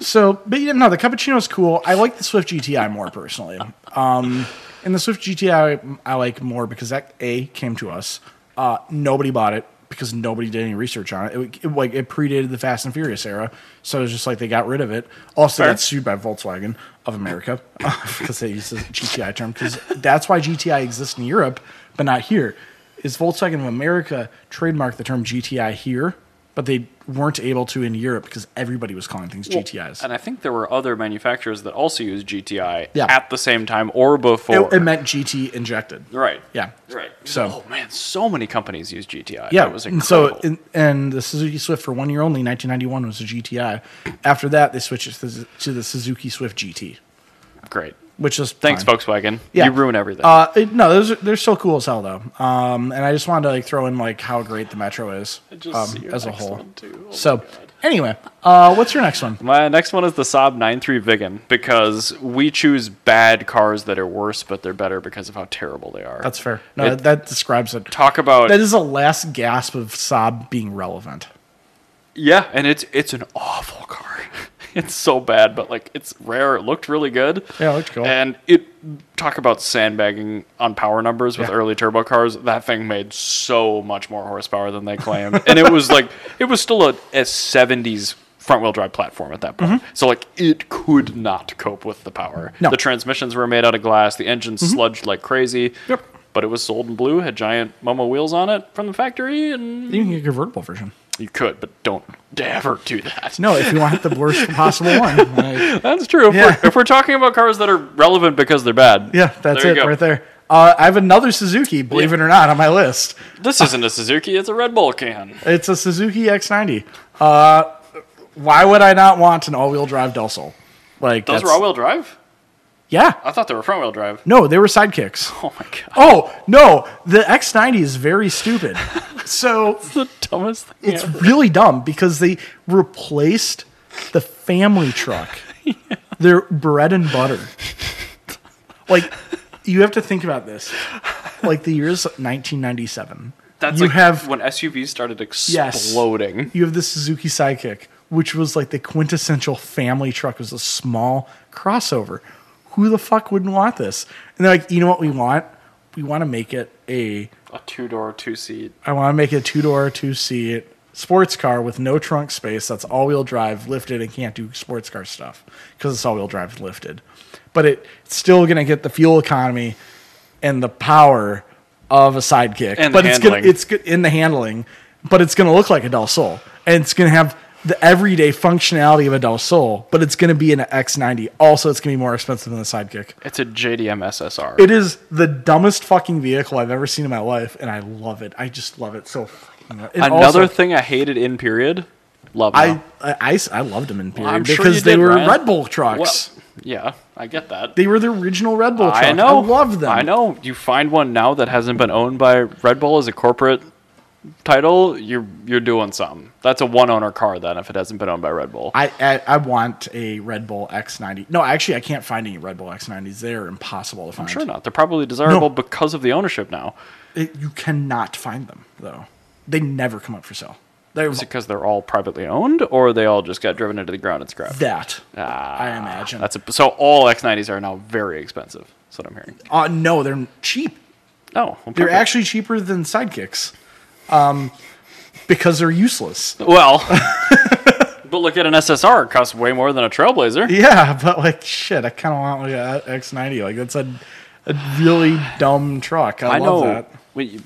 Speaker 2: so, but yeah, no, the cappuccino is cool. I like the Swift GTI more personally. Um, and the Swift GTI I like more because that a came to us. Uh, nobody bought it because nobody did any research on it. It, it like it predated the Fast and Furious era, so it was just like they got rid of it. Also,
Speaker 1: Fair.
Speaker 2: got sued by Volkswagen of America because they use the GTI term because that's why GTI exists in Europe but not here. Is Volkswagen of America trademarked the term GTI here, but they weren't able to in Europe because everybody was calling things GTIs.
Speaker 1: And I think there were other manufacturers that also used GTI
Speaker 2: Yeah.
Speaker 1: at the same time or before.
Speaker 2: It, it meant GT injected.
Speaker 1: right.
Speaker 2: Yeah.
Speaker 1: Right.
Speaker 2: So-
Speaker 1: oh man, so many companies use GTI.
Speaker 2: Yeah.
Speaker 1: It was
Speaker 2: and
Speaker 1: incredible.
Speaker 2: so, in, and the Suzuki Swift for one year only, 1991, was a GTI. After that, they switched it to the- to the Suzuki Swift GT,
Speaker 1: great.
Speaker 2: which is
Speaker 1: Thanks,
Speaker 2: fine.
Speaker 1: Volkswagen.
Speaker 2: Yeah.
Speaker 1: You ruin everything.
Speaker 2: Uh, it- no, those are, they're so cool as hell though. Um, and I just wanted to like throw in like how great the Metro is
Speaker 1: just see
Speaker 2: um,
Speaker 1: your
Speaker 2: as a
Speaker 1: next
Speaker 2: whole.
Speaker 1: one, too. Oh,
Speaker 2: so
Speaker 1: my God.
Speaker 2: anyway, uh, what's your next one?
Speaker 1: My next one is the Saab 93 Vigan because we choose bad cars that are worse, but they're better because of how terrible they are.
Speaker 2: That's fair. No,
Speaker 1: It-
Speaker 2: that describes it.
Speaker 1: Talk about
Speaker 2: That is a last gasp of Saab being relevant.
Speaker 1: yeah, and it's it's an awful car. It's so bad, but like it's rare. It looked really good.
Speaker 2: Yeah, it looked cool.
Speaker 1: And it talk about sandbagging on power numbers with
Speaker 2: Yeah.
Speaker 1: early turbo cars. That thing made so much more horsepower than they claimed, and it was like it was still a, a '70s front wheel drive platform at that point. So like it could not cope with the power.
Speaker 2: Mm-hmm. No. Mm-hmm.
Speaker 1: The transmissions were made out of glass. The engine sludged like crazy.
Speaker 2: Yep.
Speaker 1: But it was sold in blue, had giant Momo wheels on it from the factory, and
Speaker 2: You can get a convertible version.
Speaker 1: you could, but don't ever do that.
Speaker 2: No, if you want the worst possible one. like-
Speaker 1: That's true. If,
Speaker 2: Yeah.
Speaker 1: we're, if we're talking about cars that are relevant because they're bad,
Speaker 2: yeah, that's
Speaker 1: There
Speaker 2: it
Speaker 1: you go.
Speaker 2: right there. Uh, I have another Suzuki, believe it or not, on my list.
Speaker 1: This isn't a Suzuki; it's a Red Bull can.
Speaker 2: It's a Suzuki X90. Uh, why would I not want an all-wheel drive Delsol? Like
Speaker 1: Those
Speaker 2: that's-
Speaker 1: were all-wheel drive.
Speaker 2: Yeah.
Speaker 1: I thought they were front-wheel drive.
Speaker 2: No, they were sidekicks.
Speaker 1: Oh my god,
Speaker 2: Oh no, the X90 is very stupid. so
Speaker 1: it's the dumbest thing.
Speaker 2: it's
Speaker 1: ever.
Speaker 2: really dumb because they replaced the family truck. Their bread and butter. Like you have to think about this. Like the year's 1997.
Speaker 1: That's
Speaker 2: you
Speaker 1: like
Speaker 2: have
Speaker 1: when SUVs started
Speaker 2: Yes.
Speaker 1: exploding.
Speaker 2: you have the Suzuki Sidekick, which was like the quintessential family truck. It was a small crossover. Who the fuck wouldn't want this? And they're like, you know what we want? We want to make it a
Speaker 1: A two-door, two-seat.
Speaker 2: I want to make it a two door, two seat sports car with no trunk space that's all wheel drive, lifted, and can't do sports car stuff because it's all wheel drive lifted. But it, it's still going to get the fuel economy and the power of a sidekick.
Speaker 1: And the
Speaker 2: but it's gonna,
Speaker 1: handling.
Speaker 2: it's go- in the handling, but it's going to look like a Del Sol. And it's going to have the everyday functionality of a Del Sol, but it's going to be an X90. Also, it's going to be more expensive than the sidekick.
Speaker 1: It's a JDM SSR.
Speaker 2: It is the dumbest fucking vehicle I've ever seen in my life, and I love it. I just love it so. fucking much. And
Speaker 1: Another
Speaker 2: also,
Speaker 1: thing I hated in period. Love.
Speaker 2: I,
Speaker 1: now.
Speaker 2: I I I loved them in period
Speaker 1: I'm sure
Speaker 2: because
Speaker 1: you
Speaker 2: they
Speaker 1: did,
Speaker 2: were
Speaker 1: Ryan.
Speaker 2: Red Bull trucks.
Speaker 1: Well, yeah, I get that.
Speaker 2: They were the original Red Bull trucks.
Speaker 1: I know.
Speaker 2: love them.
Speaker 1: I know. You find one now that hasn't been owned by Red Bull as a corporate title, you're you're doing something. That's a one owner car then if it hasn't been owned by Red Bull.
Speaker 2: I, I I want a Red Bull X90. No, actually, I can't find any Red Bull X90s. They're impossible to find.
Speaker 1: I'm sure not. They're probably desirable because of the ownership now.
Speaker 2: It- you cannot find them though. They never come up for sale. They
Speaker 1: Is it because they're all privately owned or they all just got driven into the ground and scrapped?
Speaker 2: that
Speaker 1: Ah,
Speaker 2: I imagine.
Speaker 1: That's a, so all X90s are now very expensive. That's what I'm hearing.
Speaker 2: uh, no, they're cheap.
Speaker 1: No, well,
Speaker 2: They're
Speaker 1: perfect.
Speaker 2: actually cheaper than sidekicks, um, because they're useless.
Speaker 1: well. but look at an SSR. It costs way more than a Trailblazer.
Speaker 2: Yeah, but like shit, I kind of want like a X90. Like that's a, a really dumb truck. I,
Speaker 1: I
Speaker 2: love
Speaker 1: know.
Speaker 2: that.
Speaker 1: We,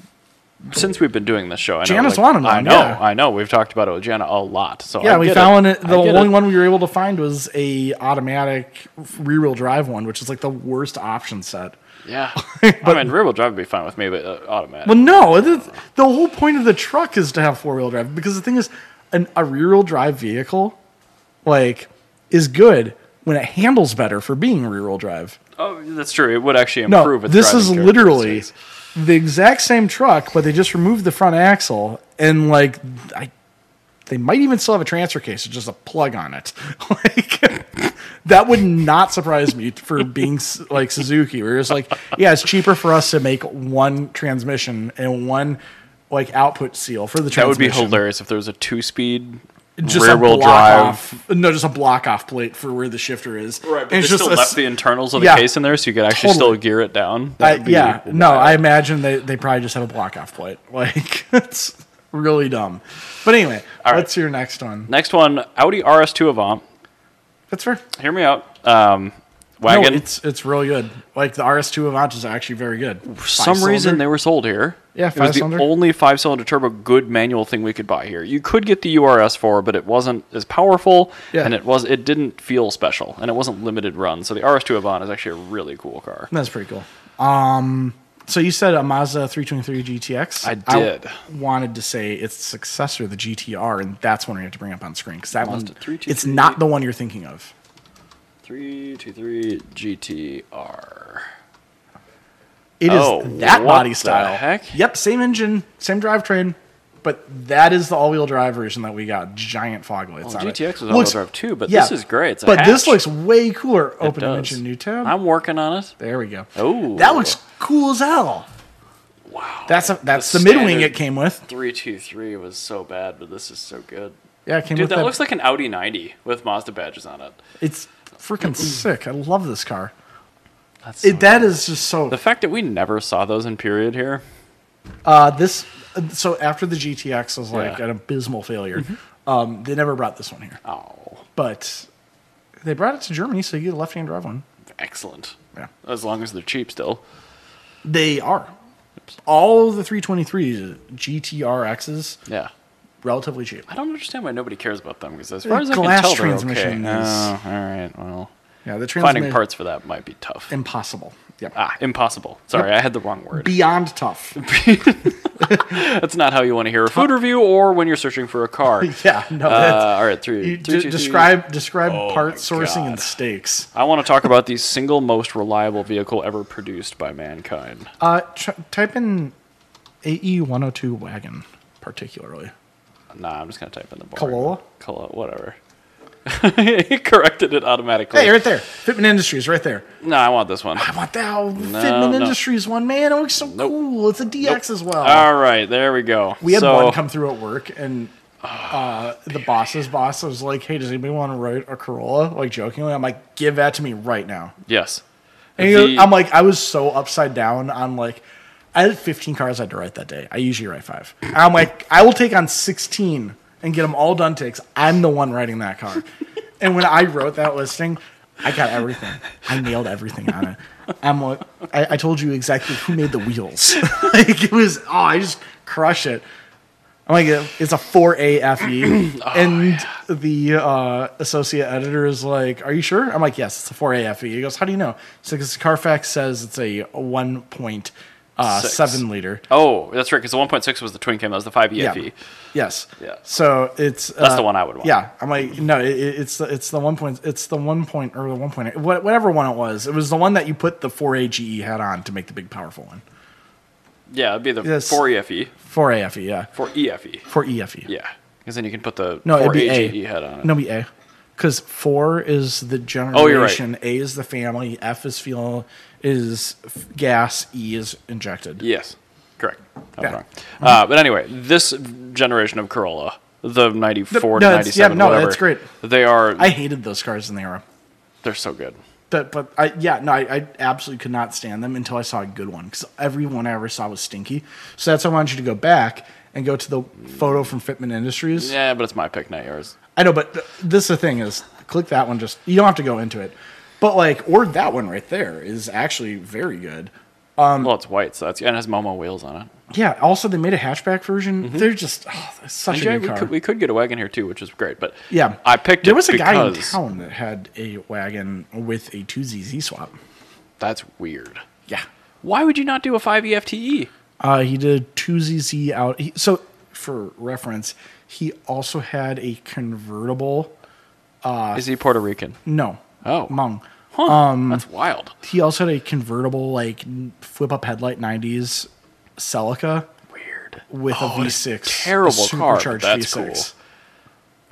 Speaker 1: since we've been doing this show, I know,
Speaker 2: Jana's one of them,
Speaker 1: I know,
Speaker 2: yeah.
Speaker 1: I know. We've talked about it with Jana a lot. So
Speaker 2: Yeah,
Speaker 1: I
Speaker 2: we
Speaker 1: get
Speaker 2: found it. The
Speaker 1: I get
Speaker 2: only
Speaker 1: it.
Speaker 2: one we were able to find was a automatic rear wheel drive one, which is like the worst option set.
Speaker 1: Yeah, I mean, rear wheel drive would be fine with me, but uh, automatic.
Speaker 2: Well, no, the, the whole point of the truck is to have four wheel drive because the thing is, an, a rear wheel drive vehicle, like, is good when it handles better for being rear wheel drive.
Speaker 1: oh, that's true. It would actually
Speaker 2: No,
Speaker 1: improve. its
Speaker 2: this
Speaker 1: driving
Speaker 2: is literally
Speaker 1: characteristics.
Speaker 2: the exact same truck, but they just removed the front axle and like I they might even still have a transfer case, it's just a plug on it. like that would not surprise me for being s- like Suzuki. We're just like, yeah, it's cheaper for us to make one transmission and one like output seal for the
Speaker 1: That would
Speaker 2: transmission.
Speaker 1: be hilarious if there was a two-speed
Speaker 2: Just a
Speaker 1: rear-wheel
Speaker 2: block
Speaker 1: drive.
Speaker 2: off- no, just a block off plate for where the shifter is.
Speaker 1: Right, but
Speaker 2: And
Speaker 1: they
Speaker 2: it's just
Speaker 1: still
Speaker 2: a
Speaker 1: left
Speaker 2: s-
Speaker 1: the internals of the
Speaker 2: Yeah.
Speaker 1: case in there, so you could actually
Speaker 2: Totally.
Speaker 1: still gear it down.
Speaker 2: I,
Speaker 1: That'd be
Speaker 2: yeah, no,
Speaker 1: wild.
Speaker 2: I imagine they, they probably just have a block off plate. Like it's really dumb. But anyway,
Speaker 1: All right.
Speaker 2: what's your next one?
Speaker 1: Next one, Audi RS2 Avant.
Speaker 2: That's fair.
Speaker 1: Hear me out. Um, wagon.
Speaker 2: No, it's it's really good. Like the RS2 Avant is actually very good.
Speaker 1: For some reason, they were sold here. it
Speaker 2: Yeah,
Speaker 1: was the
Speaker 2: five-cylinder.
Speaker 1: only five-cylinder turbo good manual thing we could buy here. You could get the URS for, but it wasn't as powerful,
Speaker 2: Yeah.
Speaker 1: and it was it didn't feel special, and it wasn't limited run. So the RS2 Avant is actually a really cool car.
Speaker 2: that's pretty cool. Um, so you said a Mazda 323 GTX.
Speaker 1: I
Speaker 2: w-
Speaker 1: did.
Speaker 2: wanted to say its successor, the GTR, and that's one we have to bring up on screen because that one
Speaker 1: Mazda 323.
Speaker 2: it's not the one you're thinking of.
Speaker 1: Three two three GTR.
Speaker 2: It is
Speaker 1: Oh,
Speaker 2: that
Speaker 1: what
Speaker 2: body
Speaker 1: the
Speaker 2: style.
Speaker 1: heck?
Speaker 2: Yep, same engine, same drivetrain, but that is the all-wheel drive version that we got. Giant fog lights.
Speaker 1: Well,
Speaker 2: on it.
Speaker 1: GTX was
Speaker 2: Looks-
Speaker 1: all-wheel drive too, but
Speaker 2: yeah,
Speaker 1: this is great. It's a
Speaker 2: but this
Speaker 1: hatch.
Speaker 2: looks way cooler.
Speaker 1: It
Speaker 2: Open
Speaker 1: does.
Speaker 2: dimension, new tab.
Speaker 1: I'm working on it.
Speaker 2: there we go.
Speaker 1: Oh,
Speaker 2: that looks cool as hell.
Speaker 1: wow.
Speaker 2: That's a, that's
Speaker 1: The
Speaker 2: the, mid wing
Speaker 1: standard-
Speaker 2: it came with.
Speaker 1: three two three was so bad, but this is so good.
Speaker 2: Yeah, it came
Speaker 1: Dude,
Speaker 2: with
Speaker 1: that, looks like an Audi 90 with Mazda badges on it.
Speaker 2: it's freaking sick. I love this car.
Speaker 1: That's
Speaker 2: It, that is just so.
Speaker 1: the fact that we never saw those in period here.
Speaker 2: Uh, this so after the GTX was like
Speaker 1: Yeah. Mm-hmm.
Speaker 2: an abysmal failure. Um, they never brought this one here,
Speaker 1: Oh,
Speaker 2: but they brought it to Germany, so you get a left hand drive one.
Speaker 1: excellent.
Speaker 2: Yeah,
Speaker 1: As long as they're cheap still.
Speaker 2: they are. All of the 323s, GTRXs,
Speaker 1: Yeah.
Speaker 2: relatively cheap.
Speaker 1: I don't understand why nobody cares about them because as far
Speaker 2: The
Speaker 1: as I can
Speaker 2: glass
Speaker 1: tell,
Speaker 2: transmission
Speaker 1: they're okay.
Speaker 2: is-
Speaker 1: Oh, all right. Well,
Speaker 2: Yeah, the
Speaker 1: finding
Speaker 2: transmission-
Speaker 1: parts for that might be tough.
Speaker 2: impossible. Yep.
Speaker 1: ah, impossible. Sorry, I had the wrong word.
Speaker 2: Beyond tough.
Speaker 1: That's not how you want to hear a food review or when you're searching for a car.
Speaker 2: yeah, no. that's-
Speaker 1: Uh, all right, three.
Speaker 2: you
Speaker 1: three,
Speaker 2: de-
Speaker 1: two, three.
Speaker 2: describe describe part
Speaker 1: my
Speaker 2: sourcing
Speaker 1: God.
Speaker 2: and stakes.
Speaker 1: I want to talk about the single most reliable vehicle ever produced by mankind.
Speaker 2: Uh, tr- type in E AE 102 wagon, particularly.
Speaker 1: Nah, I'm just gonna type in the bar.
Speaker 2: Kahlua?
Speaker 1: Kahlua, whatever. he corrected it automatically.
Speaker 2: Hey, right there. Fitment Industries, right there.
Speaker 1: no, I want this one.
Speaker 2: I want that oh, Fitment
Speaker 1: no.
Speaker 2: Industries one, man. It looks so
Speaker 1: Nope.
Speaker 2: cool. It's a DX as well.
Speaker 1: All right, there we go.
Speaker 2: we had
Speaker 1: So,
Speaker 2: one come through at work, and uh, the boss's boss was like, "Hey, does anybody want to write a Corolla?" Like jokingly, I'm like, "Give that to me right now."
Speaker 1: Yes.
Speaker 2: And he goes-
Speaker 1: The-
Speaker 2: I'm like, I was so upside down on like, I had 15 cars I had to write that day. I usually write five. And I'm like, I will take on 16 and get them all done takes. I'm the one writing that car. and when I wrote that listing, I got everything. I nailed everything on it. I'm like, I, I told you exactly who made the wheels. like it was, oh, I just crush it. I'm like, it's a 4A
Speaker 1: Oh,
Speaker 2: FE. and the uh, associate editor is like, Are you sure? I'm like, Yes, it's a 4A FE. He goes, How do you know? It's like, 'Cause Carfax says it's a 1.7
Speaker 1: Six.
Speaker 2: liter.
Speaker 1: Oh, that's right. Because the 1.6 was the twin cam. That was the E 5
Speaker 2: Yeah.
Speaker 1: EFE.
Speaker 2: Yes.
Speaker 1: Yeah.
Speaker 2: So it's uh,
Speaker 1: That's the one I would want.
Speaker 2: Yeah. I'm like, no, it, it- it's the it's the one point it's the one point or the one point what- whatever one it was. It was the one that you put the 4A GE head E on to make the big powerful one.
Speaker 1: Yeah, it'd be the E
Speaker 2: Yes.
Speaker 1: 4 EFE,
Speaker 2: 4A FE. E, Yeah. E
Speaker 1: 4 EFE.
Speaker 2: 4E
Speaker 1: E
Speaker 2: FE.
Speaker 1: Yeah, because then you can put the
Speaker 2: No,
Speaker 1: 4
Speaker 2: it'd be
Speaker 1: AGE
Speaker 2: A.
Speaker 1: head E on it. Oh,
Speaker 2: No, it'd be A. Because four is the generation.
Speaker 1: you're right.
Speaker 2: A is the family. F is fuel. Is f- gas. E is injected.
Speaker 1: Yes, correct. I was
Speaker 2: Yeah.
Speaker 1: wrong. Uh, but anyway, this generation of Corolla, the 94
Speaker 2: No,
Speaker 1: to
Speaker 2: it's- yeah,
Speaker 1: 97,
Speaker 2: no,
Speaker 1: whatever,
Speaker 2: that's great.
Speaker 1: They are,
Speaker 2: I hated those cars in the era.
Speaker 1: they're so good.
Speaker 2: But, but I yeah no I, I absolutely could not stand them until I saw a good one because every one I ever saw was stinky. So that's why I wanted you to go back and go to the photo from Fitment Industries.
Speaker 1: Yeah, but it's my pick, not yours.
Speaker 2: I know, but th- this is the thing is click that one. Just you don't have to go into it, but like or that one right there is actually very good.
Speaker 1: well, it's white, so that's, and it has Momo wheels on it.
Speaker 2: Yeah. Also, they made a hatchback version. They're just oh, that's such
Speaker 1: Yeah,
Speaker 2: a
Speaker 1: Mm-hmm.
Speaker 2: good
Speaker 1: we
Speaker 2: car.
Speaker 1: could, we could get a wagon here too, which is great. But
Speaker 2: yeah,
Speaker 1: I picked
Speaker 2: There
Speaker 1: it
Speaker 2: was a guy in
Speaker 1: because-
Speaker 2: town that had a wagon with a two ZZ swap.
Speaker 1: That's weird.
Speaker 2: Yeah.
Speaker 1: Why would you not do a E 5 EFTE?
Speaker 2: Uh, he did two ZZ out. He, so for reference, he also had a convertible. Uh,
Speaker 1: is he Puerto Rican?
Speaker 2: No.
Speaker 1: Oh.
Speaker 2: Hmong. um,
Speaker 1: Huh, that's wild.
Speaker 2: He also had a convertible like flip up headlight '90s Celica
Speaker 1: Weird.
Speaker 2: with a
Speaker 1: Oh, it's
Speaker 2: V6,
Speaker 1: terrible
Speaker 2: a
Speaker 1: car, but
Speaker 2: supercharged
Speaker 1: that's
Speaker 2: V6.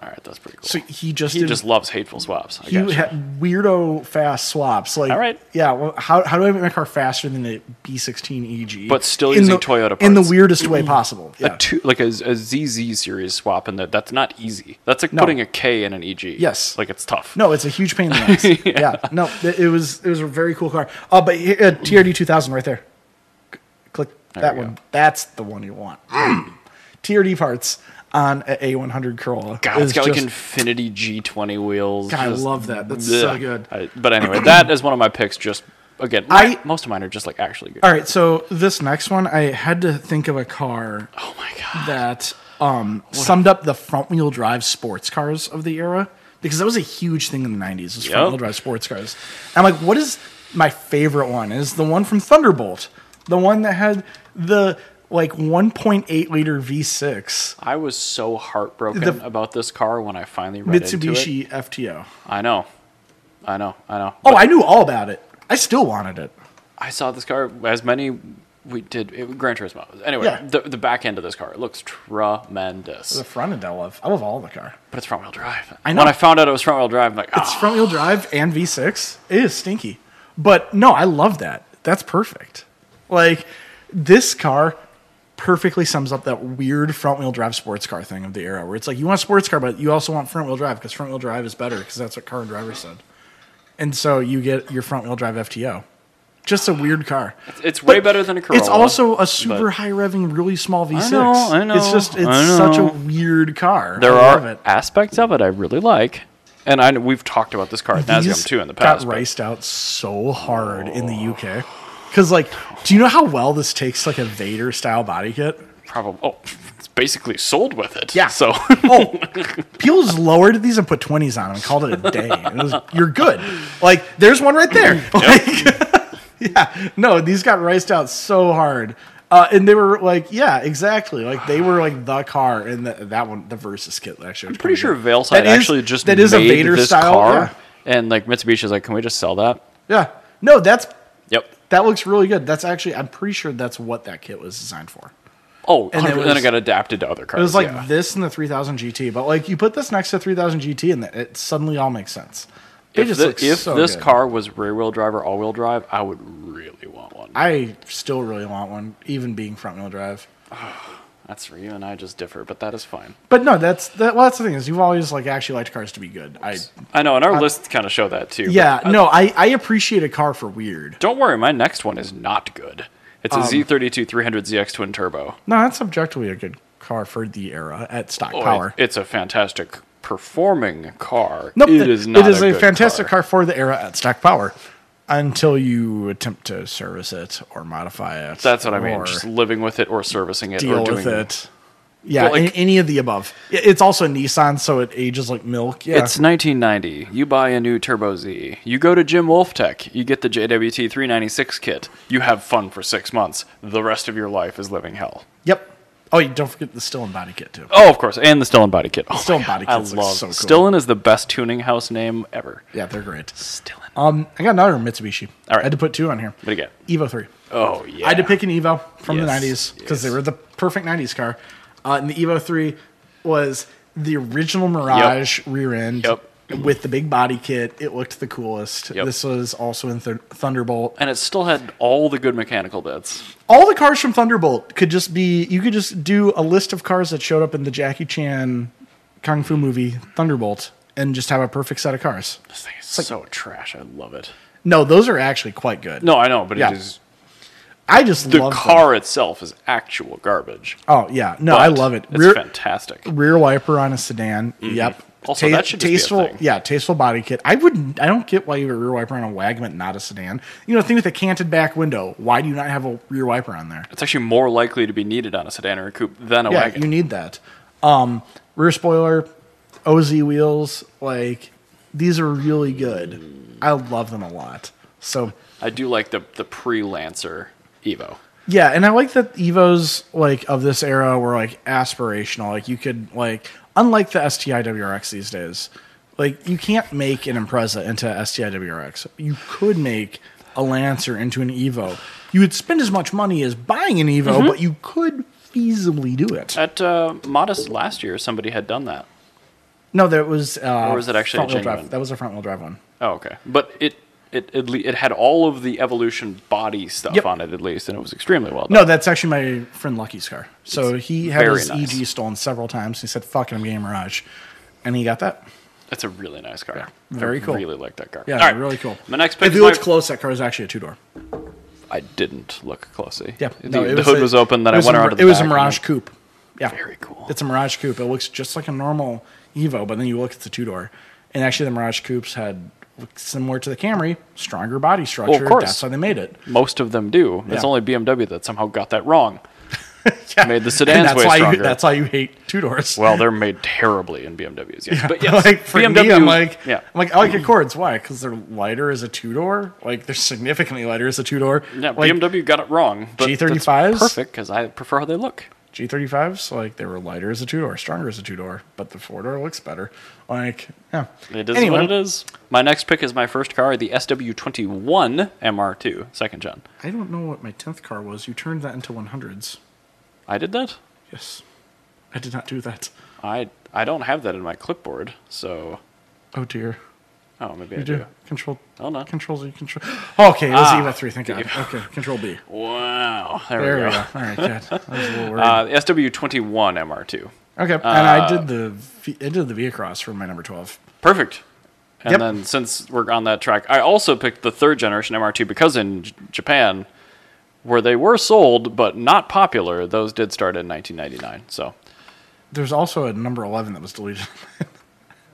Speaker 1: All right, that's pretty cool.
Speaker 2: So he just
Speaker 1: he
Speaker 2: did,
Speaker 1: just loves hateful swaps. I
Speaker 2: he
Speaker 1: gotcha.
Speaker 2: had weirdo fast swaps. Like,
Speaker 1: All right.
Speaker 2: yeah. Well, how how do I make my car faster than the B16 EG?
Speaker 1: But still
Speaker 2: E In
Speaker 1: using
Speaker 2: the,
Speaker 1: Toyota
Speaker 2: in the
Speaker 1: parts.
Speaker 2: weirdest way possible.
Speaker 1: a
Speaker 2: Yeah.
Speaker 1: two, like a, a ZZ series swap in that. That's not easy. That's like
Speaker 2: No.
Speaker 1: putting a K in an EG.
Speaker 2: Yes.
Speaker 1: like it's tough.
Speaker 2: No, it's a huge pain in the ass. yeah. No, th- it was it was a very cool car. Uh, but he- uh, TRD 2000 right there. C- Click that
Speaker 1: we
Speaker 2: one.
Speaker 1: go.
Speaker 2: That's the one you want. TRD parts on a A100 Corolla.
Speaker 1: God, it's
Speaker 2: is
Speaker 1: got like
Speaker 2: just-
Speaker 1: infinity G20 wheels.
Speaker 2: God, I
Speaker 1: Just-
Speaker 2: love that. That's so
Speaker 1: Blech.
Speaker 2: good.
Speaker 1: I- but anyway, that is one of my picks. Just again,
Speaker 2: I-
Speaker 1: my- most of mine are just like actually good.
Speaker 2: All right, so this next one, I had to think of a car
Speaker 1: Oh my god,
Speaker 2: that um, summed up the front wheel drive sports cars of the era because that was a huge thing in the 90s was front wheel drive sports cars i'm like what is my favorite one is the one from thunderbolt the one that had the like 1.8 liter v6
Speaker 1: I was so heartbroken
Speaker 2: The-
Speaker 1: about this car when I finally read into it.
Speaker 2: mitsubishi fto
Speaker 1: I know, I know, I know.
Speaker 2: oh i knew all about it i still wanted it
Speaker 1: I saw this car as many we did it, Gran Turismo. Anyway,
Speaker 2: Yeah.
Speaker 1: the, the back end of this car it looks tremendous,
Speaker 2: the front end i love i love all the car
Speaker 1: but it's front wheel drive.
Speaker 2: I know.
Speaker 1: When I found out it was front wheel drive, I'm like,
Speaker 2: it's
Speaker 1: "Ah."
Speaker 2: front wheel drive and V6. It is stinky. But no, I love that. That's perfect. Like this car perfectly sums up that weird front wheel drive sports car thing of the era where it's like you want a sports car but you also want front wheel drive because front wheel drive is better because that's what car and driver said. And so you get your front wheel drive FTO. Just a weird car.
Speaker 1: it's way better than a Corolla.
Speaker 2: It's also a super high revving, really small V6.
Speaker 1: know, I
Speaker 2: It's
Speaker 1: know,
Speaker 2: just it's
Speaker 1: I
Speaker 2: such a
Speaker 1: know.
Speaker 2: weird car.
Speaker 1: There
Speaker 2: I
Speaker 1: are
Speaker 2: love it.
Speaker 1: aspects of it I really like, and I know we've talked about this car at
Speaker 2: These
Speaker 1: Nasdaq too in the past.
Speaker 2: Got
Speaker 1: but
Speaker 2: riced out so hard in the UK. Because like, do you know how well this takes like a Vader style body kit?
Speaker 1: Probably, oh, it's basically sold with it.
Speaker 2: Yeah.
Speaker 1: So
Speaker 2: Oh, people just lowered these and put twenties on them and called it a day. And it was, you're good. Like, there's one right there. Like, yeah. No, these got riced out so hard. Uh, and they were like, yeah, exactly. Like they were like the car and the, that one, the Versus kit. Actually, I'm
Speaker 1: pretty sure Valeside actually just
Speaker 2: that
Speaker 1: that
Speaker 2: is
Speaker 1: is
Speaker 2: a
Speaker 1: made
Speaker 2: Vader
Speaker 1: this
Speaker 2: style,
Speaker 1: car,
Speaker 2: yeah.
Speaker 1: and like Mitsubishi's like, can we just sell that?
Speaker 2: Yeah. No, that's
Speaker 1: Yep.
Speaker 2: That looks really good. That's actually, I'm pretty sure that's what that kit was designed for.
Speaker 1: Oh,
Speaker 2: And
Speaker 1: and
Speaker 2: it
Speaker 1: then
Speaker 2: was-
Speaker 1: it got adapted to other cars.
Speaker 2: It was like
Speaker 1: yeah.
Speaker 2: this and the 3000 GT, but like you put this next to 3000 GT and it suddenly all makes sense. It
Speaker 1: if
Speaker 2: just
Speaker 1: thi-
Speaker 2: looks
Speaker 1: if
Speaker 2: so
Speaker 1: this
Speaker 2: good.
Speaker 1: car was rear wheel drive or all wheel drive, I would really want one.
Speaker 2: I still really want one, even being front wheel drive.
Speaker 1: That's where you and I just differ, but that is fine.
Speaker 2: But no, that's that. Well, that's the thing is you've always like actually liked cars to be good. I
Speaker 1: I know, and our lists kind of show that too. but
Speaker 2: yeah,
Speaker 1: I-
Speaker 2: no, I I appreciate a car for weird.
Speaker 1: Don't worry, my next one is not good. It's
Speaker 2: Um,
Speaker 1: a Z32 300ZX twin turbo.
Speaker 2: No, that's objectively a good car for the era at stock
Speaker 1: Boy,
Speaker 2: power.
Speaker 1: It's a fantastic performing car.
Speaker 2: Nope,
Speaker 1: it is not.
Speaker 2: It is a,
Speaker 1: good
Speaker 2: fantastic car. for the era at Stack Power, until you attempt to service it or modify it.
Speaker 1: That's what I mean.
Speaker 2: or
Speaker 1: Just living with it or servicing it
Speaker 2: deal
Speaker 1: or doing
Speaker 2: with it. Yeah,
Speaker 1: Well, like-
Speaker 2: any, any of the above. I- It's also Nissan, so it ages like milk. Yeah,
Speaker 1: It's 1990. You buy a new Turbo Z. You go to Jim Wolf Tech. You get the JWT 396 kit. You have fun for six months. The rest of your life is living hell.
Speaker 2: yep. Oh, you don't forget the still and body kit too.
Speaker 1: Oh, of course, and the Stillen body kit. Oh my
Speaker 2: Stillen
Speaker 1: God,
Speaker 2: body
Speaker 1: I
Speaker 2: kits look
Speaker 1: love
Speaker 2: so cool.
Speaker 1: Stillen is the best tuning house name ever.
Speaker 2: Yeah, they're great.
Speaker 1: Stillen.
Speaker 2: Um, I got another Mitsubishi.
Speaker 1: All right.
Speaker 2: I had to put two on here.
Speaker 1: What do you get?
Speaker 2: Evo three.
Speaker 1: Oh yeah.
Speaker 2: I had to pick an Evo from
Speaker 1: Yes,
Speaker 2: the 90s because they
Speaker 1: yes.
Speaker 2: were the perfect 90s car. Uh, and the Evo 3 was the original Mirage rear end
Speaker 1: Yep.
Speaker 2: with the big body kit. It looked the coolest.
Speaker 1: Yep.
Speaker 2: This was also in Thun- Thunderbolt.
Speaker 1: and it still had all the good mechanical bits.
Speaker 2: All the cars from Thunderbolt could just be, you could just do a list of cars that showed up in the Jackie Chan Kung Fu movie, Thunderbolt, and just have a perfect set of cars.
Speaker 1: This thing is so trash. I love it.
Speaker 2: No, those are actually quite good.
Speaker 1: No, I know, but
Speaker 2: Yeah.
Speaker 1: it is
Speaker 2: I just
Speaker 1: the
Speaker 2: love them.
Speaker 1: car itself is actual garbage.
Speaker 2: Oh, yeah. No, I
Speaker 1: but
Speaker 2: love it.
Speaker 1: It's
Speaker 2: Rear-
Speaker 1: fantastic.
Speaker 2: rear wiper on a sedan. Yep.
Speaker 1: Also, that should just be a
Speaker 2: tasteful,
Speaker 1: thing.
Speaker 2: yeah, tasteful body kit. I wouldn't. I don't get why you have a rear wiper on a Wagman, not a sedan. You know, the thing with a canted back window. Why do you not have a rear wiper on there?
Speaker 1: It's actually more likely to be needed on a sedan or a coupe than a
Speaker 2: Yeah,
Speaker 1: wagon.
Speaker 2: you need that. Um, rear spoiler, OZ wheels. Like these are really good. I love them a lot. So
Speaker 1: I do like the the pre Lancer Evo.
Speaker 2: Yeah, and I like that Evos like of this era were like aspirational. Like you could like unlike the STI WRX these days, like you can't make an Impreza into STI WRX. You could make a Lancer into an Evo. You would spend as much money as buying an Evo, but you could feasibly do it.
Speaker 1: At uh, Modest last year, somebody had done that.
Speaker 2: No, that was. Uh,
Speaker 1: Or was it actually a
Speaker 2: front-wheel
Speaker 1: genuine?
Speaker 2: drive? That was a front wheel drive one.
Speaker 1: Oh, okay. But it it it, le- it had all of the evolution body stuff
Speaker 2: Yep.
Speaker 1: on it at least, and it was extremely well done.
Speaker 2: No, that's actually my friend Lucky's car. So he had
Speaker 1: very
Speaker 2: his
Speaker 1: nice.
Speaker 2: EG stolen several times. He said, "Fuck it, I'm getting a Mirage," and he got that.
Speaker 1: It's a really nice car.
Speaker 2: very
Speaker 1: I
Speaker 2: cool.
Speaker 1: Really like that car.
Speaker 2: Yeah,
Speaker 1: All right.
Speaker 2: really cool.
Speaker 1: My next pick
Speaker 2: If
Speaker 1: is
Speaker 2: you
Speaker 1: my-
Speaker 2: looked close, that car was actually a two door.
Speaker 1: I didn't look closely.
Speaker 2: Yeah,
Speaker 1: The,
Speaker 2: no, it
Speaker 1: the hood
Speaker 2: a-
Speaker 1: was open. Then
Speaker 2: it
Speaker 1: I
Speaker 2: was
Speaker 1: went
Speaker 2: a,
Speaker 1: around
Speaker 2: Mir-
Speaker 1: to the
Speaker 2: It was
Speaker 1: back
Speaker 2: a
Speaker 1: and-
Speaker 2: Mirage coupe. Yeah,
Speaker 1: Very cool.
Speaker 2: It's a Mirage coupe. It looks just like a normal Evo, but then you look at the two door, and actually the Mirage coupes had similar to the Camry, stronger body structure.
Speaker 1: course.
Speaker 2: That's why they made it.
Speaker 1: Most of them do. It's
Speaker 2: Yeah.
Speaker 1: only BMW that somehow got that wrong.
Speaker 2: Yeah.
Speaker 1: Made the sedans
Speaker 2: And that's
Speaker 1: way
Speaker 2: why
Speaker 1: stronger.
Speaker 2: You, that's why you hate two doors.
Speaker 1: Well, they're made terribly in BMWs. Yes. But yes,
Speaker 2: like for
Speaker 1: BMW.
Speaker 2: me, I'm like,
Speaker 1: yeah.
Speaker 2: I'm like, I like Accords. Why? Because they're lighter as a two door. Like they're significantly lighter as a two door.
Speaker 1: Yeah,
Speaker 2: like,
Speaker 1: BMW got it wrong. But that's
Speaker 2: G35s?
Speaker 1: perfect because I prefer how they look.
Speaker 2: G35s, like they were lighter as a two door, stronger as a two door, but the four door looks better. Like, yeah,
Speaker 1: It is what it is. My next pick is my first car, the SW21 MR2, second gen.
Speaker 2: I don't know what my tenth car was. You turned that into 100s.
Speaker 1: I did that.
Speaker 2: Yes, I did not do that.
Speaker 1: I I don't have that in my clipboard, so
Speaker 2: Oh dear,
Speaker 1: oh maybe I
Speaker 2: you
Speaker 1: do.
Speaker 2: do control.
Speaker 1: Oh, no.
Speaker 2: Control Z, control. Okay, it was
Speaker 1: Ah,
Speaker 2: EVA three. Thank God. Okay, control B.
Speaker 1: Wow, there,
Speaker 2: There
Speaker 1: we go.
Speaker 2: All right, good. I was a little worried.
Speaker 1: Uh, SW21 MR2,
Speaker 2: Okay, and I did the V- I did the V cross for my number twelve.
Speaker 1: perfect. And
Speaker 2: Yep.
Speaker 1: then since we're on that track, I also picked the third generation MR2 because in J- Japan, where they were sold but not popular, those did start in 1999. So
Speaker 2: There's also a number eleven that was deleted.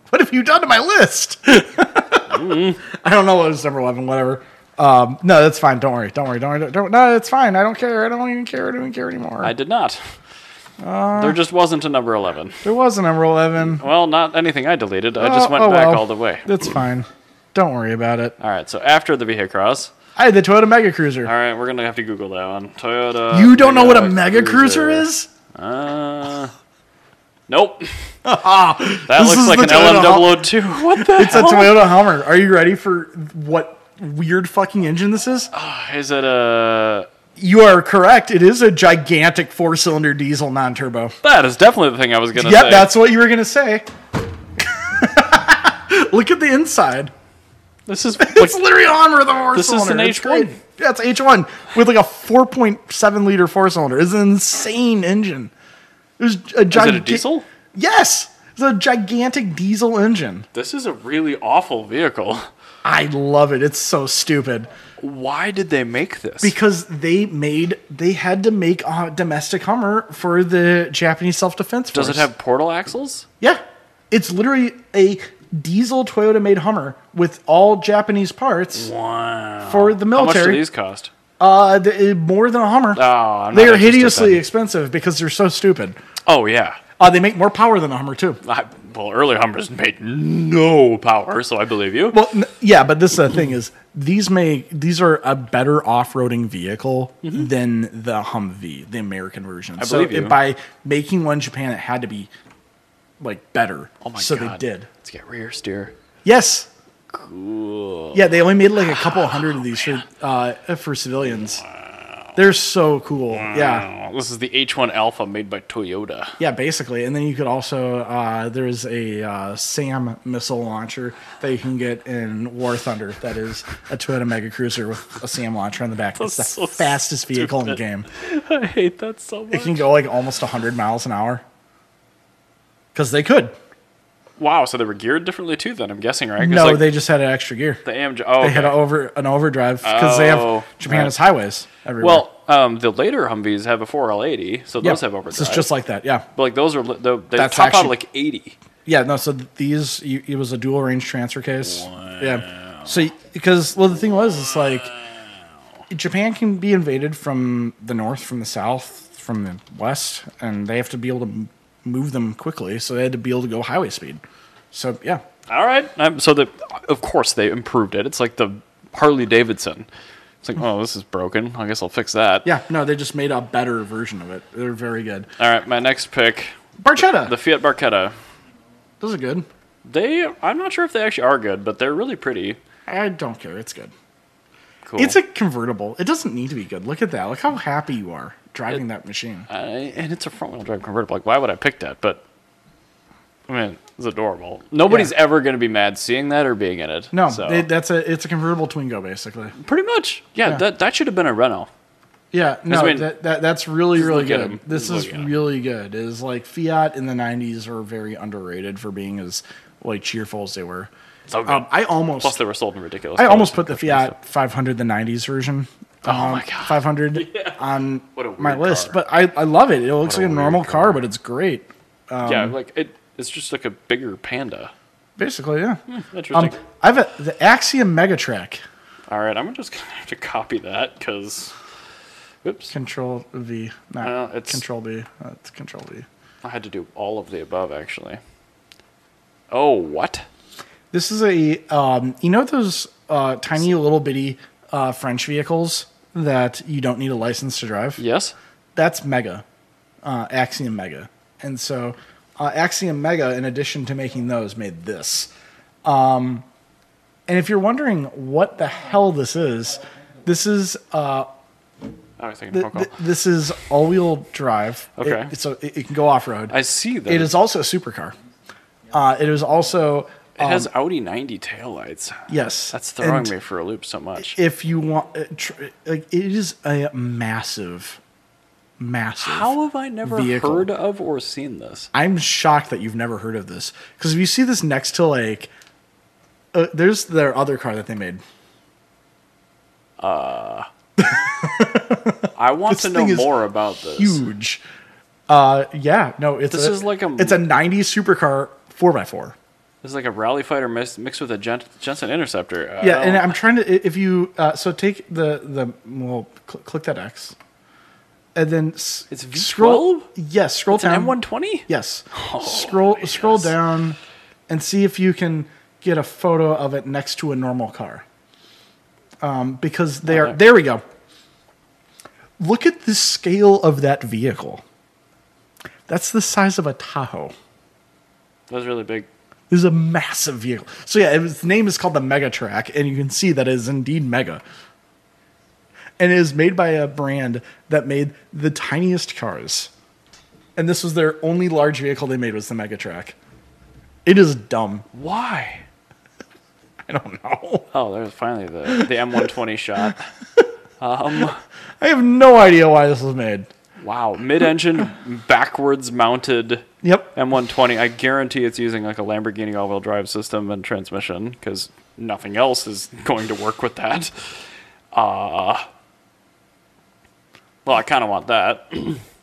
Speaker 2: what have you done to my list? I don't know what is number eleven. Whatever. Um, no, that's fine. Don't worry. Don't worry. Don't worry. Don't, don't- no, it's fine. I don't care. I don't even care. I don't even care anymore.
Speaker 1: I did not.
Speaker 2: Uh.
Speaker 1: there just wasn't a number 11.
Speaker 2: there was a number eleven.
Speaker 1: Well, not anything I deleted. I just
Speaker 2: Oh,
Speaker 1: went
Speaker 2: oh,
Speaker 1: back
Speaker 2: well.
Speaker 1: all the way.
Speaker 2: That's fine. Don't worry about it.
Speaker 1: All right, so after the Vehicross,
Speaker 2: I had the Toyota Mega Cruiser.
Speaker 1: all right, we're gonna have to Google that one. Toyota.
Speaker 2: You don't know what a Uh, Mega Cruiser is?
Speaker 1: Uh, nope. that
Speaker 2: This
Speaker 1: looks
Speaker 2: is
Speaker 1: like
Speaker 2: the
Speaker 1: an
Speaker 2: Toyota Hol-
Speaker 1: LM002. What the
Speaker 2: It's a Toyota Hummer. Are you ready for what weird fucking engine this is?
Speaker 1: hell? Is it a?
Speaker 2: You are correct. It is a gigantic four cylinder diesel non turbo.
Speaker 1: That is definitely the thing I was gonna
Speaker 2: Yep,
Speaker 1: say.
Speaker 2: that's what you were going to say. Look at the inside.
Speaker 1: this is
Speaker 2: It's literally on with a four
Speaker 1: This is
Speaker 2: cylinder.
Speaker 1: an
Speaker 2: It's
Speaker 1: H1.
Speaker 2: great. Yeah, it's H1 with like a 4.7 liter four cylinder. It's an insane engine. There's a
Speaker 1: is it
Speaker 2: gigantic.
Speaker 1: a diesel?
Speaker 2: Yes. It's a gigantic diesel engine.
Speaker 1: This is a really awful vehicle.
Speaker 2: I love it. It's so stupid.
Speaker 1: Why did they make this?
Speaker 2: because they made they had to make a domestic Hummer for the Japanese self defense force.
Speaker 1: Does it have portal axles?
Speaker 2: Yeah, it's literally a diesel Toyota made Hummer with all Japanese parts
Speaker 1: Wow.
Speaker 2: for the
Speaker 1: How much do
Speaker 2: military.
Speaker 1: these cost?
Speaker 2: Uh, the, more than a Hummer.
Speaker 1: Oh, I'm
Speaker 2: they
Speaker 1: not
Speaker 2: are
Speaker 1: interested
Speaker 2: hideously
Speaker 1: then.
Speaker 2: expensive because they're so stupid.
Speaker 1: Oh yeah.
Speaker 2: Uh, they make more power than a Hummer too.
Speaker 1: I, well, early Hummers made no power, so I believe you.
Speaker 2: Well, n- yeah, but this is the thing is these make these are a better off-roading vehicle than the Humvee, the American version. I so
Speaker 1: Mm-hmm. believe you.
Speaker 2: It, by making one in Japan, it had to be like better.
Speaker 1: oh my
Speaker 2: so
Speaker 1: god.
Speaker 2: they did.
Speaker 1: Let's get rear steer.
Speaker 2: Yes.
Speaker 1: Cool.
Speaker 2: Yeah, they only made like a couple hundred of these for
Speaker 1: Oh,
Speaker 2: uh, for civilians. They're so cool. Yeah.
Speaker 1: Oh, this is the H1 Alpha made by Toyota.
Speaker 2: Yeah, basically. And then you could also uh, there's a uh, SAM missile launcher that you can get in War Thunder. That is a Toyota Mega Cruiser with a SAM launcher on the back. It's the
Speaker 1: That's so
Speaker 2: fastest vehicle in the game.
Speaker 1: I hate that so
Speaker 2: It
Speaker 1: much.
Speaker 2: can go like almost 100 miles an hour. Because they could.
Speaker 1: Wow, so they were geared differently too. Then I'm guessing, right? 'Cause,
Speaker 2: No,
Speaker 1: like,
Speaker 2: they just had an extra gear.
Speaker 1: the AMG. Oh,
Speaker 2: They had
Speaker 1: okay.
Speaker 2: a over an overdrive because they
Speaker 1: Oh,
Speaker 2: have Japan
Speaker 1: right.
Speaker 2: has highways everywhere.
Speaker 1: well, um, the later Humvees have a 4L80, so
Speaker 2: Yeah,
Speaker 1: those have overdrive.
Speaker 2: so it's just like that. Yeah,
Speaker 1: but like those are li- the- they
Speaker 2: That's
Speaker 1: top out
Speaker 2: actually-
Speaker 1: like 80.
Speaker 2: Yeah, no. So th- these, you, it was a dual range transfer case. Yeah. So y- because well, the thing was, it's like Japan can be invaded from the north, from the south, from the west, and they have to be able to m- move them quickly. So they had to be able to go highway speed. So yeah,
Speaker 1: All right. Um, so the of course they improved it. It's like the Harley Davidson. It's like, oh, this is broken. I guess I'll fix that.
Speaker 2: yeah. No, they just made a better version of it. They're very good.
Speaker 1: All right, my next pick,
Speaker 2: Barchetta,
Speaker 1: the Fiat Barchetta.
Speaker 2: those are good.
Speaker 1: They, I'm not sure if they actually are good, but they're really pretty.
Speaker 2: I don't care. It's good.
Speaker 1: Cool.
Speaker 2: It's a convertible. It doesn't need to be good. Look at that. Look how happy you are driving that machine.
Speaker 1: I- and it's a front wheel drive convertible. Like, why would I pick that? But I mean, it's adorable. Nobody's
Speaker 2: Yeah.
Speaker 1: ever going to be mad seeing that or being in it.
Speaker 2: No,
Speaker 1: so
Speaker 2: it, that's a it's a convertible Twingo basically.
Speaker 1: pretty much. Yeah,
Speaker 2: Yeah.
Speaker 1: that that should have been a Renault.
Speaker 2: Yeah, no,
Speaker 1: mean-
Speaker 2: that, that that's really really
Speaker 1: look at
Speaker 2: good.
Speaker 1: him.
Speaker 2: This
Speaker 1: Just
Speaker 2: is
Speaker 1: look at him.
Speaker 2: really good. It is like Fiat in the '90s were very underrated for being as like cheerful as they were.
Speaker 1: So good.
Speaker 2: Um, I almost
Speaker 1: Plus, they were sold in ridiculous.
Speaker 2: I almost put
Speaker 1: colors.
Speaker 2: the Fiat 500, the '90s version. Oh
Speaker 1: my God.
Speaker 2: 500 on
Speaker 1: What a weird
Speaker 2: my list,
Speaker 1: car.
Speaker 2: but I, I love it. It looks like a
Speaker 1: weird
Speaker 2: normal
Speaker 1: car.
Speaker 2: car, but it's great. um,
Speaker 1: yeah, like it. It's just like a bigger Panda.
Speaker 2: Basically, yeah. Um,
Speaker 1: Hmm, Interesting.
Speaker 2: I have a, the Axiom Megatrack.
Speaker 1: All right, I'm just gonna have to copy that because, oops,
Speaker 2: Control V, not
Speaker 1: Well, it's-
Speaker 2: Control B. Uh, it's Control V.
Speaker 1: I had to do all of the above actually. Oh, what?
Speaker 2: This is a um, you know those uh, tiny little bitty uh, French vehicles that you don't need a license to drive.
Speaker 1: Yes.
Speaker 2: That's Mega, uh, Axiom Mega, and so uh, Axiom Mega, in addition to making those, made this. Um, and if you're wondering what the hell this is, this is uh,
Speaker 1: I was thinking
Speaker 2: th-
Speaker 1: phone call.
Speaker 2: th- this is all-wheel drive. It-
Speaker 1: Okay.
Speaker 2: so it, it can go off-road.
Speaker 1: I see that
Speaker 2: It is also a supercar. Uh, it is also um,
Speaker 1: It has Audi 90 taillights.
Speaker 2: yes.
Speaker 1: That's throwing
Speaker 2: um, And
Speaker 1: me for a loop so much.
Speaker 2: If you want, uh, tr- like it is a massive, massive.
Speaker 1: How have I never
Speaker 2: vehicle.
Speaker 1: heard of or seen this?
Speaker 2: I'm shocked that you've never heard of this because if you see this next to like, uh, there's their other car that they made.
Speaker 1: I want
Speaker 2: This
Speaker 1: to know
Speaker 2: thing is
Speaker 1: more about this.
Speaker 2: Huge. Uh, yeah, no, it's
Speaker 1: This
Speaker 2: a-
Speaker 1: is like a-
Speaker 2: it's a '90s supercar four x four.
Speaker 1: This is like a rally fighter mis- mixed with a Jen- Jensen Interceptor. Uh, I
Speaker 2: Yeah,
Speaker 1: don't-
Speaker 2: and I'm trying to. i- If you uh, so take the the well, cl- click that X, and then s-
Speaker 1: It's V12?
Speaker 2: Scroll, yes,
Speaker 1: oh,
Speaker 2: scroll
Speaker 1: it's
Speaker 2: down.
Speaker 1: an M120.
Speaker 2: Yes. scroll scroll down, and see if you can get a photo of it next to a normal car. Um, because they are
Speaker 1: there.
Speaker 2: there we go. Look at the scale of that vehicle. That's the size of a Tahoe.
Speaker 1: That was really big.
Speaker 2: This is a massive vehicle. So yeah, its name is called the Mega Track, and you can see that it is indeed mega. And it is made by a brand that made the tiniest cars. And this was their only large vehicle they made was the Mega Track. It is dumb.
Speaker 1: Why?
Speaker 2: I don't know.
Speaker 1: Oh, there's finally the the M120 shot.
Speaker 2: I have no idea why this was made.
Speaker 1: Wow, mid-engine, backwards mounted
Speaker 2: Yep.
Speaker 1: M120. I guarantee it's using like a Lamborghini all-wheel drive system and transmission because nothing else is going to work with that. Uh, well, I kind of want that.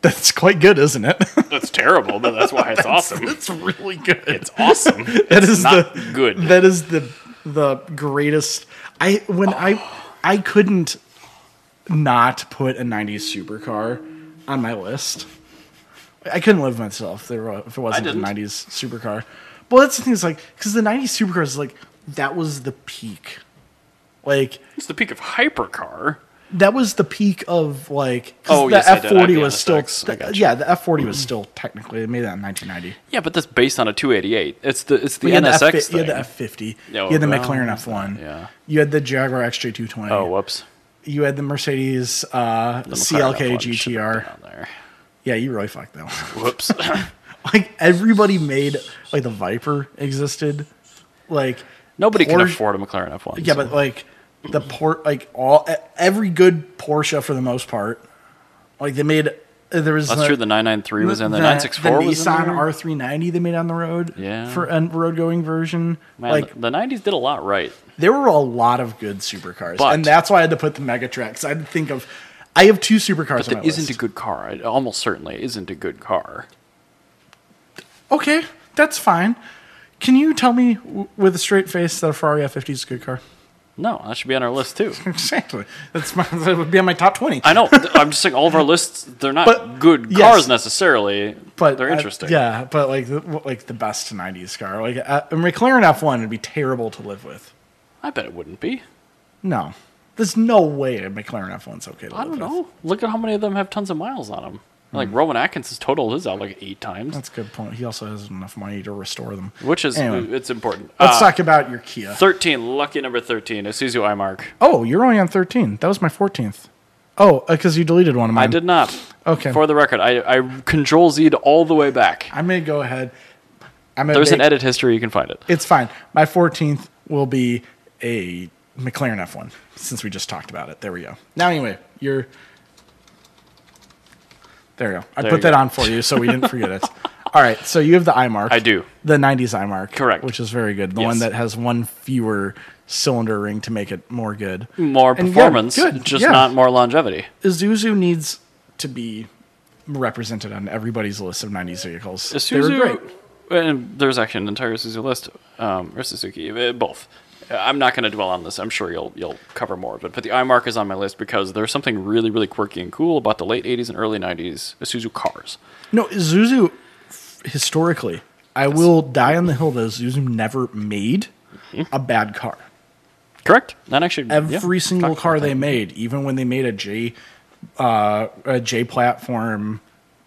Speaker 2: That's quite good, isn't it?
Speaker 1: That's terrible, but that's why it's awesome.
Speaker 2: It's really good.
Speaker 1: It's awesome.
Speaker 2: That is
Speaker 1: not
Speaker 2: the
Speaker 1: good.
Speaker 2: That is the the greatest. I when I I couldn't not put a '90s supercar on my list. I couldn't live with myself if there wa- if it wasn't a
Speaker 1: didn't.
Speaker 2: '90s supercar. But that's the thing is like because the '90s supercars is like that was the peak, like
Speaker 1: It's the peak of hypercar.
Speaker 2: that was the peak of like 'cause
Speaker 1: Oh,
Speaker 2: the
Speaker 1: yes, I did.
Speaker 2: F40
Speaker 1: I'd be
Speaker 2: was
Speaker 1: on
Speaker 2: still
Speaker 1: the sex. I got you. Mm-hmm.
Speaker 2: yeah the F40 was still technically made that in 1990.
Speaker 1: Yeah, but that's based on a 288. It's the it's the
Speaker 2: You had
Speaker 1: NSX
Speaker 2: the F-
Speaker 1: thing.
Speaker 2: You had the F50.
Speaker 1: Yeah,
Speaker 2: you had the
Speaker 1: well,
Speaker 2: McLaren F1.
Speaker 1: yeah.
Speaker 2: You had the Jaguar XJ220.
Speaker 1: oh, whoops.
Speaker 2: You had the Mercedes uh,
Speaker 1: The McLaren F1
Speaker 2: CLK
Speaker 1: should have been
Speaker 2: GTR.
Speaker 1: on there.
Speaker 2: Yeah, you really fucked that one.
Speaker 1: Whoops.
Speaker 2: like everybody made like the Viper existed. Like
Speaker 1: Nobody can
Speaker 2: Porsche-
Speaker 1: afford a McLaren F1.
Speaker 2: Yeah, but like the port like all e- every good Porsche for the most part. Like they made there was
Speaker 1: That's
Speaker 2: the,
Speaker 1: true. The 993 was in there.
Speaker 2: the-
Speaker 1: 964
Speaker 2: the
Speaker 1: was in
Speaker 2: Nissan
Speaker 1: there.
Speaker 2: R390 they made on the road
Speaker 1: Yeah.
Speaker 2: for a road going version.
Speaker 1: Man,
Speaker 2: like
Speaker 1: the 90s did a lot right.
Speaker 2: there were a lot of good supercars,
Speaker 1: But-
Speaker 2: and that's why I had to put the Megatrack. 'cause I had to think of, I have two supercars. on
Speaker 1: That
Speaker 2: my
Speaker 1: isn't
Speaker 2: list.
Speaker 1: a good car. It almost certainly isn't a good car.
Speaker 2: okay. That's fine. Can you tell me w- with a straight face that a Ferrari F50 is a good car?
Speaker 1: No, that should be on our list too.
Speaker 2: Exactly. That's my, that would be on my top twenty.
Speaker 1: I know. th- I'm just saying all of our lists, they're not
Speaker 2: But-
Speaker 1: good
Speaker 2: yes.
Speaker 1: cars necessarily,
Speaker 2: but
Speaker 1: they're
Speaker 2: uh,
Speaker 1: interesting.
Speaker 2: yeah, but like the, w- like the best '90s car, like uh, a McLaren F1 would be terrible to live with.
Speaker 1: I bet it wouldn't be.
Speaker 2: No, there's no way a McLaren F1's okay to
Speaker 1: I
Speaker 2: live
Speaker 1: don't
Speaker 2: with.
Speaker 1: know. Look at how many of them have tons of miles on them. Like Rowan Atkinson's totaled his out like eight times,
Speaker 2: That's a good point. He also has enough money to restore them.
Speaker 1: which is
Speaker 2: Anyway.
Speaker 1: it's important.
Speaker 2: Let's
Speaker 1: Uh,
Speaker 2: talk about your Kia.
Speaker 1: Thirteen, lucky number thirteen, Isuzu I Mark.
Speaker 2: Oh, you're only on 13. That was my 14th. Oh, because you deleted one of mine.
Speaker 1: I did not.
Speaker 2: Hmm. Okay.
Speaker 1: For the record, I I control Z'd all the way back.
Speaker 2: I'm going to go ahead. I'm gonna
Speaker 1: There's an
Speaker 2: make-
Speaker 1: edit history. You can find it.
Speaker 2: It's fine. My 14th will be a McLaren F1 since we just talked about it. There we go. Now, anyway, you're. There you go. I
Speaker 1: There
Speaker 2: put
Speaker 1: you
Speaker 2: that
Speaker 1: go.
Speaker 2: on for you so we didn't forget it. All right. So you have the iMark.
Speaker 1: I do.
Speaker 2: The 90s iMark.
Speaker 1: Correct.
Speaker 2: Which is very good. The
Speaker 1: Yes.
Speaker 2: one that has one fewer cylinder ring to make it more good.
Speaker 1: More
Speaker 2: And yeah,
Speaker 1: performance,
Speaker 2: good,
Speaker 1: just
Speaker 2: yeah.
Speaker 1: not more longevity.
Speaker 2: Isuzu needs to be represented on everybody's list of 90s vehicles. they were
Speaker 1: Isuzu,
Speaker 2: great.
Speaker 1: And there's actually an entire Isuzu list, um, or Suzuki, uh, both. Uh, I'm not going to dwell on this. I'm sure you'll you'll cover more of it. But the iMark is on my list because there's something really really quirky and cool about the late '80s and early '90s Isuzu cars.
Speaker 2: No, Zuzu historically, I will die on the hill that Zuzu never made a bad car.
Speaker 1: Correct? That actually Mm-hmm. yeah,
Speaker 2: Every single
Speaker 1: talked
Speaker 2: car
Speaker 1: about
Speaker 2: they made, even when they made a J, uh, a J platform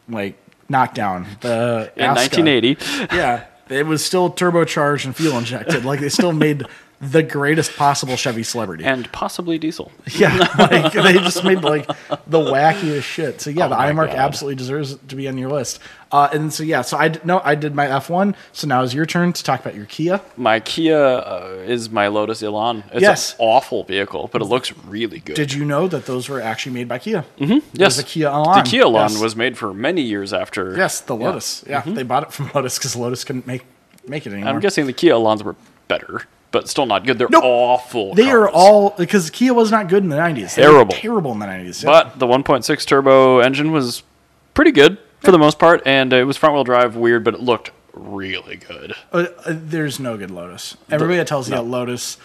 Speaker 2: like knockdown, the
Speaker 1: that. in
Speaker 2: Asca,
Speaker 1: 1980.
Speaker 2: yeah, it was still turbocharged and fuel injected. Like they still made the greatest possible Chevy Celebrity.
Speaker 1: And possibly diesel.
Speaker 2: Yeah, like they just made like the wackiest shit. So yeah, the
Speaker 1: Oh my
Speaker 2: iMark
Speaker 1: God.
Speaker 2: absolutely deserves to be on your list. Uh, and so yeah, so I d- no, I did my F one. So now is your turn to talk about your Kia.
Speaker 1: My Kia uh, is my Lotus Elan. It's
Speaker 2: Yes.
Speaker 1: an awful vehicle, but it looks really good.
Speaker 2: Did you know that those were actually made by Kia?
Speaker 1: Mm-hmm. yes.
Speaker 2: a Kia Elan.
Speaker 1: The Kia Elan
Speaker 2: Yes.
Speaker 1: was made for many years after.
Speaker 2: Yes, the
Speaker 1: Yeah. Mm-hmm.
Speaker 2: Lotus. Yeah, they bought it from Lotus because Lotus couldn't make make it anymore.
Speaker 1: I'm guessing the Kia Elans were better, but still not good. They're
Speaker 2: Nope.
Speaker 1: awful.
Speaker 2: they are
Speaker 1: cars.
Speaker 2: all because Kia was not good in the nineties.
Speaker 1: Terrible.
Speaker 2: terrible in the nineties.
Speaker 1: But the 1.6 turbo engine was pretty good for the most part, and it was front wheel drive, weird, but it looked really good.
Speaker 2: uh, uh, there's no good Lotus. Everybody that tells you that Lotus,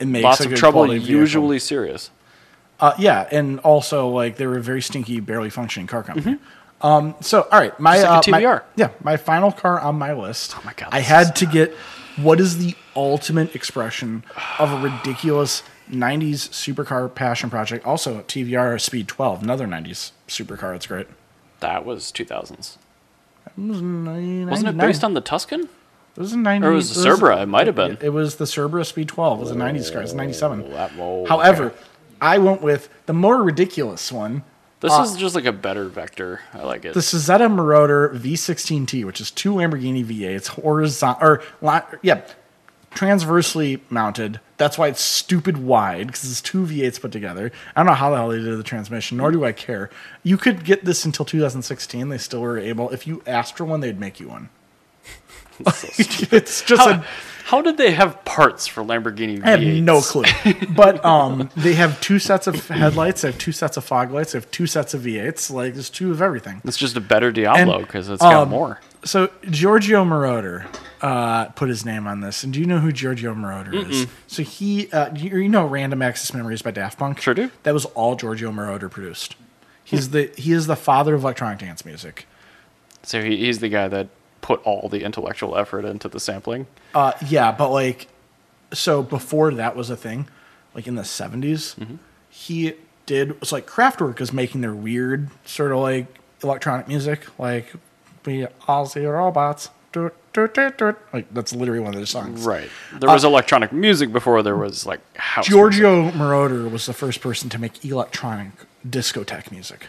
Speaker 2: it makes
Speaker 1: Lots
Speaker 2: a
Speaker 1: of
Speaker 2: good
Speaker 1: trouble,
Speaker 2: quality vehicle.
Speaker 1: usually serious.
Speaker 2: Uh, yeah, and also like they were a very stinky, barely functioning car company. Um, so all right, my,
Speaker 1: Mm-hmm. Just like a
Speaker 2: uh, my-
Speaker 1: TBR.
Speaker 2: yeah, my final car on my list. Oh
Speaker 1: my God,
Speaker 2: I
Speaker 1: this
Speaker 2: had to get what is the ultimate expression of a ridiculous '90s supercar passion project? Also, TBR Speed 12, another '90s supercar. It's great.
Speaker 1: That was 2000s.
Speaker 2: Wasn't
Speaker 1: Wasn't it based on the Tuscan?
Speaker 2: It was a '90s.
Speaker 1: Or it was the Cerbera, it might have been.
Speaker 2: It was the Cerbera Speed 12. It was a '90s car. It's '97.
Speaker 1: that- oh,
Speaker 2: However, I went with the more ridiculous one.
Speaker 1: This
Speaker 2: Uh,
Speaker 1: is just like a better vector. I like it.
Speaker 2: the Suzetta Marauder V16T, which is two Lamborghini V8s, horizontal or li- yeah, transversely mounted. That's why it's stupid wide because it's two V8s put together. I don't know how the hell they did the transmission, nor do I care. You could get this until 2016. They still were able. If you asked for one, they'd make you one. it's just
Speaker 1: how,
Speaker 2: a
Speaker 1: how did they have parts for Lamborghini V8s?
Speaker 2: I have no clue. But um, they have two sets of headlights, they have two sets of fog lights, they have two sets of V8s. Like there's two of everything.
Speaker 1: It's just a better Diablo
Speaker 2: And,
Speaker 1: because it's got
Speaker 2: um,
Speaker 1: more.
Speaker 2: So Giorgio Moroder uh, put his name on this, and do you know who Giorgio Moroder is? So he, uh, you, you know, Random Access Memories by Daft Punk.
Speaker 1: Sure do.
Speaker 2: That was all Giorgio Moroder produced. He's the he is the father of electronic dance music.
Speaker 1: So he, he's the guy that put all the intellectual effort into the sampling.
Speaker 2: Uh, yeah, but like, so before that was a thing, like in the 70s
Speaker 1: Mm-hmm.
Speaker 2: he did. It's like Kraftwerk is making their weird sort of like electronic music, like we Aussie robots. Doot, doot, doot, doot. Like that's literally one of their songs.
Speaker 1: Right. There was electronic music before there was like house. music.
Speaker 2: Uh, Giorgio Moroder was the first person to make electronic discotheque music.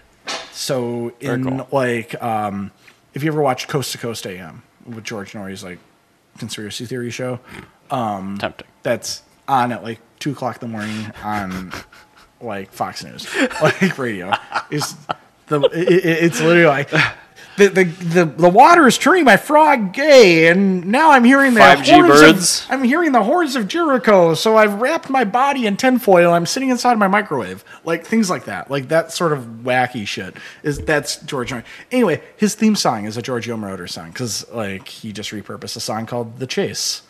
Speaker 2: So in
Speaker 1: cool.
Speaker 2: like, um, if you ever watch Coast to Coast AM with George Norrie's like conspiracy theory show,
Speaker 1: Tempting.
Speaker 2: that's on at like two o'clock in the morning on like Fox News, like radio. Is the it, it- it's literally like the, the the the water is turning my frog gay, and now I'm hearing the
Speaker 1: 5G
Speaker 2: horns of-
Speaker 1: birds.
Speaker 2: I'm hearing the horns of Jericho, so I've wrapped my body in tinfoil. I'm sitting inside my microwave, like things like that, like that sort of wacky shit. Is that's George? Martin. Anyway, his theme song is a Giorgio Moroder song because like he just repurposed a song called "The Chase."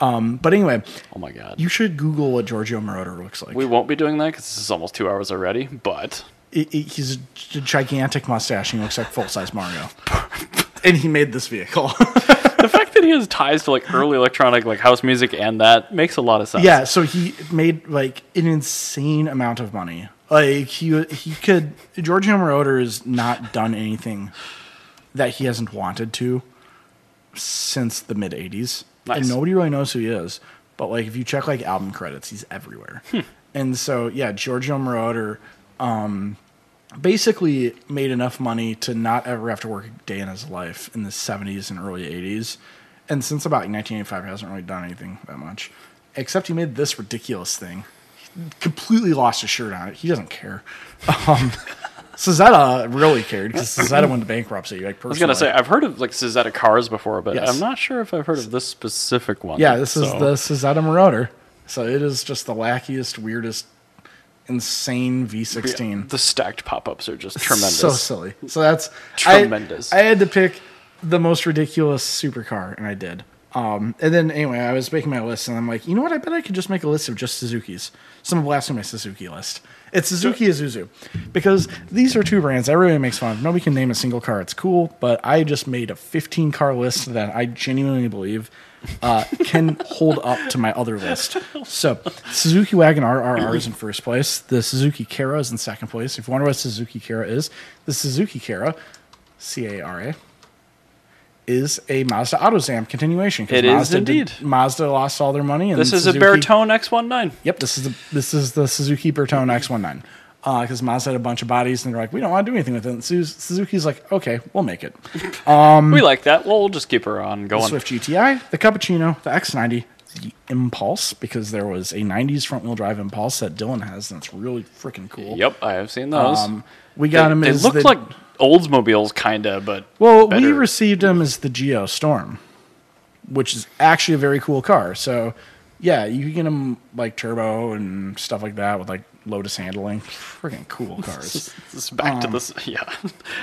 Speaker 2: Um, but anyway,
Speaker 1: Oh my god.
Speaker 2: you should Google what Giorgio Moroder looks like.
Speaker 1: we won't be doing that because this is almost two hours already. But
Speaker 2: It- it- he's a g- gigantic mustache and he looks like full size Mario. and he made this vehicle.
Speaker 1: the fact that he has ties to like early electronic, like house music, and that makes a lot of sense.
Speaker 2: yeah, so he made like an insane amount of money Like he he could Giorgio Moroder has not done anything that he hasn't wanted to since the mid '80s,
Speaker 1: Nice.
Speaker 2: and nobody really knows who he is. But like if you check like album credits, he's everywhere.
Speaker 1: Hmm.
Speaker 2: And so yeah, Giorgio Moroder um, basically made enough money to not ever have to work a day in his life in the '70s and early '80s, and since about 1985, he hasn't really done anything that much, except he made this ridiculous thing completely lost his shirt on it. He doesn't care. Um, Suzetta really cared because Suzetta went to bankruptcy. Like
Speaker 1: I was
Speaker 2: personally.
Speaker 1: gonna say I've heard of like Suzetta cars before, but
Speaker 2: Yes.
Speaker 1: I'm not sure if I've heard of this specific one.
Speaker 2: yeah, this is
Speaker 1: so-
Speaker 2: the Suzetta Marauder. So it is just the wackiest, weirdest, insane V16.
Speaker 1: The stacked pop-ups are just tremendous.
Speaker 2: So silly. So that's I-
Speaker 1: Tremendous.
Speaker 2: I, had to pick the most ridiculous supercar, and I did. Um, and then anyway, I was making my list, and I'm like, you know what? I bet I could just make a list of just Suzuki's. So I'm blasting my Suzuki list. It's Suzuki Isuzu because these are two brands everybody makes fun of. Nobody can name a single car. It's cool, but I just made a 15 car list that I genuinely believe uh, can hold up to my other list. So Suzuki Wagon RRR is in first place. The Suzuki Kara is in second place. If you wonder what Suzuki Kara is, the Suzuki Kara, C A R A, is a Mazda AutoZam continuation. 'cause
Speaker 1: It is
Speaker 2: Mazda did-
Speaker 1: indeed.
Speaker 2: Mazda lost all their money. And
Speaker 1: This is a
Speaker 2: Suzuki-
Speaker 1: Baritone X19.
Speaker 2: Yep, this is the this is the Suzuki Bertone X19. Because Mazda had a bunch of bodies, and they're like, we don't want to do anything with it. And Su- Suzuki's like, okay, we'll make it. Um,
Speaker 1: we like that. Well, we'll just keep her on going.
Speaker 2: The Swift GTI, the Cappuccino, the X90, the Impulse, because there was a 90s front wheel drive Impulse that Dylan has, and it's really freaking cool.
Speaker 1: Yep, I have seen those.
Speaker 2: Um, we
Speaker 1: they
Speaker 2: got him
Speaker 1: they
Speaker 2: as
Speaker 1: look
Speaker 2: the-
Speaker 1: like Oldsmobiles, kind of, but
Speaker 2: Well, we
Speaker 1: better.
Speaker 2: received him as the Geo Storm, which is actually a very cool car. So, yeah, you can get them like turbo and stuff like that with like Lotus handling. Freaking cool cars.
Speaker 1: it's back
Speaker 2: um,
Speaker 1: to this. Yeah,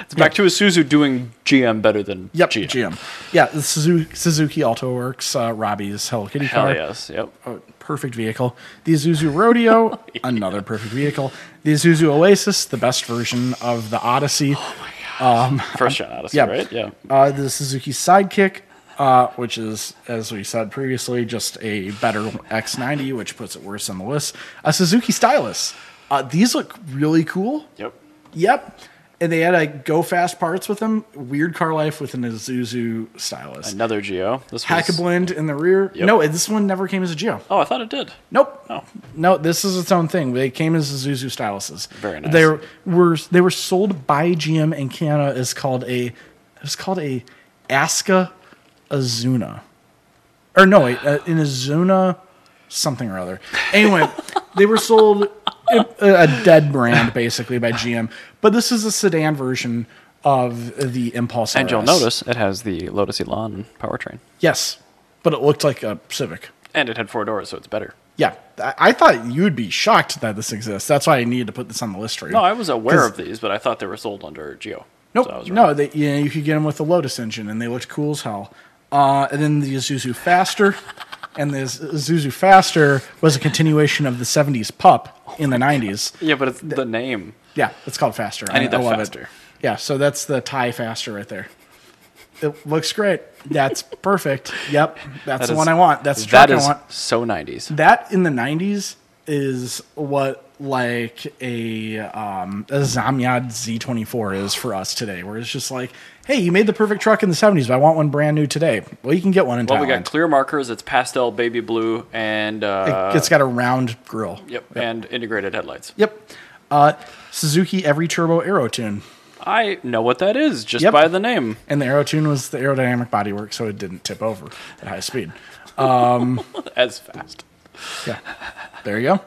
Speaker 1: it's back to Isuzu doing GM better than
Speaker 2: Yep,
Speaker 1: GM.
Speaker 2: GM. Yeah, the Suzuki, Suzuki Alto Works, uh, Robbie's Hello Kitty
Speaker 1: Hell
Speaker 2: car.
Speaker 1: yes. Yep.
Speaker 2: a perfect vehicle. The Isuzu Rodeo, another perfect vehicle. The Isuzu Oasis, the best version of the Odyssey.
Speaker 1: Oh, First shot out of
Speaker 2: yeah.
Speaker 1: right? Yeah.
Speaker 2: Uh, the Suzuki Sidekick, uh, which is, as we said previously, just a better X90, which puts it worse on the list. A Suzuki Stylus. Uh, these look really cool.
Speaker 1: Yep.
Speaker 2: Yep. And they had a go fast parts with them. Weird car life with an Isuzu Stylus.
Speaker 1: Another Geo. This was.
Speaker 2: Hack a blend in the rear.
Speaker 1: Yep.
Speaker 2: No, this one never came as a Geo.
Speaker 1: Oh, I thought it did.
Speaker 2: Nope.
Speaker 1: Oh.
Speaker 2: No, this is its own thing. They came as Zuzu styluses.
Speaker 1: Very nice.
Speaker 2: They were they were sold by GM and Canada is called a it's called a Aska Azuna. Or no, wait, uh, an Azuna something or other. Anyway, they were sold a, a dead brand basically by GM. But this is a sedan version of the Impulse
Speaker 1: And you'll
Speaker 2: RS.
Speaker 1: notice it has the Lotus Elan powertrain,
Speaker 2: Yes. But it looked like a Civic.
Speaker 1: and it had four doors, so it's better.
Speaker 2: Yeah, I I thought you would be shocked that this exists. That's why I needed to put this on the list for you.
Speaker 1: No, I was aware
Speaker 2: 'Cause-
Speaker 1: of these, but I thought they were sold under Geo.
Speaker 2: nope.
Speaker 1: So I was
Speaker 2: no, they, you, know, you could get them with the Lotus engine, and they looked cool as hell. Uh, and then the Isuzu Faster, and the Isuzu Faster was a continuation of the '70s Pup in the '90s.
Speaker 1: Yeah, but it's the name.
Speaker 2: Yeah, it's called Faster.
Speaker 1: I need that
Speaker 2: love
Speaker 1: Faster.
Speaker 2: It. Yeah, so that's the Thai Faster right there. It looks great. That's perfect. Yep, that's the
Speaker 1: is-
Speaker 2: one I want. That's the truck
Speaker 1: That is
Speaker 2: I want.
Speaker 1: so 90s.
Speaker 2: that in the 90s is what like a um a Zamyad Z24 is for us today where it's just like hey you made the perfect truck in the 70s but I want one brand new today well you can get one in
Speaker 1: Well,
Speaker 2: Thailand
Speaker 1: we got clear markers. It's pastel, baby blue, and uh,
Speaker 2: it's got a round grill
Speaker 1: yep, and integrated headlights.
Speaker 2: yep uh Suzuki every turbo aero tune
Speaker 1: I know what that is just
Speaker 2: Yep.
Speaker 1: by the name.
Speaker 2: and the aero tune was the aerodynamic bodywork so it didn't tip over at high speed
Speaker 1: As fast,
Speaker 2: yeah there you go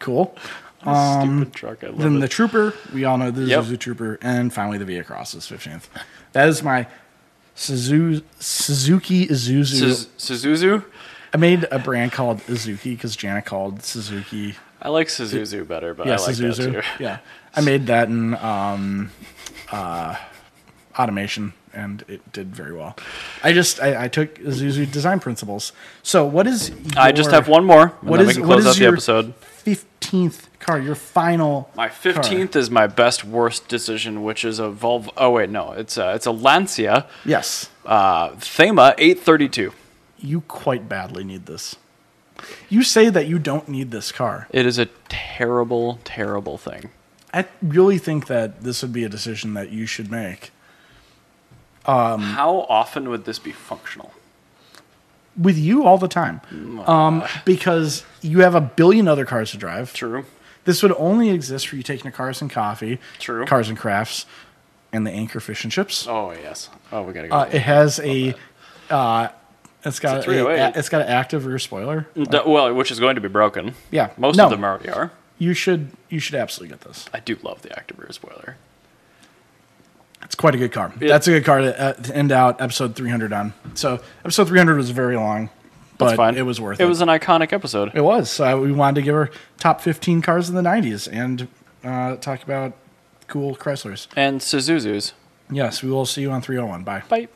Speaker 2: cool
Speaker 1: stupid truck. I love
Speaker 2: Um, Then
Speaker 1: it.
Speaker 2: the Trooper, we all know the
Speaker 1: Yep.
Speaker 2: Suzuki Trooper, and finally the Via Cross is 15th. That is my Suzu, Suzuki Isuzu.
Speaker 1: Suz- Suzuzu.
Speaker 2: I made a brand called Izuki because Janet called Suzuki.
Speaker 1: I like Suzuzu better, but
Speaker 2: Yeah,
Speaker 1: I like that
Speaker 2: Suzuzu.
Speaker 1: too.
Speaker 2: Yeah, I made that in um, uh, automation, and it did very well. I just I, I took Isuzu design principles. So what is?
Speaker 1: I just
Speaker 2: your-
Speaker 1: have one more. And
Speaker 2: What
Speaker 1: then
Speaker 2: is
Speaker 1: we can close
Speaker 2: what
Speaker 1: out
Speaker 2: is
Speaker 1: the
Speaker 2: your
Speaker 1: episode.
Speaker 2: Fifteenth car, your final.
Speaker 1: My
Speaker 2: car.
Speaker 1: fifteenth is my best worst decision, which is a Volvo. Oh wait, no, it's a it's a Lancia
Speaker 2: Yes.
Speaker 1: uh, Thema eight thirty two.
Speaker 2: you quite badly need this. You say that you don't need this car.
Speaker 1: It is a terrible, terrible thing.
Speaker 2: I really think that this would be a decision that you should make. Um,
Speaker 1: How often would this be functional?
Speaker 2: with you all the time um, because you have a billion other cars to drive.
Speaker 1: True.
Speaker 2: This would only exist for you taking to Cars and Coffee,
Speaker 1: True.
Speaker 2: Cars and Crafts, and the Anchor Fish and Chips.
Speaker 1: Oh yes. Oh, we gotta go.
Speaker 2: Uh, it has a, uh, it's got
Speaker 1: It's a
Speaker 2: a
Speaker 1: 308.
Speaker 2: it's got an active rear spoiler.
Speaker 1: D- well, which is going to be broken.
Speaker 2: Yeah.
Speaker 1: Most
Speaker 2: No.
Speaker 1: of them already are.
Speaker 2: You should you should absolutely get this.
Speaker 1: I do love the active rear spoiler.
Speaker 2: It's quite a good car. That's a good car to, uh, to end out episode 300 on. So episode 300 was very long, but
Speaker 1: It's fine.
Speaker 2: it was worth
Speaker 1: It
Speaker 2: it.
Speaker 1: was an iconic episode.
Speaker 2: It was. So I- we wanted to give her top 15 cars in the 90s and uh, talk about cool Chryslers.
Speaker 1: And Suzuzu's.
Speaker 2: Yes, we will see you on 301. Bye.
Speaker 1: Bye.